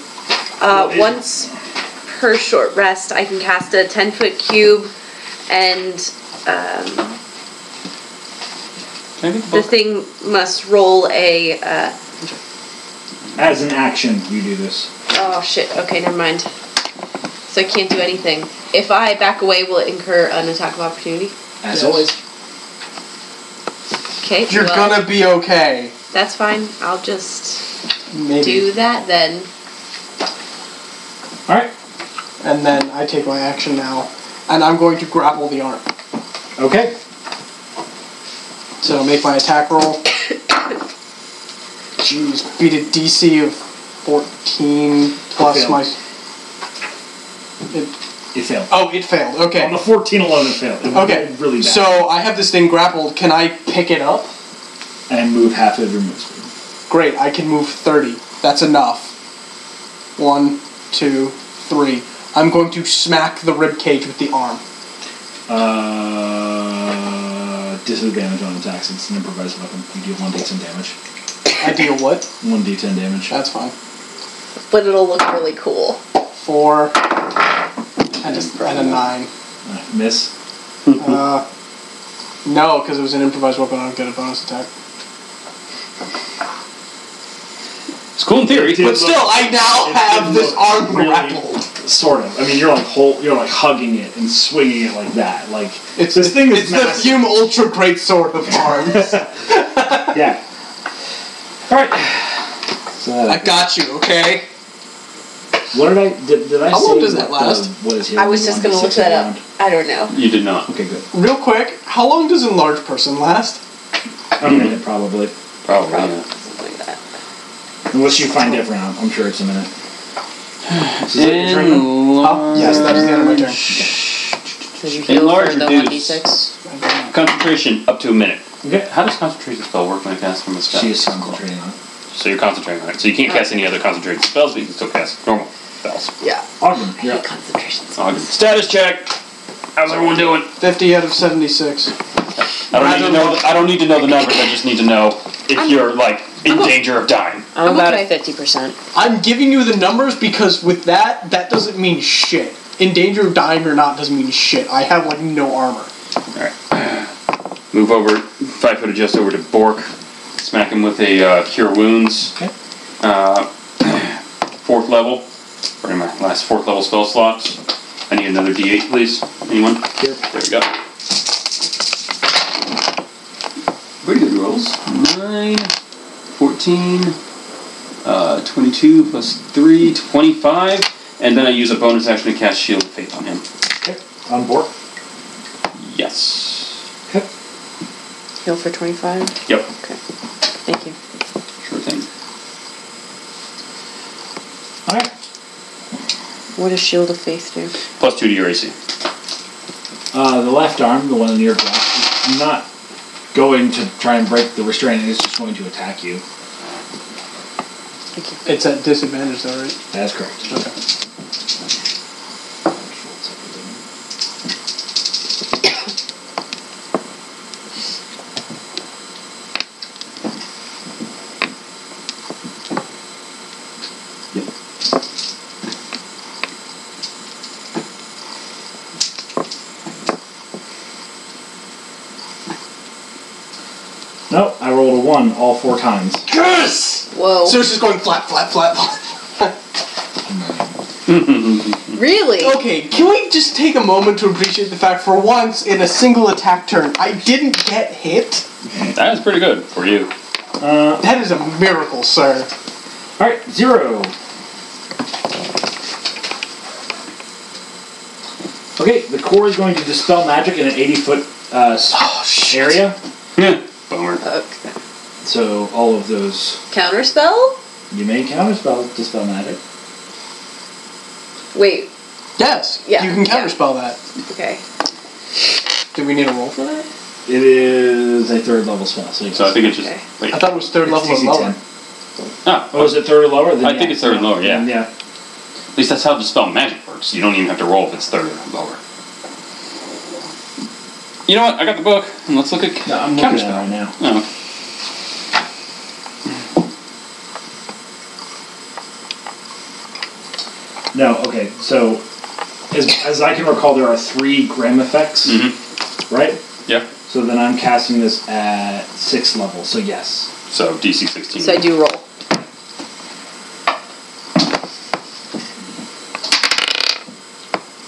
Uh, Well, it- once per short rest, I can cast a 10 foot cube, and um, Can I get the thing must roll a. Uh, As an action, you do this. oh shit, okay, never mind. So I can't do anything. If I back away, will it incur an attack of opportunity? As Yes. always. Okay, You're well, gonna be okay. That's fine. I'll just Maybe. do that then. All right. And then I take my action now, and I'm going to grapple the arm. Okay. So make my attack *coughs* roll. Jeez, beat a DC of 14 plus Fail. my It- It failed. oh, it failed. Okay. On a 14 alone, it failed. It was Okay. Really bad. So I have this thing grappled. Can I pick it up? and move half of your move speed. Great. I can move 30. That's enough. One, two, three. I'm going to smack the rib cage with the arm. Uh, disadvantage on attacks. It's an improvised weapon. You do 1d10 damage. *laughs* I deal what? 1d10 damage. That's fine. But it'll look really cool. Four and a, and a nine. Uh, miss. Uh, no, because it was an improvised weapon. I don't get a bonus attack. It's cool in theory. Dude. But still, I now have this arm really- grappled. Sort of. I mean, you're like whole, you're like hugging it and swinging it like that. Like *laughs* It's this thing is It's the massive. Fume Ultra Great Sword *laughs* of Arms. Yeah. All right. So, I got you, okay? what did I did, did I How say long does that what the- last? what is here? I was just gonna look that up. I don't know. You did not. Okay, good. Real quick, how long does a large person last? A minute probably, Probably. yeah. Something like that. unless you find different. I'm, I'm sure it's a minute. Is that your turn? In Huh? Yes, that is the end of my turn. Did you heal large for the reduce. 1d6? Concentration up to a minute. Okay. How does concentration spell work when I cast from a spell? She is concentrating on it. So you're concentrating on it. So you can't cast any other concentrated spells, but you can still cast normal spells. Yeah. Ogden, I you're hate up. concentration. Ogden. Status check. How's everyone doing? 50 out of 76. I don't need to know. The, I don't need to know the numbers. I just need to know if you're like in danger of dying. I'm, I'm about okay. at 50%. I'm giving you the numbers because with that, that doesn't mean shit. In danger of dying or not doesn't mean shit. I have, like, no armor. *sighs* Move over five foot adjust over to Bork. Smack him with a uh, cure wounds. Okay. Uh, *clears throat* fourth level. Or in my last fourth level spell slots. I need another D8, please. Anyone? Here. There we go. Pretty good rolls. 9, 14, uh, 22 plus 3, 25. And then I use a bonus action to cast Shield of Faith on him. Okay. On board. Yes. Okay. Heal for 25? Yep. Okay. Thank you. Sure thing. All right. What does Shield of Faith do? Plus 2 to your AC. Uh, the left arm, the one in your glass, is not going to try and break the restraint. It's just going to attack you. Thank you. It's at disadvantage, though, right? That's correct. Okay. Nope. I rolled a one all four times. Curse! Whoa. So Oh. it's just going flat, flat, flat, flat. really? oh. okay, can we just take a moment to appreciate the fact for once in a single attack turn, I didn't get hit? That is pretty good for you. Uh, That is a miracle, sir. all right. Zero. Okay. The core is going to dispel magic in an eighty foot uh, s- Oh, Oh, area. Bummer. Okay. So all of those Counter spell? you may counterspell dispel magic. Wait. Yes. Yeah, You can yeah. counterspell that. Okay. Do we need a roll for that? It is a third level spell. So, yes. So I think it's just. Okay. Wait. I thought it was third It's level and DC lower. 10. Ah, Oh, is it third or lower? Then I think it's third or lower, yeah. Yeah. At least that's how the spell magic works. You don't even have to roll if it's third or lower. You know what? I got the book. and Let's look at No, I'm looking at it right now. counterspell. Oh, No, okay. So, as, as I can recall, there are three Grim effects, Mm-hmm. right? yeah. So then I'm casting this at sixth level. So yes. So DC 16. So I do roll.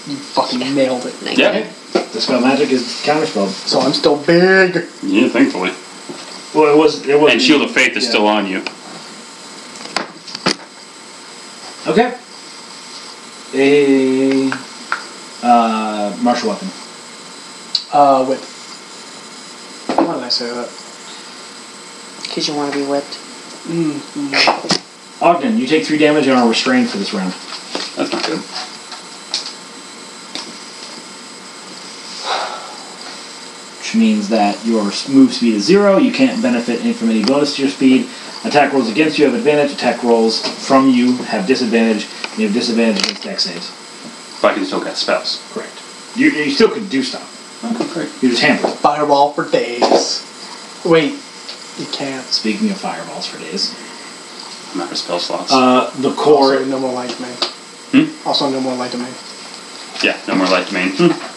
You fucking nailed it. Nice. Yeah. Dispel magic is counterspelled. So I'm still big. Yeah, thankfully. Well, it was. It was. And Shield of Faith is yeah. still on you. Okay. A uh, martial weapon. Uh, whip. Why did I say that? Because you want to be whipped. Mm, Ogden, you take three damage and are restrained for this round. That's not good. which means that your move speed is zero. You can't benefit any- from any bonus to your speed. Attack rolls against you have advantage. Attack rolls from you have disadvantage. And you have disadvantage against deck saves. If I can still cast spells. Correct. You, you still could do stuff. Okay, great. You're just hampered. Fireball for days. Wait, you can't. Speaking of fireballs for days, I'm out of spell slots. uh, the Also, core. no more light domain. Hmm? Also, no more light domain. yeah, no more light domain. Hmm.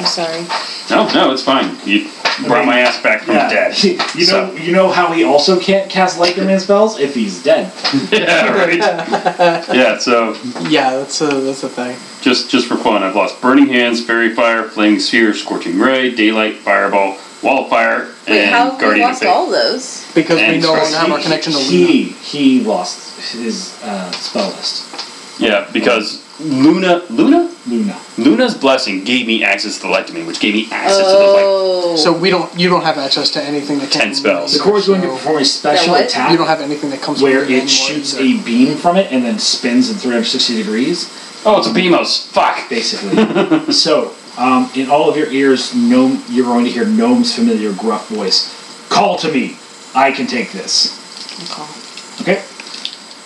I'm sorry. No, no, it's fine. You brought my ass back from Yeah. *laughs* dead. you know, So- you know how he also can't cast light domain spells if he's dead. yeah, right. *laughs* yeah, so Yeah, that's a that's a thing. Just just for fun, I've lost Burning Hands, Fairy Fire, Flaming Sphere, Scorching Ray, Daylight, Fireball, Wall of Fire, Wait, and how have we Guardian of lost Fate. all those? Because we And no trust longer have our me, connection to Luna. He he lost his uh, spell list. Yeah, because Luna, Luna, Luna. Luna's blessing gave me access to the Light Domain, which gave me access to the Light. Oh, So we don't. You don't have access to anything that Ten can spells. The core is going to So perform a special That what? attack You don't have anything that comes where from it Luna anymore shoots either. a beam from it and then spins in 360 degrees, Oh, it's a Beamos. Fuck. basically. *laughs* so, um, in all of your ears, gnome, you're going to hear Gnome's familiar gruff voice. Call to me. I can take this. Okay?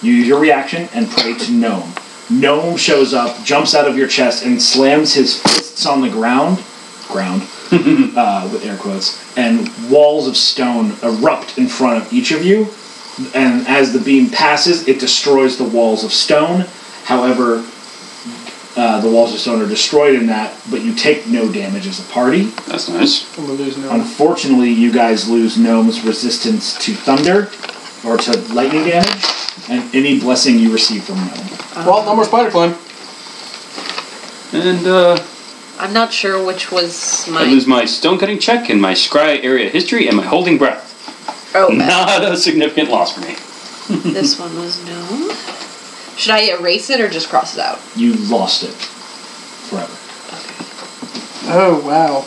You use your reaction and pray to Gnome. Gnome shows up, jumps out of your chest, and slams his fists on the ground. Ground. uh, with air quotes. And walls of stone erupt in front of each of you. And as the beam passes, it destroys the walls of stone. However, uh, the walls of stone are destroyed in that, but you take no damage as a party. That's nice. And we lose no. Unfortunately, you guys lose Gnome's resistance to thunder or to lightning damage and any blessing you receive from Gnome. well, no more spider climb. And uh, I'm not sure which was I my. lose my stone cutting check and my scry area history and my holding breath. *laughs* Oh, Not a significant loss for me. this one was no. Should I erase it or just cross it out? You lost it forever. *laughs* Oh wow.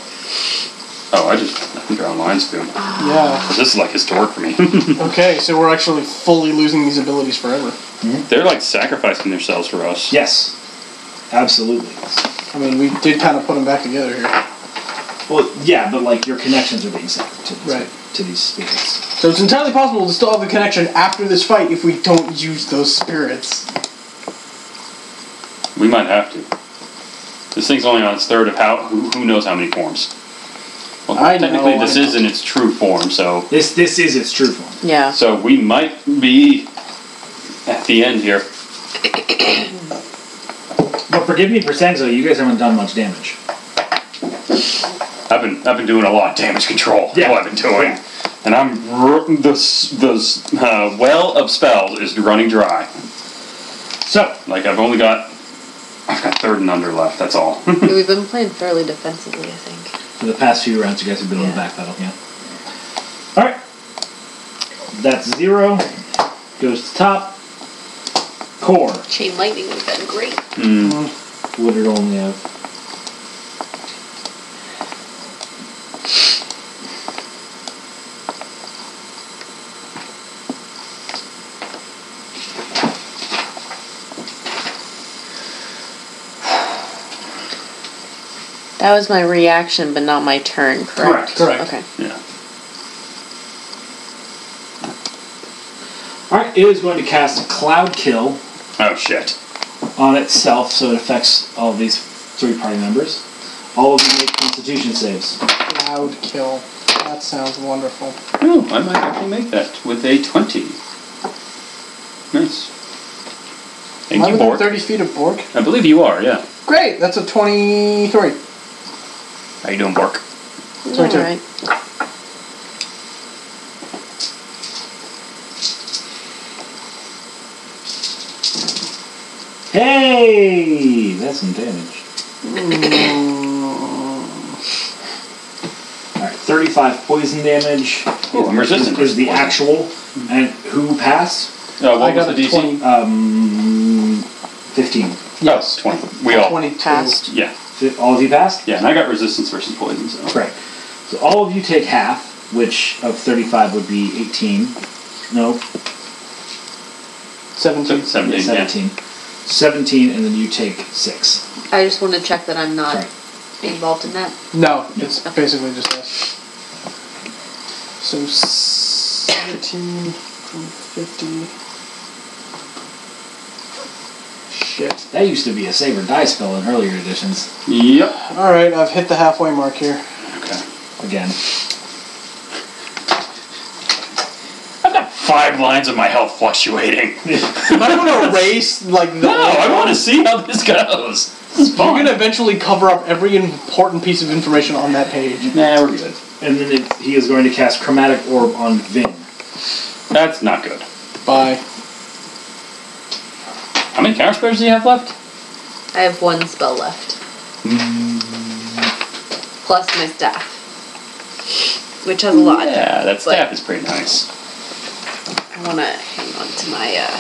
Oh, I just I can draw lines through. Ah. 'em. Yeah. This is like *laughs* historic for me. Okay, so we're actually fully losing these abilities forever. They're like sacrificing themselves for us. Yes, absolutely. I mean, we did kind of put them back together here. Well, yeah, but like your connections are being severed to these, Right. to these spirits. So it's entirely possible to still have the connection after this fight if we don't use those spirits. We might have to. This thing's only on its third of how who, who knows how many forms. Well, I know, technically, this I know. is in its true form, so This this is its true form. Yeah. so we might be at the end here. But forgive me for saying so, you guys haven't done much damage. I've been I've been doing a lot of damage control. That's Yeah. what I've been doing, and I'm r- the s- the s- uh, well of spells is running dry. So, Like I've only got I've got third and under left. That's all. *laughs* We've been playing fairly defensively, I think. for the past few rounds, you guys have been on the back pedal, yeah. Alright. That's zero. Goes to top. Core. Chain lightning would have been great. Mm. Would it only have? That was my reaction, but not my turn, correct? Correct. Correct. Okay. yeah. Alright, it is going to cast Cloud Kill Oh shit. on itself, so it affects all these three party members. All of them make Constitution saves. Loud kill. That sounds wonderful. Oh, I might actually make that with a 20. Nice. Thank I'm you, within Bork. 30 feet of Bork. I believe you are, yeah. Great, that's a 23. How you doing, Bork? It's my turn. Alright. Hey! That's some damage. Alright, 35 poison damage. Ooh, I'm resistant. Is the actual. And who passed? Uh, what I got was a the DC? 20. Um, 15. Yes. 20. We all. 22. Passed. Yeah. So all of you passed? Yeah, and I got resistance versus poison, so. Correct. So all of you take half, which of 35 would be 18. No, 17. So, 17, yeah. 17. 17, and then you take 6. I just want to check that I'm not Right. involved in that? No, it's basically just us. So 17 from 50. Shit. That used to be a save or die spell in earlier editions. Yep. Alright, I've hit the halfway mark here. Okay. Again. I've got five lines of my health *laughs* fluctuating. Am I going to erase, like, the. No, I want to see how this goes. This is You're fun. going to eventually cover up every important piece of information on that page. Nah, we're good. And then it, he is going to cast Chromatic Orb on Vin. That's not good. Bye. How many counter spells do you have left? I have one spell left. Plus my staff. Which has a lot. Yeah, that But- staff is pretty nice. I wanna hang on to my uh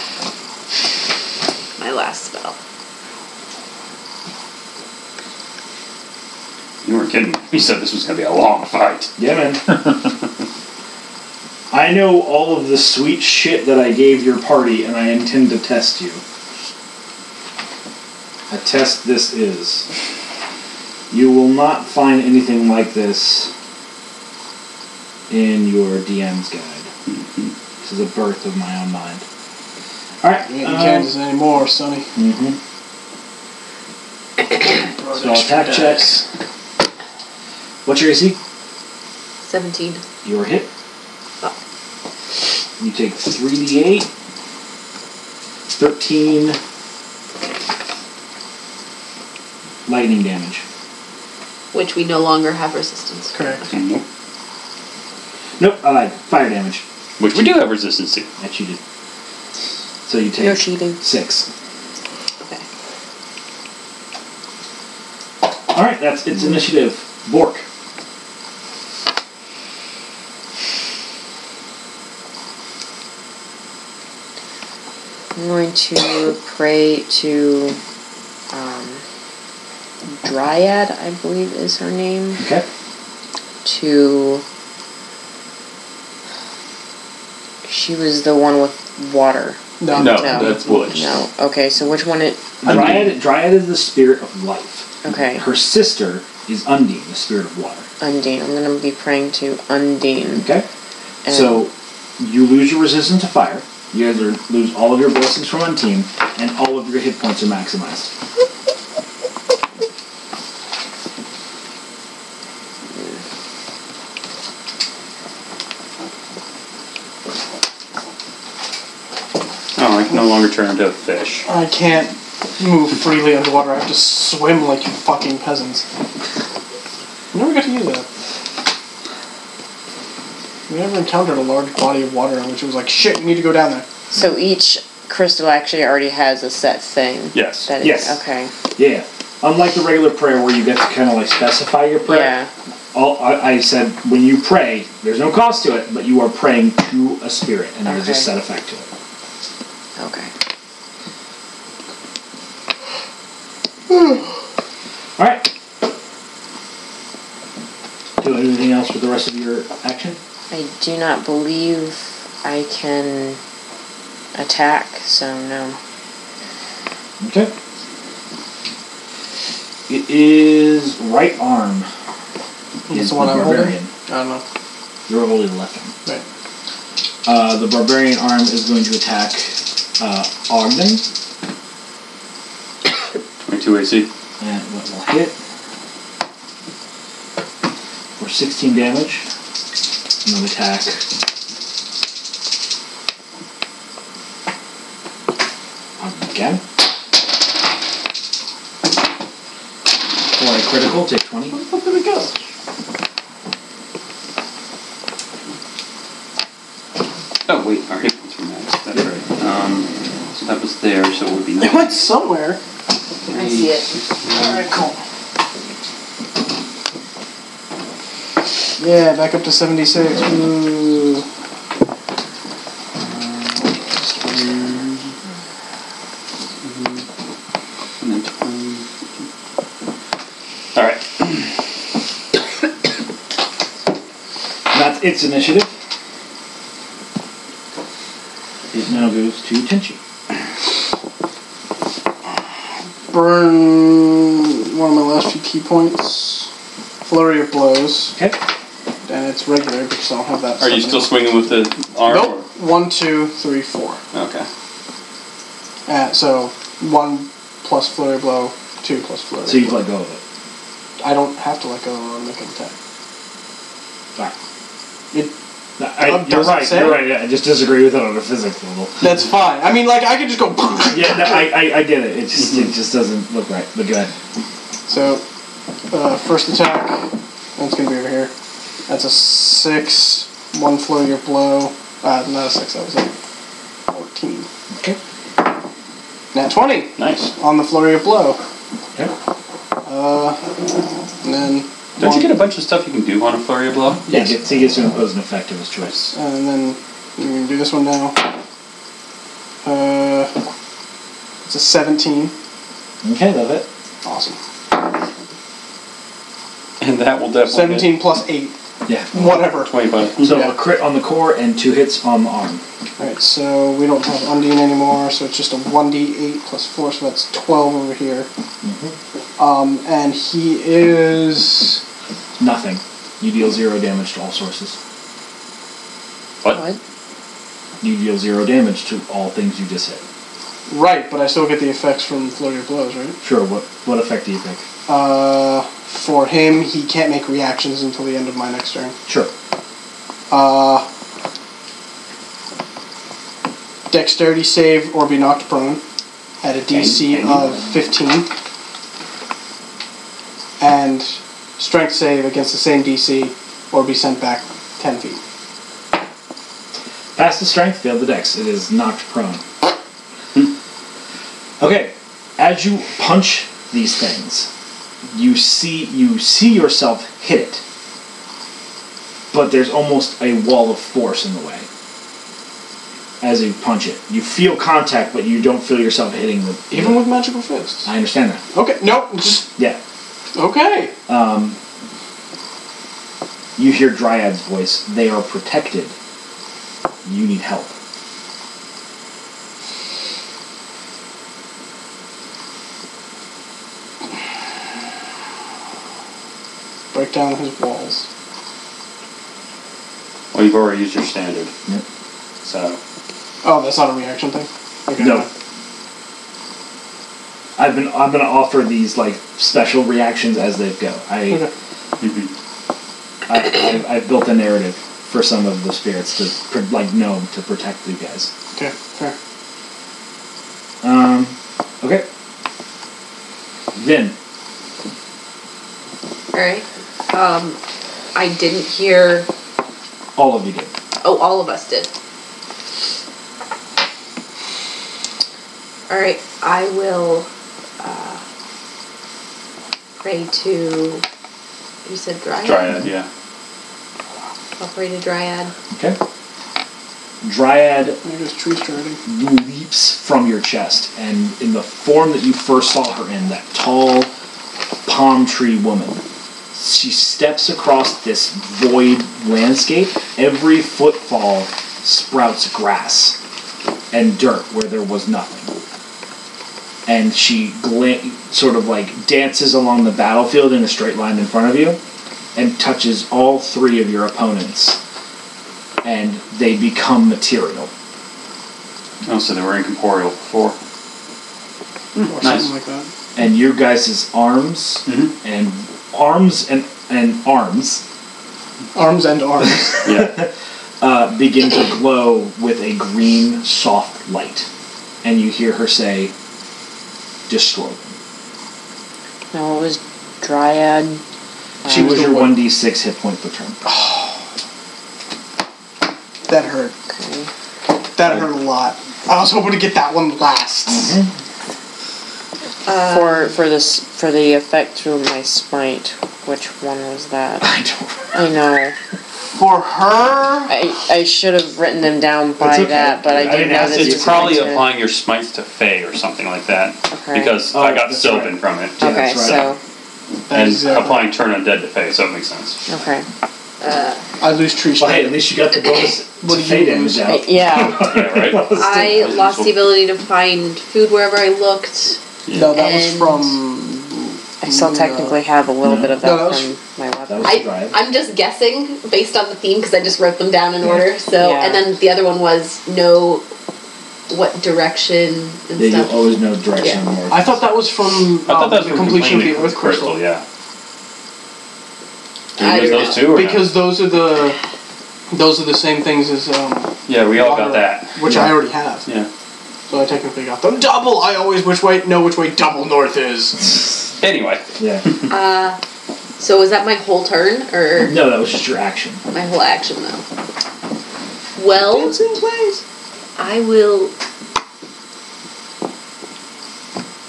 my last spell. You were kidding. You said this was gonna be a long fight. Yeah, man. *laughs* I know all of the sweet shit that I gave your party, and I intend to test you. A test this is. You will not find anything like this in your DM's *laughs* guide. This is a birth of my own mind. Alright, You ain't in um, Kansas anymore, Sonny. mhm. so attack checks. What's your AC? Seventeen. You're hit. You take 3d8. 13 lightning damage. Which we no longer have resistance. Correct. Nope. Nope, I lied. Fire damage. Which we do have resistance to. I cheated. So you take You're cheating. 6. Okay. Alright, that's its initiative. Bork. I'm going to pray to um, Dryad, I believe is her name, Okay. to. She was the one with water. No. No, No. that's Bush. No. Okay, so which one it. Dryad, Dryad is the spirit of life. Okay, Her sister is Undine, the spirit of water. Undine. I'm going to be praying to Undine. Okay? And So you lose your resistance to fire. You either lose all of your blessings from one team, and all of your hit points are maximized. Oh, I can no longer turn into a fish. I can't move freely underwater. I have to swim like you fucking peasants. We never got to use that. We never encountered a large body of water in which it was like, shit, you need to go down there. so each crystal actually already has a set thing. Yes. That it- Yes. Okay. Yeah. Unlike the regular prayer where you get to kind of like specify your prayer, Yeah. all, I, I said when you pray, there's no cost to it, but you are praying to a spirit, and there's a Okay. set effect to it. Okay. All right. Do anything else with the rest of your action? I do not believe I can attack, so no. Okay. It is right arm. That's is the one I'm holding. barbarian. I don't know. You're holding the left arm. Right. Uh, the barbarian arm is going to attack uh, Ogden, 22 AC. and what will hit for 16 damage. And then attack. Ogden again. For a critical, take 20. Where the fuck did it go? Oh, wait, our hit points were max. That's right. Um, so that was there, so it would *laughs* be It went somewhere. I see it. Alright, cool. Yeah, back up to 76. Ooh. Alright. That's its initiative. It now goes to Tenchi. Burn. one of my last few key points. Flurry of blows, Okay. and it's regular because I don't have that. Are you still summoned. swinging with the arm? Nope. One, two, three, four. or- Okay. Uh, so one plus flurry of blow, two plus flurry. So of you've blow. let go of it. I don't have to let go of make an attack. Alright. It, No, I, Um, you're does it right. say? You're right. I just disagree with it on a physics *laughs* level. that's fine. I mean, like I could just go. Yeah, no, I, I, I get it. It just it just doesn't look right. But go ahead. So, uh, first attack. That's gonna be over here. That's a six. One flurry of blow. Uh, not a six. That was a fourteen. Okay. Nat twenty Nice. on the flurry of blow. Okay. Uh, and then. Don't one- you get a bunch of stuff you can do on a flurry of blow? Yeah, he gets- he gets to impose an effect of his choice. Uh, And then we can do this one now. Uh, it's a 17. Okay, love it. Awesome. *laughs* And that will definitely. 17 plus 8. Yeah. Whatever. Hit. 25. So Yeah. a crit on the core and two hits on the arm. Alright, so we don't have Undine anymore, so it's just a 1d8 plus 4, so that's 12 over here. Mm-hmm. Um, and he is. Nothing. You deal zero damage to all sources. What? You deal zero damage to all things you just hit. Right, but I still get the effects from flurry of blows, right? Sure. What what effect do you pick? Uh, for him, he can't make reactions until the end of my next turn. Sure. Uh, dexterity save or be knocked prone at a DC of 15. And strength save against the same DC or be sent back 10 feet. Pass the strength, fail the dex. It is knocked prone. Hmm. okay, as you punch these things, you see you see yourself hit it, but there's almost a wall of force in the way. As you punch it, you feel contact, but you don't feel yourself hitting the. Even with magical fists. I understand that. Okay, no, just. Yeah, Okay! you hear Dryad's voice. They are protected. You need help. Break down his walls. Well, you've already used your standard. Yep. So. Oh, that's not a reaction thing? Okay. No. I've been I'm gonna offer these like special reactions as they go. I, Okay. I, I I've built a narrative for some of the spirits to pr- like gnome to protect you guys. Okay, fair. Um, okay. Then Alright. Um, I didn't hear. all of you did. Oh, all of us did. Alright, I will uh, pray to. You said dryad? Dryad, yeah. I'll pray to dryad. Okay. Dryad There goes tree striding. leaps from your chest, and in the form that you first saw her in, that tall palm tree woman, she steps across this void landscape. Every footfall sprouts grass and dirt where there was nothing. And she gla- sort of like dances along the battlefield in a straight line in front of you and touches all three of your opponents, and they become material. Oh, so they were incorporeal *laughs* before. Or Nice. something like that. and your guys' arms Mhm. and arms and and arms Arms and arms. *laughs* Yeah. uh, begin to glow with a green soft light and you hear her say destroy them No, it was Dryad. she was your 1d6 hit point per turn that hurt. Okay. That hurt a lot. I was hoping to get that one last. Um, for for this for the effect through my smite. Which one was that? *laughs* i don't I know. For her, I, I should have written them down by That's okay. that, but I I didn't didn't know ask that it. It's you probably wanted to- applying your smites to Fey or something like that. Okay. Oh. Because Oh, I got that's Sylvan right. from it. Yeah, Okay, that's so right. That And is, uh, applying Turn Undead to Fey, so it makes sense. okay, I lose tree well hey strength. at least you got the bonus What to do fade you damage lose? out *laughs* yeah. Yeah, right? I That's lost useful. the ability to find food wherever I looked. no, that was And- from I I still technically have a little bit of No, that, that was- from my That weapon. was the I, drive. I'm just guessing based on the theme because I just wrote them down in order. So, Yeah. and then the other one was know what direction and Yeah, you stuff. always know direction Yeah. of north. I thought that was from um, I thought that was the from completion of the complaining Earth Crystal. Yeah. Did I we lose don't those know. two? Or no? Because those are the those are the same things as um, yeah, we all got water, that. which I Yeah. already have. Yeah. So I technically got them. Double. I always which way know which way double north is. Anyway, Yeah. Uh, so was that my whole turn or No, that was just your action. my whole action though? Well, Dancing place. I will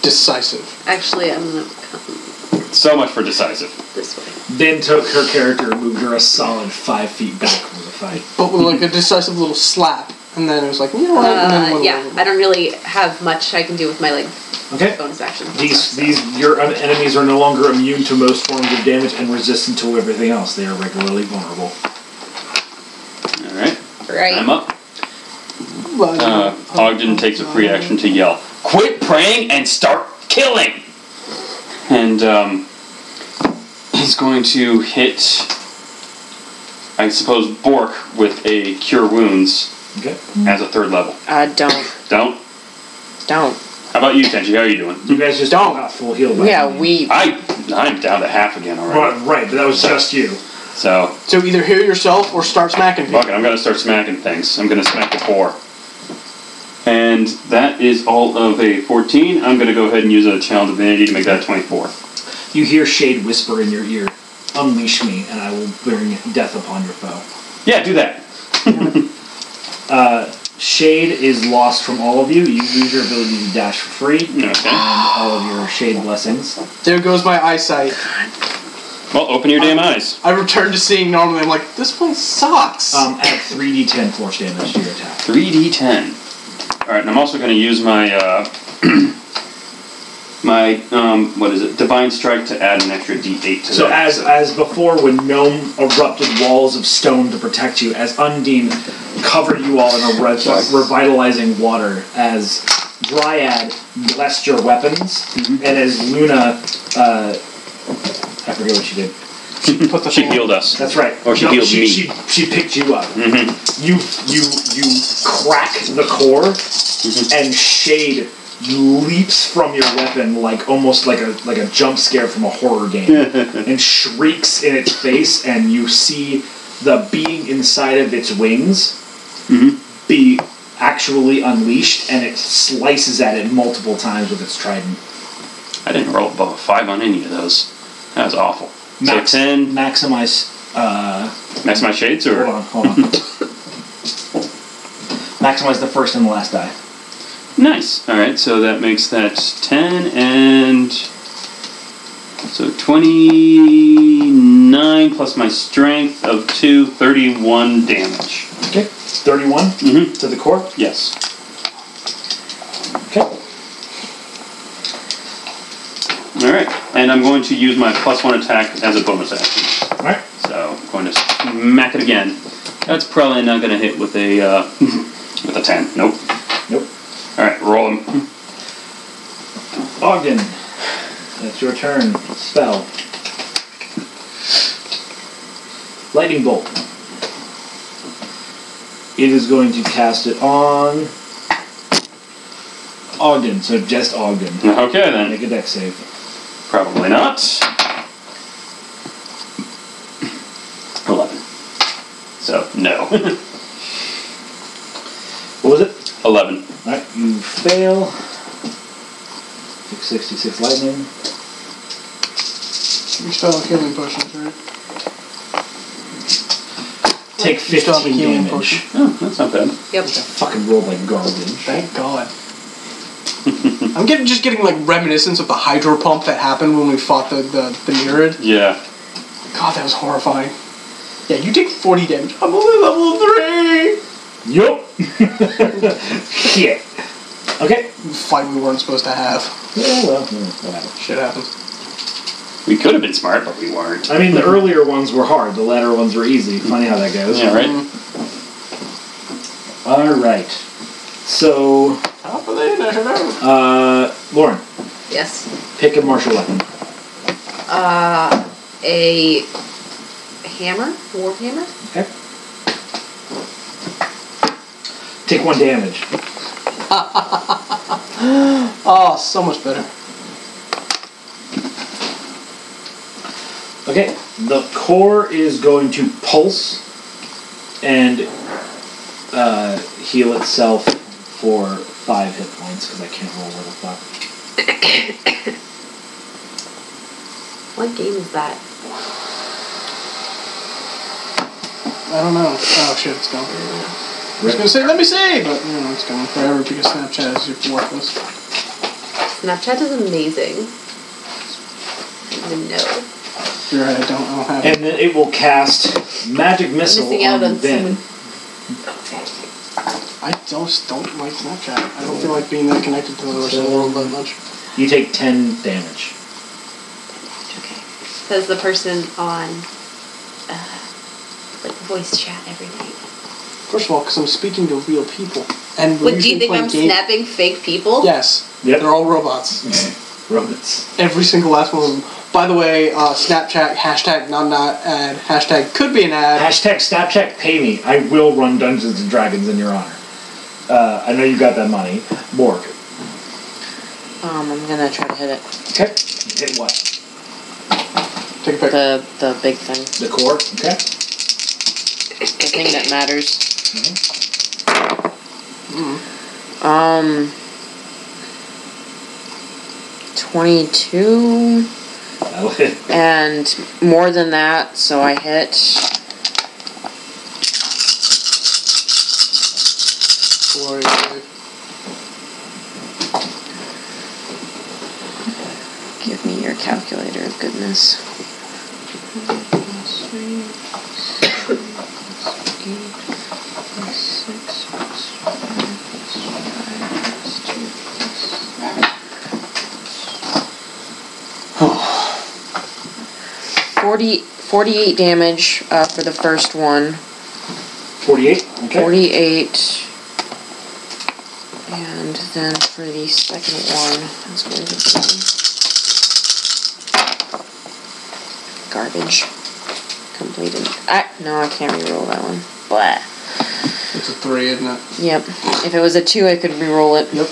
Decisive. actually. I'm gonna come so much for decisive. this way. Then took her character and moved her a solid five feet back from the fight. But with like a decisive little slap, and then it was like you know what? and then Uh, one yeah, I don't really have much I can do with my like Okay. bonus action. These these your um, enemies are no longer immune to most forms of damage and resistant to everything else. They are regularly vulnerable. All right, right. I'm up. Lies Uh, Ogden takes a free action to yell, "Quit praying and start killing!" And um, he's going to hit, I suppose, Bork with a cure wounds Okay. as a third level. Uh, don't, Don't. don't. How about you, Tenchi? How are you doing? You guys just Don't. got full heal. Back Yeah, then. we. um, I I'm down to half again already. Right, right, but that was just you. So So either heal yourself or start smacking people. Fuck it, I'm gonna start smacking things. I'm gonna smack the four. And that is all of a 14. I'm gonna go ahead and use a channel divinity to make that 24. You hear Shade whisper in your ear, "Unleash me, and I will bring death upon your foe." Yeah, do that. Shade is lost from all of you. You lose your ability to dash for free and Okay. all of your shade blessings. There goes my eyesight. Well, open your damn eyes. I return to seeing normally. I'm like, this place sucks. Um, add 3d10 force damage to your attack. 3d10. All right, and I'm also gonna use my uh, *clears throat* my um, what is it? Divine strike to add an extra d8 to So that. as as before, when gnome erupted walls of stone to protect you, as Undine covered you all in a rev- revitalizing water, as Dryad blessed your weapons, Mm-hmm. and as Luna, uh, I forget what she did. Put the *laughs* she thing- healed us. That's right. Or Oh, she healed she, me. Mm-hmm. She, she picked you up. You you you crack the core, Mm-hmm. and shade leaps from your weapon like almost like a like a jump scare from a horror *laughs* game, and shrieks in its face, and you see the being inside of its wings Mm-hmm. be actually unleashed, and it slices at it multiple times with its trident. I didn't roll above a five on any of those. That was awful. So Max- 10. Maximize. Uh, Max my shades or Hold on, hold on. Maximize the first and the last die. Nice. All right, so that makes that 10 and so 29 plus my strength of 2 31 damage. Okay. 31 Mhm. to the core. Yes. Okay. All right. And I'm going to use my plus 1 attack as a bonus action. Alright. So, I'm going to smack it again. That's probably not going to hit with a uh, *laughs* with a 10. Nope. Nope. All right, roll him. Ogden, that's your turn. Spell. Lightning Bolt. It is going to cast it on Ogden, so just Ogden. Okay then. Make a deck save. Probably not. 11. So, no. *laughs* What was it? 11. Alright, you fail. 666 lightning. You still have healing potions, right? Take You still have a 15 healing damage. potion. Oh, that's not bad. Yep. Fucking rolled like garbage. Thank *laughs* God. I'm getting just getting like reminiscence of the hydro pump that happened when we fought the the, the Murid. Yeah. God, that was horrifying. Yeah, you take 40 damage. I'm only level three. Yup. *laughs* Shit. Okay. Fight we weren't supposed to have. Yeah, well, hmm, whatever. Shit happens. We could have been smart, but we weren't. I mean, the earlier ones were hard. The latter ones were easy. Funny how that goes. Yeah, right? All right. So, Top of the initiative. uh, Lauren, Yes. pick a martial weapon. uh, a hammer, war hammer. *coughs* Okay. Take one damage. Oh, so much better. Okay, the core is going to pulse and uh, heal itself for five hit points because I can't roll level five. What game is that? I don't know. Oh shit, it's gone. I was gonna say, let me see, but you know, it's gone forever because Snapchat is worthless. Snapchat is amazing. I don't even know. You're right, I don't, I don't have it. And then it will cast magic missile Missing out on, on Vin. I just don't like Snapchat. I don't feel like being that connected to the rest of the world that much. You take ten damage. Okay. Says the person on uh, like voice chat every night. First of all, because I'm speaking to real people. And we're What, do you usually think playing I'm Oh. game- snapping fake people? Yes. Yep. They're all robots. Robots. Every single last one of them. By the way, uh, Snapchat, hashtag not an ad, hashtag could be an ad. Hashtag Snapchat pay me. I will run Dungeons and Dragons in your honor. Uh, I know you got that money. Borg. Um, I'm gonna try to hit it. Okay. Hit what? Take a picture. The the big thing, The core? Okay. the thing that matters. Mm-hmm. *laughs* Um, twenty-two That'll hit. and more than that, so I hit. Glory, glory. Give me your calculator, goodness. Forty, forty-eight damage uh, for the first one. 48? Okay. 48. And then for the second one, that's going to be garbage. Completed. I, no, I can't reroll that one. Blah. It's a three, isn't it? Yep. If it was a 2, I could reroll it. Yep.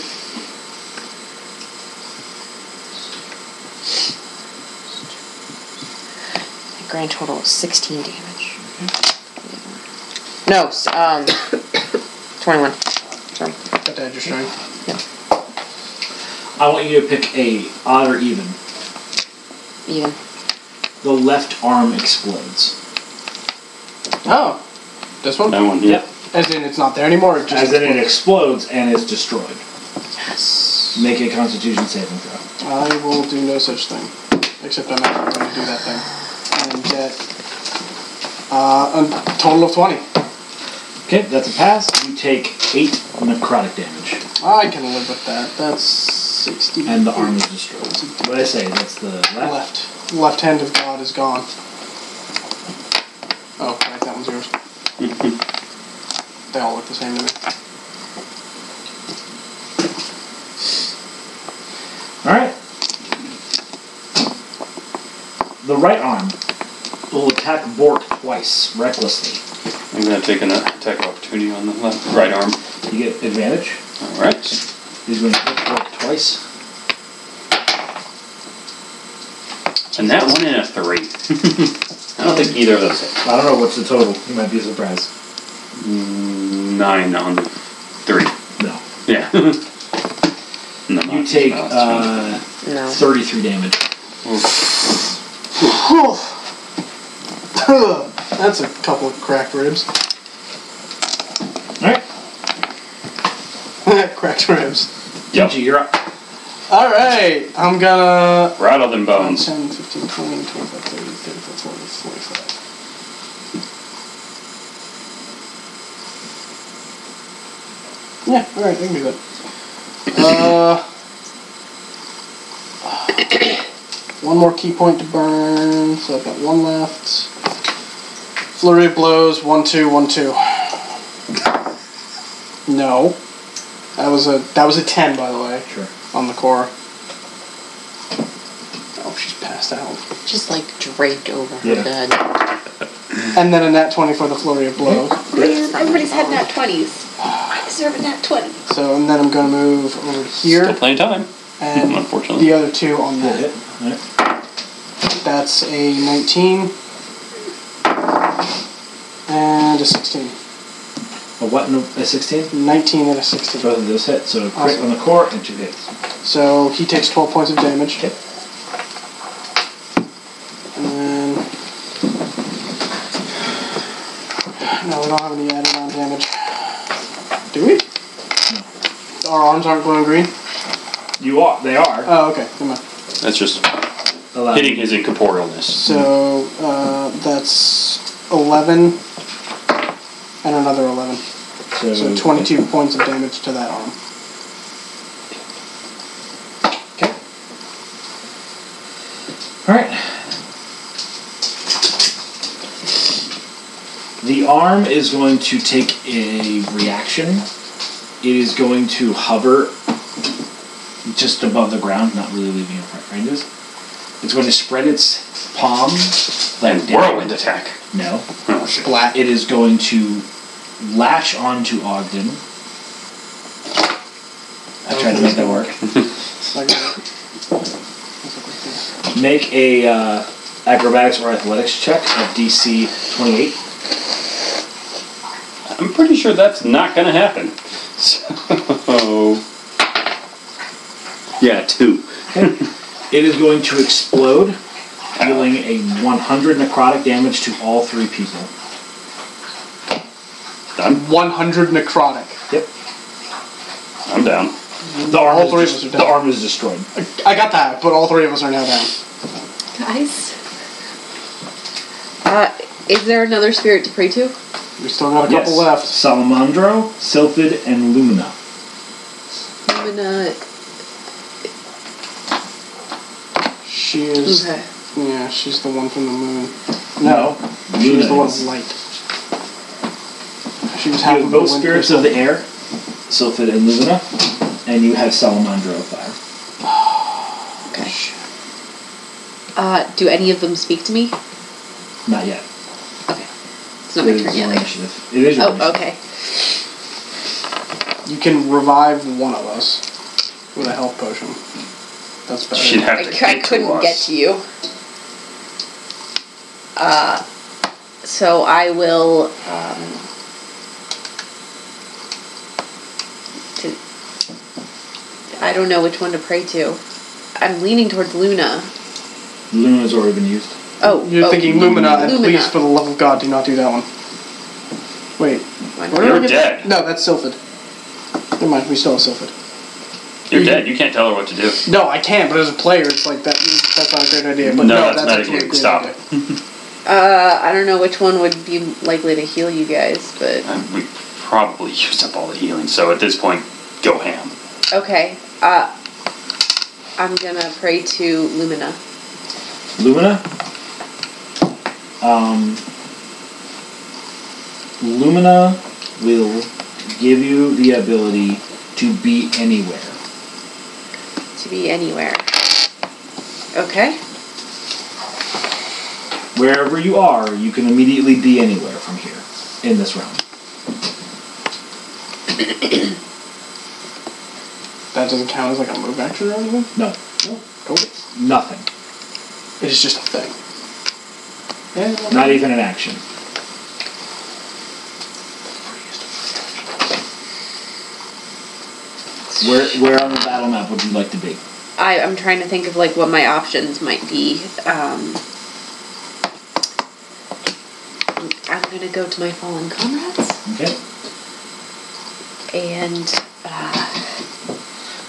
Grand total of 16 damage. No, s- um, 21. Sorry. Got to add your strength. I want you to pick a odd or even. Even. The left arm explodes. Oh. This one? That one, yeah. As in, it's not there anymore? Or just As in it explodes and is destroyed. Yes. Make a constitution saving throw. I will do no such thing. Except I'm actually going to do that thing. And get uh, a total of 20. Okay, that's a pass. You take 8 necrotic damage. I can live with that. That's 60. And the arm is destroyed. What did I say? That's the left? Left. Left hand of God is gone. Oh, right, that one's *laughs* yours. they all look the same to me. *laughs* Alright. The right arm will attack Bork twice, recklessly. I'm gonna take an attack of opportunity on the left, right arm. You get advantage. All right. He's going to hit Bork twice. And that one and a three. *laughs* I don't think either of those. hit. I don't know what's the total. You might be surprised. Mm, Nine on the three. No. *laughs* Yeah. No, You no, take no, it's uh, No. 33 damage. That's a couple of cracked ribs. *laughs* Alright. cracked ribs. Yep. Gigi, you're up. Alright, I'm gonna fine. Rattle them bones. 10, 15, 20, 25, 30, 35, 40, 45. Yeah, alright, I can do that. Uh, *coughs* one more key point to burn, so I've got one left. Flurry of blows, one, two, one, two. No. That was a that was a ten by the way. Sure. On the core. she's passed out. Just like draped over her Yeah. bed. And then a nat 20 for the flurry of blow. Man, everybody's had nat 20s. I deserve a nat 20. So, and then I'm going to move over Still here. plenty of time. And Unfortunately. the other two on that. That's a 19. And a 16. A what? No, a sixteen. 19 and a 16. Both of those hit. So a crit Awesome. on the core and two hits. So he takes 12 points of damage. Okay. And then. No, we don't have any added on damage. Do we? No. Our arms aren't glowing green? You are. They are. Oh, okay. Never mind. That's just Allowed. hitting his incorporealness. So uh, that's 11 and another 11. So, So 22 points of damage to that arm. Okay. All right. The arm is going to take a reaction. It is going to hover just above the ground, not really leaving your front ranges. It's going to spread its palm like Whirlwind attack. No. Oh, shit. Black. It is going to lash onto Ogden. I tried to make that work. Like uh, that. Make a uh, acrobatics or athletics check of DC 28. I'm pretty sure that's not going to happen. So. Yeah, two. It is going to explode, dealing a 100 necrotic damage to all three people. 100 necrotic. Yep. I'm down. The arm, All three is, of us are just, the dead. arm is destroyed. I got that, but all three of us are now down. Guys. Uh, is there another spirit to pray to? We still got a couple left. Salamandro, Sylphid, and Lumina. I'm gonna. She is. Okay. Yeah, she's the one from the moon. No, she was the one with light. She was You half have of the both wind spirits crystal. of the air, Sylphid and Lumina, and you have Salamandro fire. Okay. Uh, do any of them speak to me? Not yet. Okay. It's not my It is turn your yet. initiative. It is your Oh, initiative. okay. You can revive one of us with a health potion. That's better. She'd have I, to c- I get to couldn't us. get to you. Uh, so I will. Um, to, I don't know which one to pray to. I'm leaning towards Luna. Lumina's already been used. Oh, You're oh, thinking Lumina, and Lumina. please, for the love of God, do not do that one. Wait, Why not? where did I get You're dead. that? No, that's Sylphid. Never mind, we still have Sylphid. You're dead. You can't tell her what to do. No, I can't, but as a player, it's like that. that's not a great idea. But No, no, that's that's, not a actually good- a great stop. idea. Uh, I don't know which one would be likely to heal you guys, but *laughs* Um, we probably used up all the healing, so at this point, go ham. okay. Uh, I'm gonna pray to Lumina. Lumina. Um, Lumina will give you the ability to be anywhere. to be anywhere. Okay. Wherever you are, you can immediately be anywhere from here in this round. That doesn't count as like a move action or anything. No, Nope. nothing. It is just a thing. Yeah. Not even an action. Where, where on the battle map would you like to be? I, I'm trying to think of like what my options might be. Um, I'm gonna go to my fallen comrades Okay. and uh,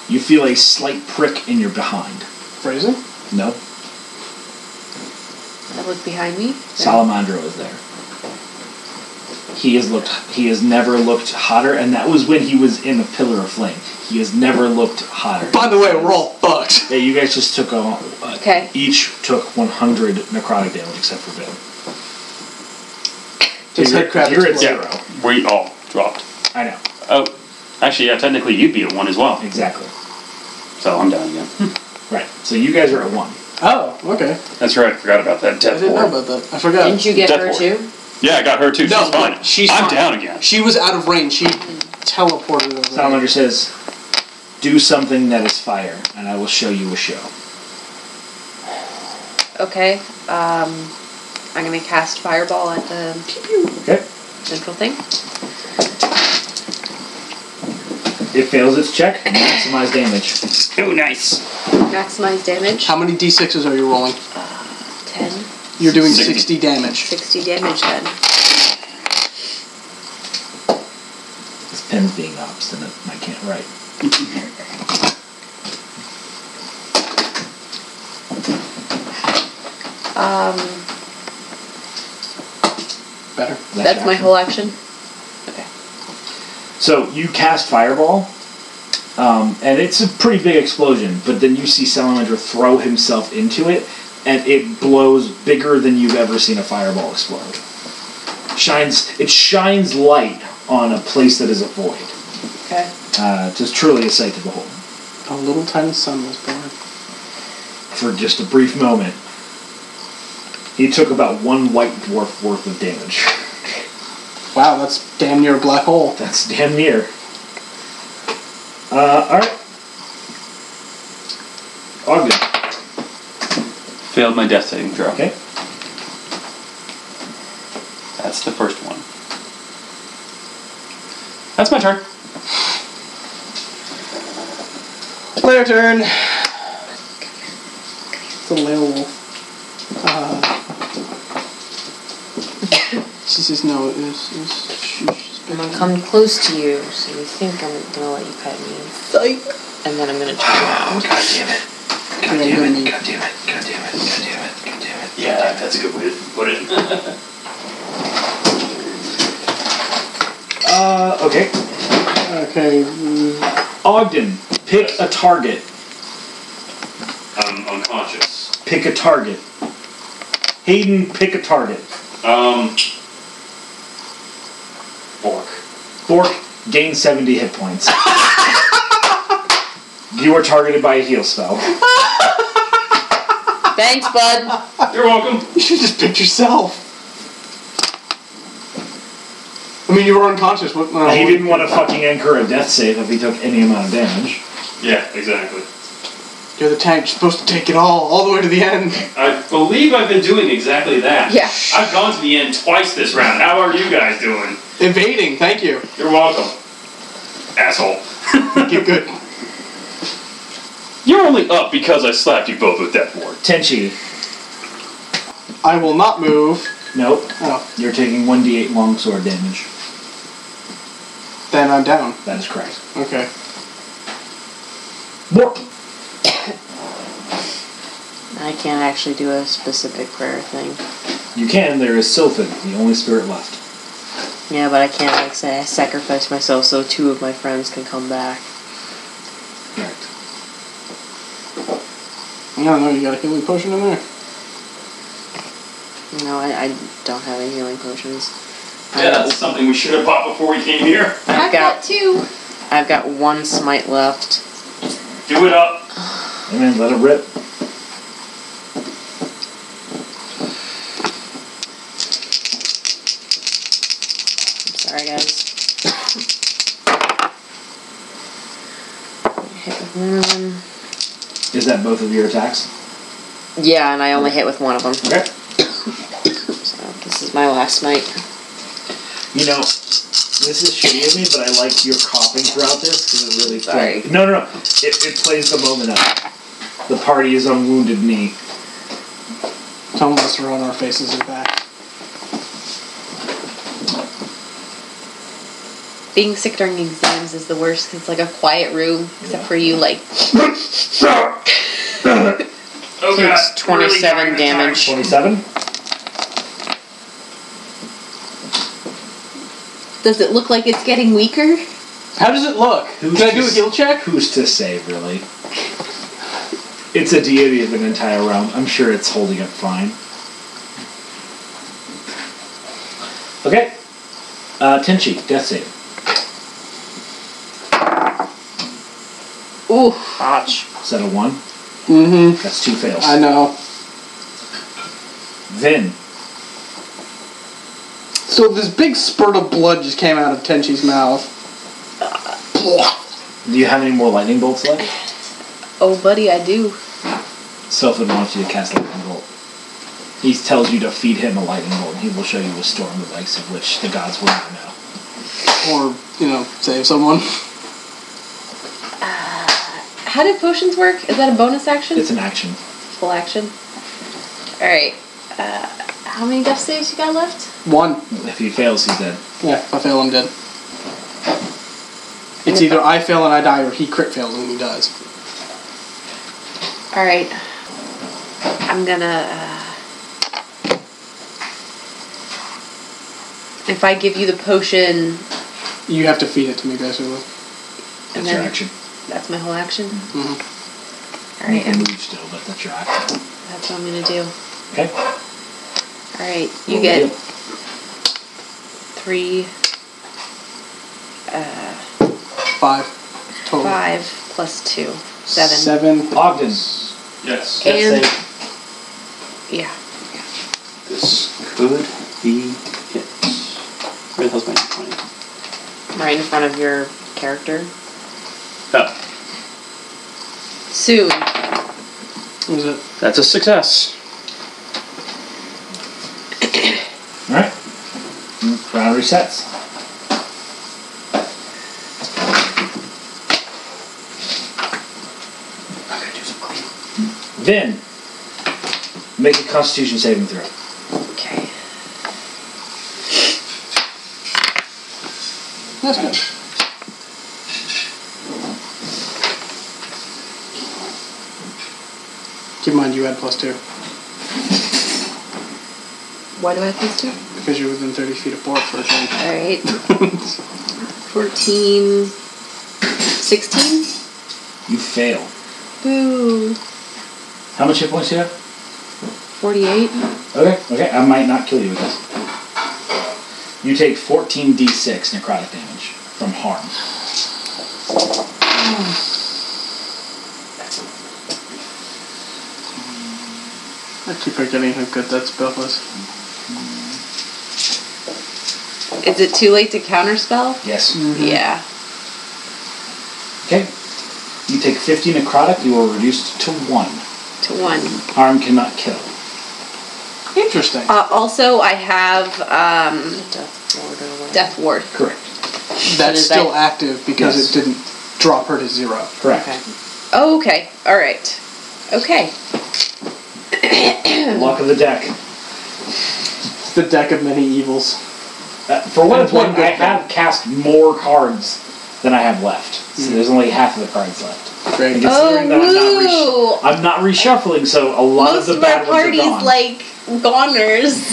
You feel a slight prick in your behind. Phrasing? No, I look behind me. Salamandro is there. He has looked. He has never looked hotter, and that was when he was in a pillar of flame. He has never looked hotter. By the way, we're all fucked. yeah, you guys just took a, uh, Okay. Each took 100 necrotic damage, except for Bill. Just You're- head crab You're at exploded. zero. We all dropped. I know Oh, actually, yeah, technically you'd be at one as well. exactly. So I'm down again. Right. So you guys are at one. Oh, okay. That's right. I forgot about that I death didn't know ward. about that. I forgot. Didn't you get Death her ward. too? Yeah, I got her too. No, she's fine. she's I'm fine. down again. She was out of range. She teleported over. Salamander says, "Do something that is fire, and I will show you a show." Okay. Um, I'm gonna cast fireball at the Okay. central thing. It fails its check. Maximize damage. Oh, nice. Maximize damage. How many d6s are you rolling? 10, You're doing 60, Sixty. damage. 60 damage then. This pen's being obstinate. I can't write. Um, Better. that's my action. whole action. So you cast fireball, um, and it's a pretty big explosion. But then you see Salamander throw himself into it, and it blows bigger than you've ever seen a fireball explode. Shines it shines light on a place that is a void. Okay. Uh, it's truly a sight to behold. A little tiny sun was born. For just a brief moment, he took about one white dwarf worth of damage. *laughs* Wow, that's damn near a black hole. That's damn near. Uh, all right. Ogden. Failed my death saving throw. Okay. That's the first one. That's my turn. Player turn. It's a werewolf. Uh, she says no. It was, it was, she, she's I'm gonna come close to you, so you think I'm gonna let you pet me, Psych. and then I'm gonna turn *laughs* around. God damn it! God damn it! God damn it! God damn it! God damn it! Yeah, that's a good way to put Uh, it. uh, okay. Okay. mm, Ogden, pick a target. I'm unconscious. Pick a target. Hayden, pick a target. Um. Bork. Bork, gain 70 hit *laughs* points. you are targeted by a heal spell. Thanks, bud. You're welcome. You should just pick yourself. I mean, you were unconscious. What? no, He what- didn't want to fucking incur a death save if he took any amount of damage. Yeah, exactly. You're the tank. You're supposed to take it all, all the way to the end. I believe I've been doing exactly that. Yeah. I've gone to the end twice this round. How are you guys doing? Evading. Thank you. You're welcome. Asshole. You're good. You're only up because I slapped you both with death ward. Tenchi, I will not move. nope. Oh, You're taking 1d8 longsword damage. then I'm down. That is correct. Okay. Bork, I can't actually do a specific prayer thing. you can. There is Sylphin, the only spirit left. Yeah, but I can't like say I sacrifice myself so two of my friends can come back. Correct. I don't know. You got a healing potion in there. No, I, I don't have any healing potions. Yeah, that's something we should have bought before we came here. I've got two. I've got one smite left. Do it up. And then let it rip. I'm sorry, guys. Hit with one of them. Is that both of your attacks? Yeah, and I only hit with one of them. Okay. So this is my last smite. You know, this is shitty of me, but I like your coughing throughout this because it really. Sorry. No, no, no. It, it plays the moment up. The party is on wounded knee. Some of us are on our faces and back. Being sick during exams is the worst 'cause it's like a quiet room except for you, like, Oh, God. Takes twenty-seven Really dying of damage. time. 27? does it look like it's getting weaker? How does it look? Who's Can I do a this? heal check? Who's to say, really? It's a deity of an entire realm. I'm sure it's holding up fine. Okay. Uh, Tenchi, death save. Ooh. Is that a 1? Mm-hmm. That's two fails. I know. Vin, So this big spurt of blood just came out of Tenchi's mouth. do you have any more lightning bolts left? Oh, buddy, I do. Selfin wants you to cast lightning bolt. He tells you to feed him a lightning bolt, and he will show you a storm the likes of which the gods will not know. Or, you know, save someone. *laughs* Uh, How do potions work? Is that a bonus action? It's an action. full action. All right. Uh, how many death saves you got left? One. If he fails, he's dead. Yeah, if I fail, I'm dead. It's either I fail and I die, or he crit fails and he dies. All right. I'm gonna. Uh, if I give you the potion, You have to feed it to me, basically. and That's your then action. that's my whole action. Mm-hmm. All You right, can I'm- move still, but that's your action. that's what I'm gonna do. Okay. All right, you Roll get it. three, uh, Five. Total. five plus two, seven. Seven. Ogden. Yes. And That's yeah, This could be it. Where the hell's my twenty? Right in front of your character. Oh, soon. What is it? that's a success. All right. Round resets. Vin, make a Constitution saving throw. Okay. That's good. Keep in mind you had plus two, Why do I have these two? because you're within 30 feet of board for a change. *laughs* All right. 14, 16? You fail. Boo. How much hit points do you have? 48? Okay, okay, I might not kill you with this. You take 14d6 necrotic damage from harm. I keep forgetting how good that spell was. Is it too late to counterspell? Yes. Yeah. Okay. You take 50 necrotic, you are reduced to 1. To one. Harm cannot kill. Interesting. Uh, also, I have um, Death Ward. Correct. That's is still that- active because Yes. it didn't drop her to zero. Correct. Okay. Oh, okay. All right. Okay. Luck of the deck. It's the deck of many evils. Uh, for what it's One worth, good I thing. have cast more cards than I have left. So there's only half of the cards left. Great. And considering that woo! I'm not, reshu- I'm not reshuffling, so a lot Most of the of our bad ones are party's gone. like goners.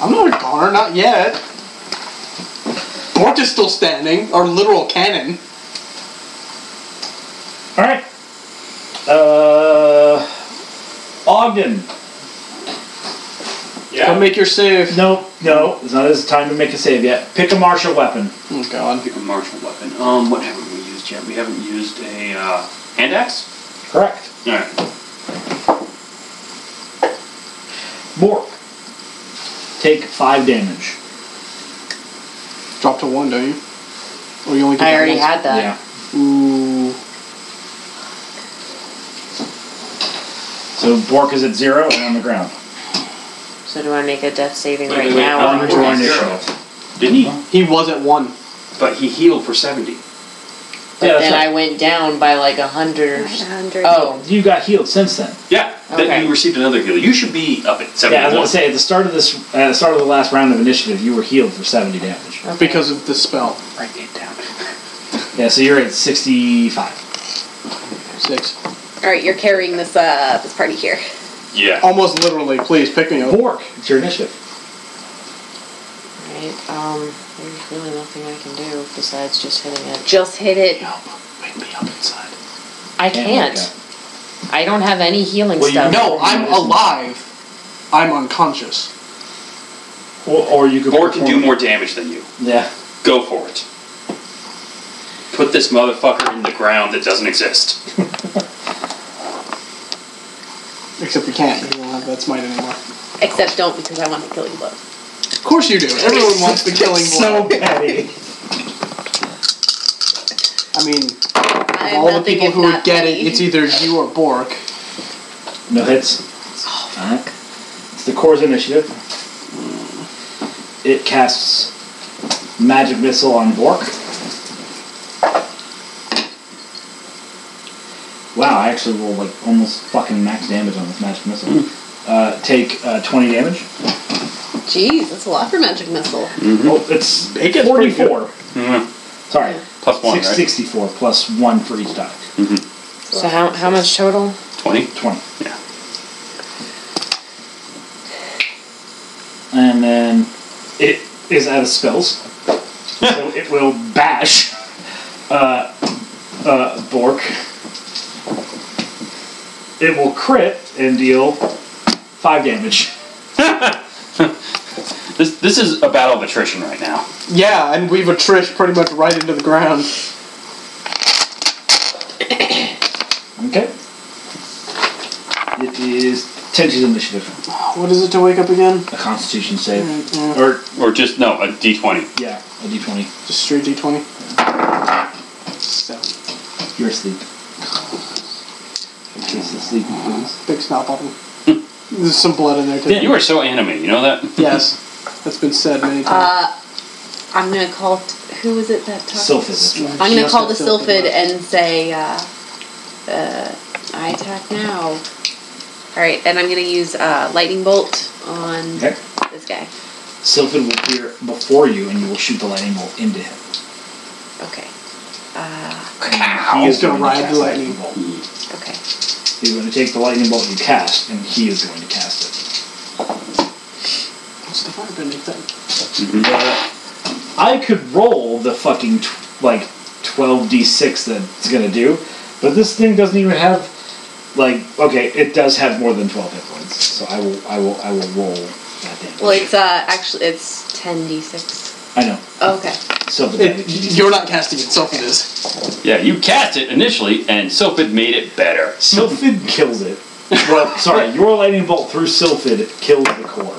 I'm not a goner, not yet. Bort is still standing, our literal cannon. All right. Uh, Ogden. Yeah. Come make your save. No, no, it's not his time to make a save yet. Pick a martial weapon. Oh god. Pick a martial weapon. Um, what haven't we used yet? We haven't used a uh, hand axe. Correct. All right. Mork. Take five damage. Drop to one, don't you? Or you only get I that already once? had that. yeah. Ooh. So Bork is at zero and on the ground. So do I make a death saving Wait, right wait, wait, now? um, or- we're on Zero. Didn't Uh-huh. he? He was at one. But he healed for seventy. but Yeah, that's then right. I went down by like a hundred or so. 100. Oh, You got healed since then. Yeah. Okay. Then you received another heal. You should be up Yeah, I at was seventy-one. gonna say at the start of this, at the start of the last round of initiative, you were healed for seventy damage. Because of the spell. Write it down. *laughs* Yeah, so you're at sixty-five. Six. All right, you're carrying this uh this party here. Yeah. Almost literally, please pick me up. Bork, it's your initiative. right. Um, there's really nothing I can do besides just hitting it. Just hit it. Wake me up inside. I Can't can't. wake up. I don't have any healing Well, you stuff. No, I'm alive. I'm unconscious. Or, or you could. Borg can do perform- more damage than you. Yeah. Go for it. Put this motherfucker in the ground that doesn't exist. Except we can't. We don't have that smite anymore. Except don't because I want to kill you both. Of course you do. Everyone wants the killing blow. *laughs* So petty. I mean, I'm of all the nothing people if who would not get petty. it, it's either you or Bork. No hits. Alright. It's the core's initiative. It casts Magic Missile on Bork. Wow, I actually rolled like almost fucking max damage on this Magic Missile. Uh, take uh, 20 damage. Jeez, that's a lot for magic missile. Oh, it's It gets pretty 44. Mhm. Sorry, Plus one, Six- right? 64 plus 1 for each die. So how, how much total? 20? 20. Yeah. And then it is out of spells. so it will bash uh, uh, Bork. It will crit and deal 5 damage. This this is a battle of attrition right now. Yeah, and we've a Trish pretty much right into the ground. Okay. It is Tenchi's initiative. What is it to wake up again? A constitution save. Or, Or just, no, a d20. yeah, a d20. Just straight d20. So, You're asleep. In case the sleep is. big snot bubble. There's some blood in there too. You are so anime, you know that? Yes, that's been said many times. Uh, I'm gonna call. T- who was it that talked? Sylphis. Yeah, I'm she gonna must call the have filled it sylphid up. and say, uh, uh, I attack now. All right, and I'm gonna use uh, lightning bolt on Okay. this guy. Sylphid will appear before you and you will shoot the lightning bolt into him. Okay. Uh, He is going gonna to ride cast the lightning. bolt. okay. He's going to take the lightning bolt you cast, and he is going to cast it. What's the firebending thing? I could roll the fucking tw- like twelve d six that it's going to do, but this thing doesn't even have like okay, it does have more than twelve hit points, so I will I will I will roll that damage. Well, it's uh, actually it's 10d6. I know. Okay. Sylphid It, damage. you're not casting it, Sylphid is. Yeah, you cast it initially, and Sylphid made it better. Sylphid kills it. Well, sorry, your lightning bolt through Sylphid kills the core.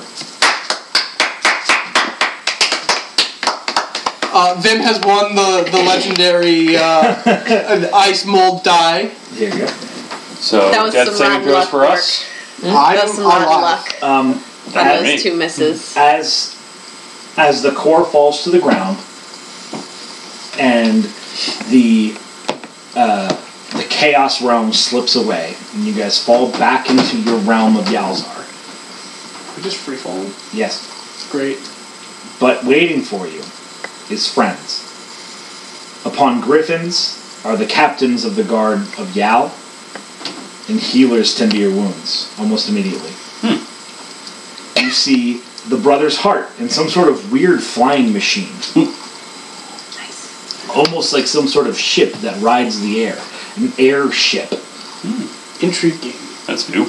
Uh, Vim has won the, the legendary uh, an ice mold die. Here you go. So, That was death some saving rotten throws luck, for Mark. us. I'm Hmm? That's a lot of alive. luck Um, Mm-hmm. That on was me. those two misses. as as the core falls to the ground and the uh, the chaos realm slips away and you guys fall back into your realm of Yalzar. We're just free falling. Yes, It's great. but waiting for you is friends. Upon griffins are the captains of the guard of Yal, and healers tend to your wounds almost immediately. You see the brother's heart in some sort of weird flying machine. Nice. almost like some sort of ship that rides the air, an airship. Intriguing That's new.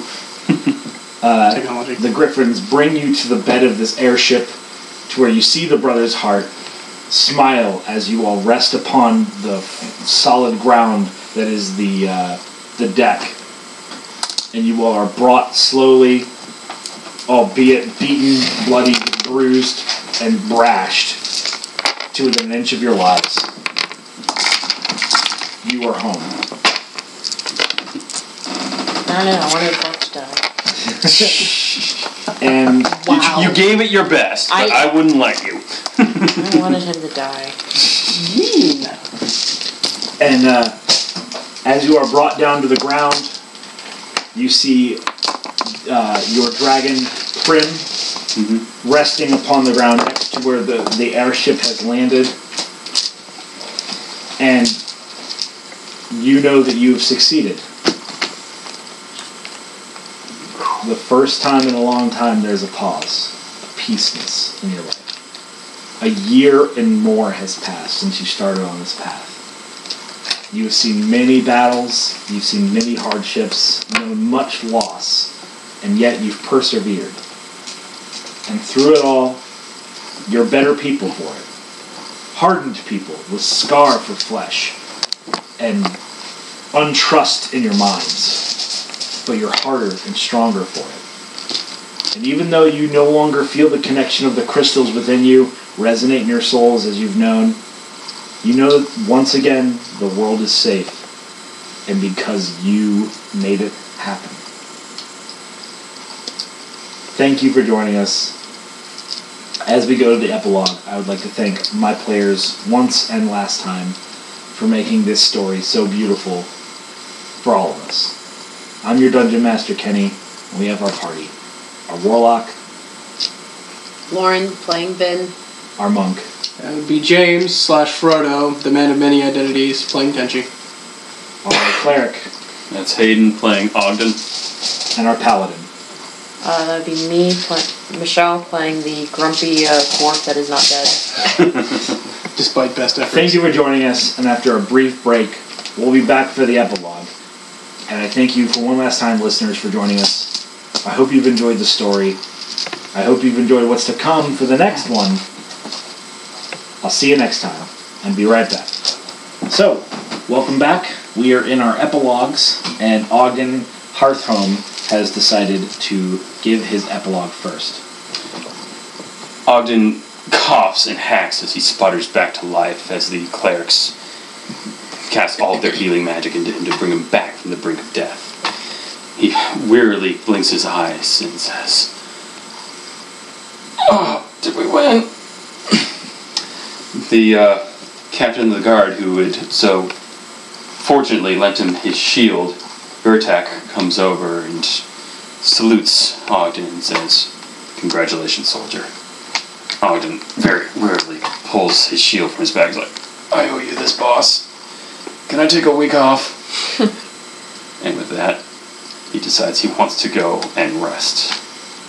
technology. The Griffins bring you to the bed of this airship, to where you see the brother's heart. Smile as you all rest upon the f- solid ground that is the uh, the deck, and you all are brought slowly, albeit beaten, bloodied, bruised, and brashed, to within an inch of your lives. You are home. I don't know. I wanted Bork to die. and You, you gave it your best. but I- I wouldn't let you. I wanted him to die. Mean. and uh, as you are brought down to the ground, you see uh, your dragon Prim resting upon the ground next to where the, the airship has landed, and you know that you have succeeded. The first time in a long time, there's a pause, a peaceness in your life. A year and more has passed since you started on this path. You've seen many battles, you've seen many hardships, known much loss, and yet you've persevered. And through it all, you're better people for it. Hardened people with scar for flesh and untrust in your minds. but you're harder and stronger for it. And even though you no longer feel the connection of the crystals within you resonate in your souls as you've known, you know that once again the world is safe, and because you made it happen. Thank you for joining us. As we go to the epilogue, I would like to thank my players once and last time for making this story so beautiful for all of us. I'm your Dungeon Master, Kenny, and we have our party. Our Warlock, Lauren playing Vin. our Monk, That would be James slash Frodo, the man of many identities, playing Tenchi. our Cleric, That's Hayden playing Ogden. and our Paladin. Uh, that'd be me, pl- Michelle playing the grumpy uh, dwarf that is not dead. Despite best efforts. Thank you for joining us, and after a brief break, we'll be back for the epilogue. And I thank you for one last time, listeners, for joining us. I hope you've enjoyed the story. I hope you've enjoyed what's to come for the next one. I'll see you next time, and be right back. So, welcome back. We are in our epilogues, and Ogden Hearthhome has decided to give his epilogue first. Ogden coughs and hacks as he sputters back to life as the clerics cast all of their healing magic into him to bring him back from the brink of death. He wearily blinks his eyes and says, Oh, did we win? The uh, captain of the guard, who had so fortunately lent him his shield, Vertak, comes over and salutes Ogden and says, Congratulations, soldier. Ogden Oh, very wearily pulls his shield from his bag. He's like, I owe you this, boss. Can I take a week off? and with that, he decides he wants to go and rest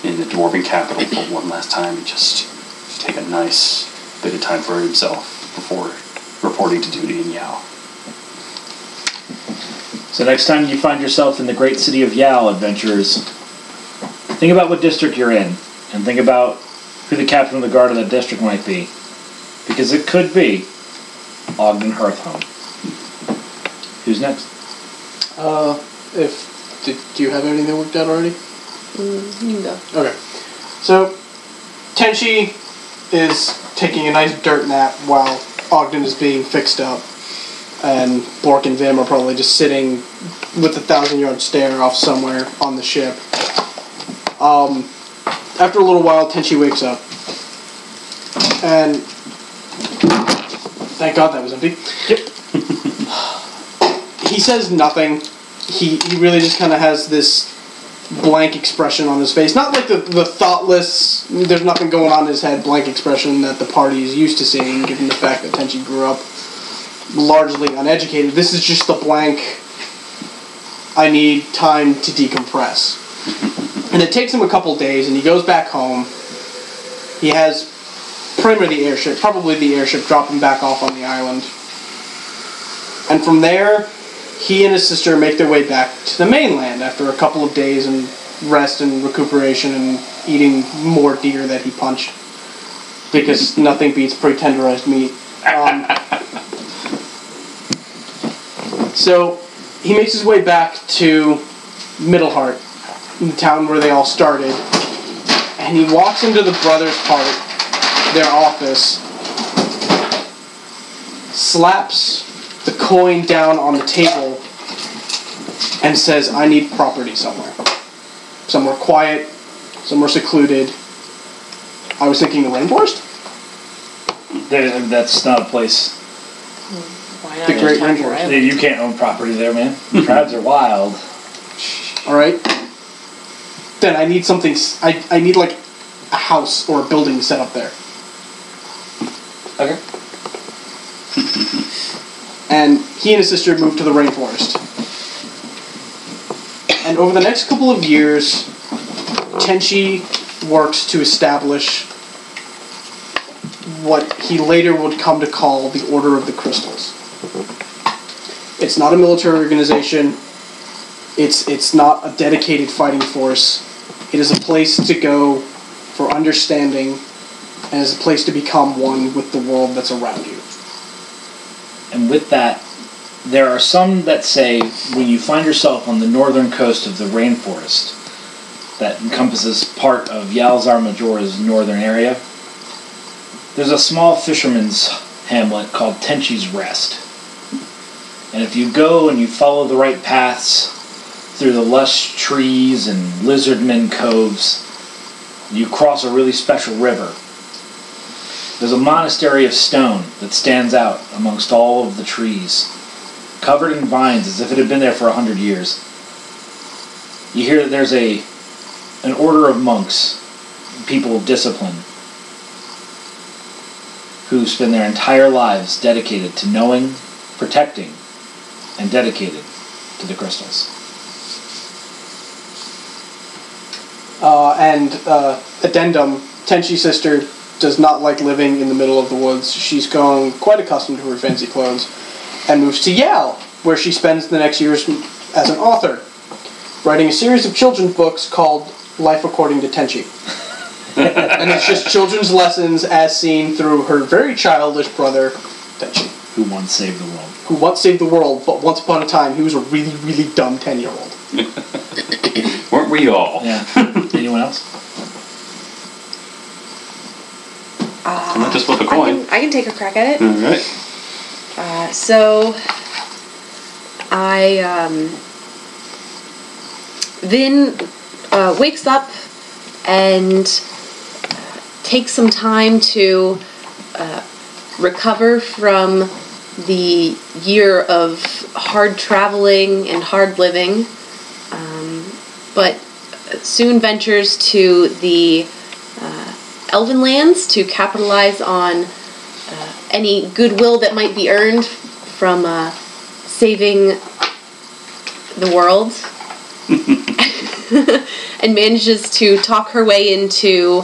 in the dwarven capital for one last time and just take a nice bit of time for himself before reporting to duty in Yao. So next time you find yourself in the great city of Yao, adventurers, think about what district you're in, and think about who the captain of the guard of that district might be, because it could be Ogden Hearthhome. Who's next? Uh, if did, do you have anything worked out already? You can go. Okay. So, Tenchi is taking a nice dirt nap while Ogden is being fixed up, and Bork and Vim are probably just sitting with a thousand yard stare off somewhere on the ship. Um, after a little while, Tenchi wakes up, and thank God that was empty. Yep. he says nothing. He he really just kind of has this blank expression on his face. Not like the, the thoughtless, there's nothing going on in his head, blank expression that the party is used to seeing, given the fact that Tenchi grew up largely uneducated. This is just the blank, I need time to decompress. And it takes him a couple days, and he goes back home. He has Prima the airship, probably the airship, drop him back off on the island. And from there, he and his sister make their way back to the mainland after a couple of days and rest and recuperation and eating more deer that he punched because nothing beats pre-tenderized meat. Um, so he makes his way back to Middleheart, the town where they all started, and he walks into the brothers' part, their office, slaps the coin down on the table and says, I need property somewhere. Somewhere quiet, somewhere secluded. I was thinking the rainforest? There, that's not a place. Why not The just Great have your Rainforest. island? You can't own property there, man. Tribes are wild. Alright? Then I need something, s- I, I need like a house or a building set up there. Okay. and he and his sister moved to the rainforest. And over the next couple of years, Tenchi works to establish what he later would come to call the Order of the Crystals. It's not a military organization. It's it's not a dedicated fighting force. It is a place to go for understanding and is a place to become one with the world that's around you. And with that, there are some that say when you find yourself on the northern coast of the rainforest that encompasses part of Yalzar Majora's northern area, there's a small fisherman's hamlet called Tenchi's Rest. And if you go and you follow the right paths through the lush trees and lizardmen coves, you cross a really special river. There's a monastery of stone that stands out amongst all of the trees, covered in vines as if it had been there for a hundred years. You hear that there's a an order of monks, people of discipline, who spend their entire lives dedicated to knowing, protecting, and dedicated to the crystals. Uh, and uh, addendum, Tenchi sister does not like living in the middle of the woods. She's grown quite accustomed to her fancy clothes and moves to Yale, where she spends the next years as an author, writing a series of children's books called Life According to Tenchi. and it's just children's lessons as seen through her very childish brother, Tenchi, Who once saved the world? who once saved the world, but once upon a time he was a really, really dumb 10 year old. Weren't we all? *laughs* Yeah. Anyone else? I'm not just flip a I coin. can, I can take a crack at it. All right. Uh, so, I um, Vin uh, wakes up and takes some time to uh, recover from the year of hard traveling and hard living, um, but soon ventures to the uh, Elven lands to capitalize on any goodwill that might be earned from uh, saving the world. *laughs* and manages to talk her way into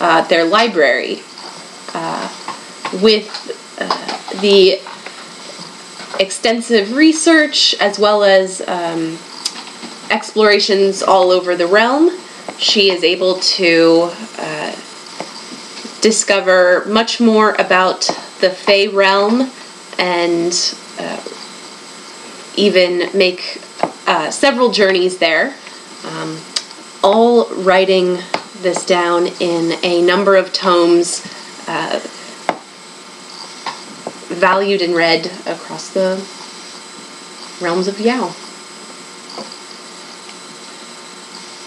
uh, their library uh, with uh, the extensive research as well as um, explorations all over the realm. She is able to discover much more about the Fey realm and uh, even make uh, several journeys there. Um, all writing this down in a number of tomes uh, valued and read across the realms of Yao.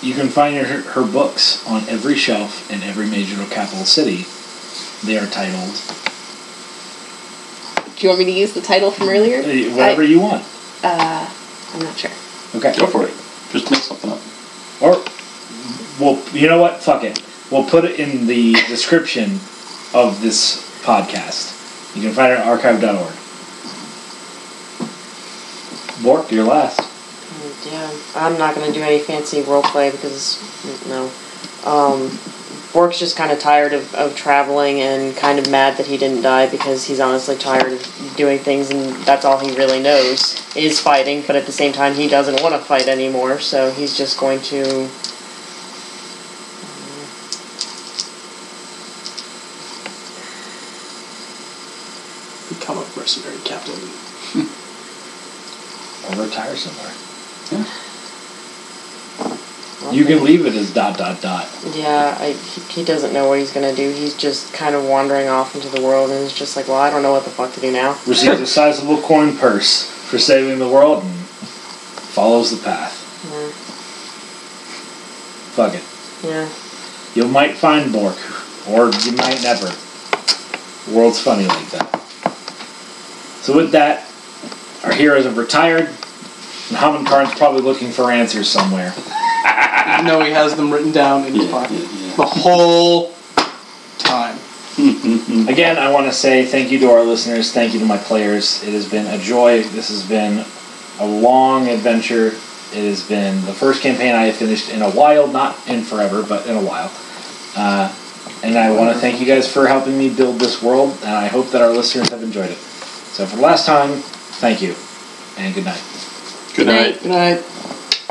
You can find her, her books on every shelf in every major capital city. They are titled Do you want me to use the title from earlier? uh, uh, whatever you want. I'm not sure. Okay. Go for it. Just make something up. Or, well, you know what? Fuck it. We'll put it in the description of this podcast. You can find it at archive.org. Bork, you're last. Yeah, I'm not gonna do any fancy role play because no. Um, Bork's just kind of tired of, of traveling and kind of mad that he didn't die because he's honestly tired of doing things and that's all he really knows is fighting. But at the same time, he doesn't want to fight anymore, so he's just going to. Become a mercenary captain. Or retire somewhere. You can leave it as dot dot dot. Yeah, I, he, he doesn't know what he's gonna do. He's just kind of wandering off into the world and is just like, well, I don't know what the fuck to do now. Receives a sizable coin purse for saving the world and follows the path. Yeah, Fuck it. yeah. You might find Bork, or you might never. The world's funny like that. So with that, our heroes have retired, and Hamankarn's probably looking for answers somewhere. *laughs* You know he has them written down in his Yeah, pocket yeah, yeah. the whole time. Again, I want to say thank you to our listeners, thank you to my players. It has been a joy. This has been a long adventure. It has been the first campaign I have finished in a while, not in forever, but in a while. Uh, and I want to thank you guys for helping me build this world, and I hope that our listeners have enjoyed it. So, for the last time, thank you, and good night. Good night. Good night.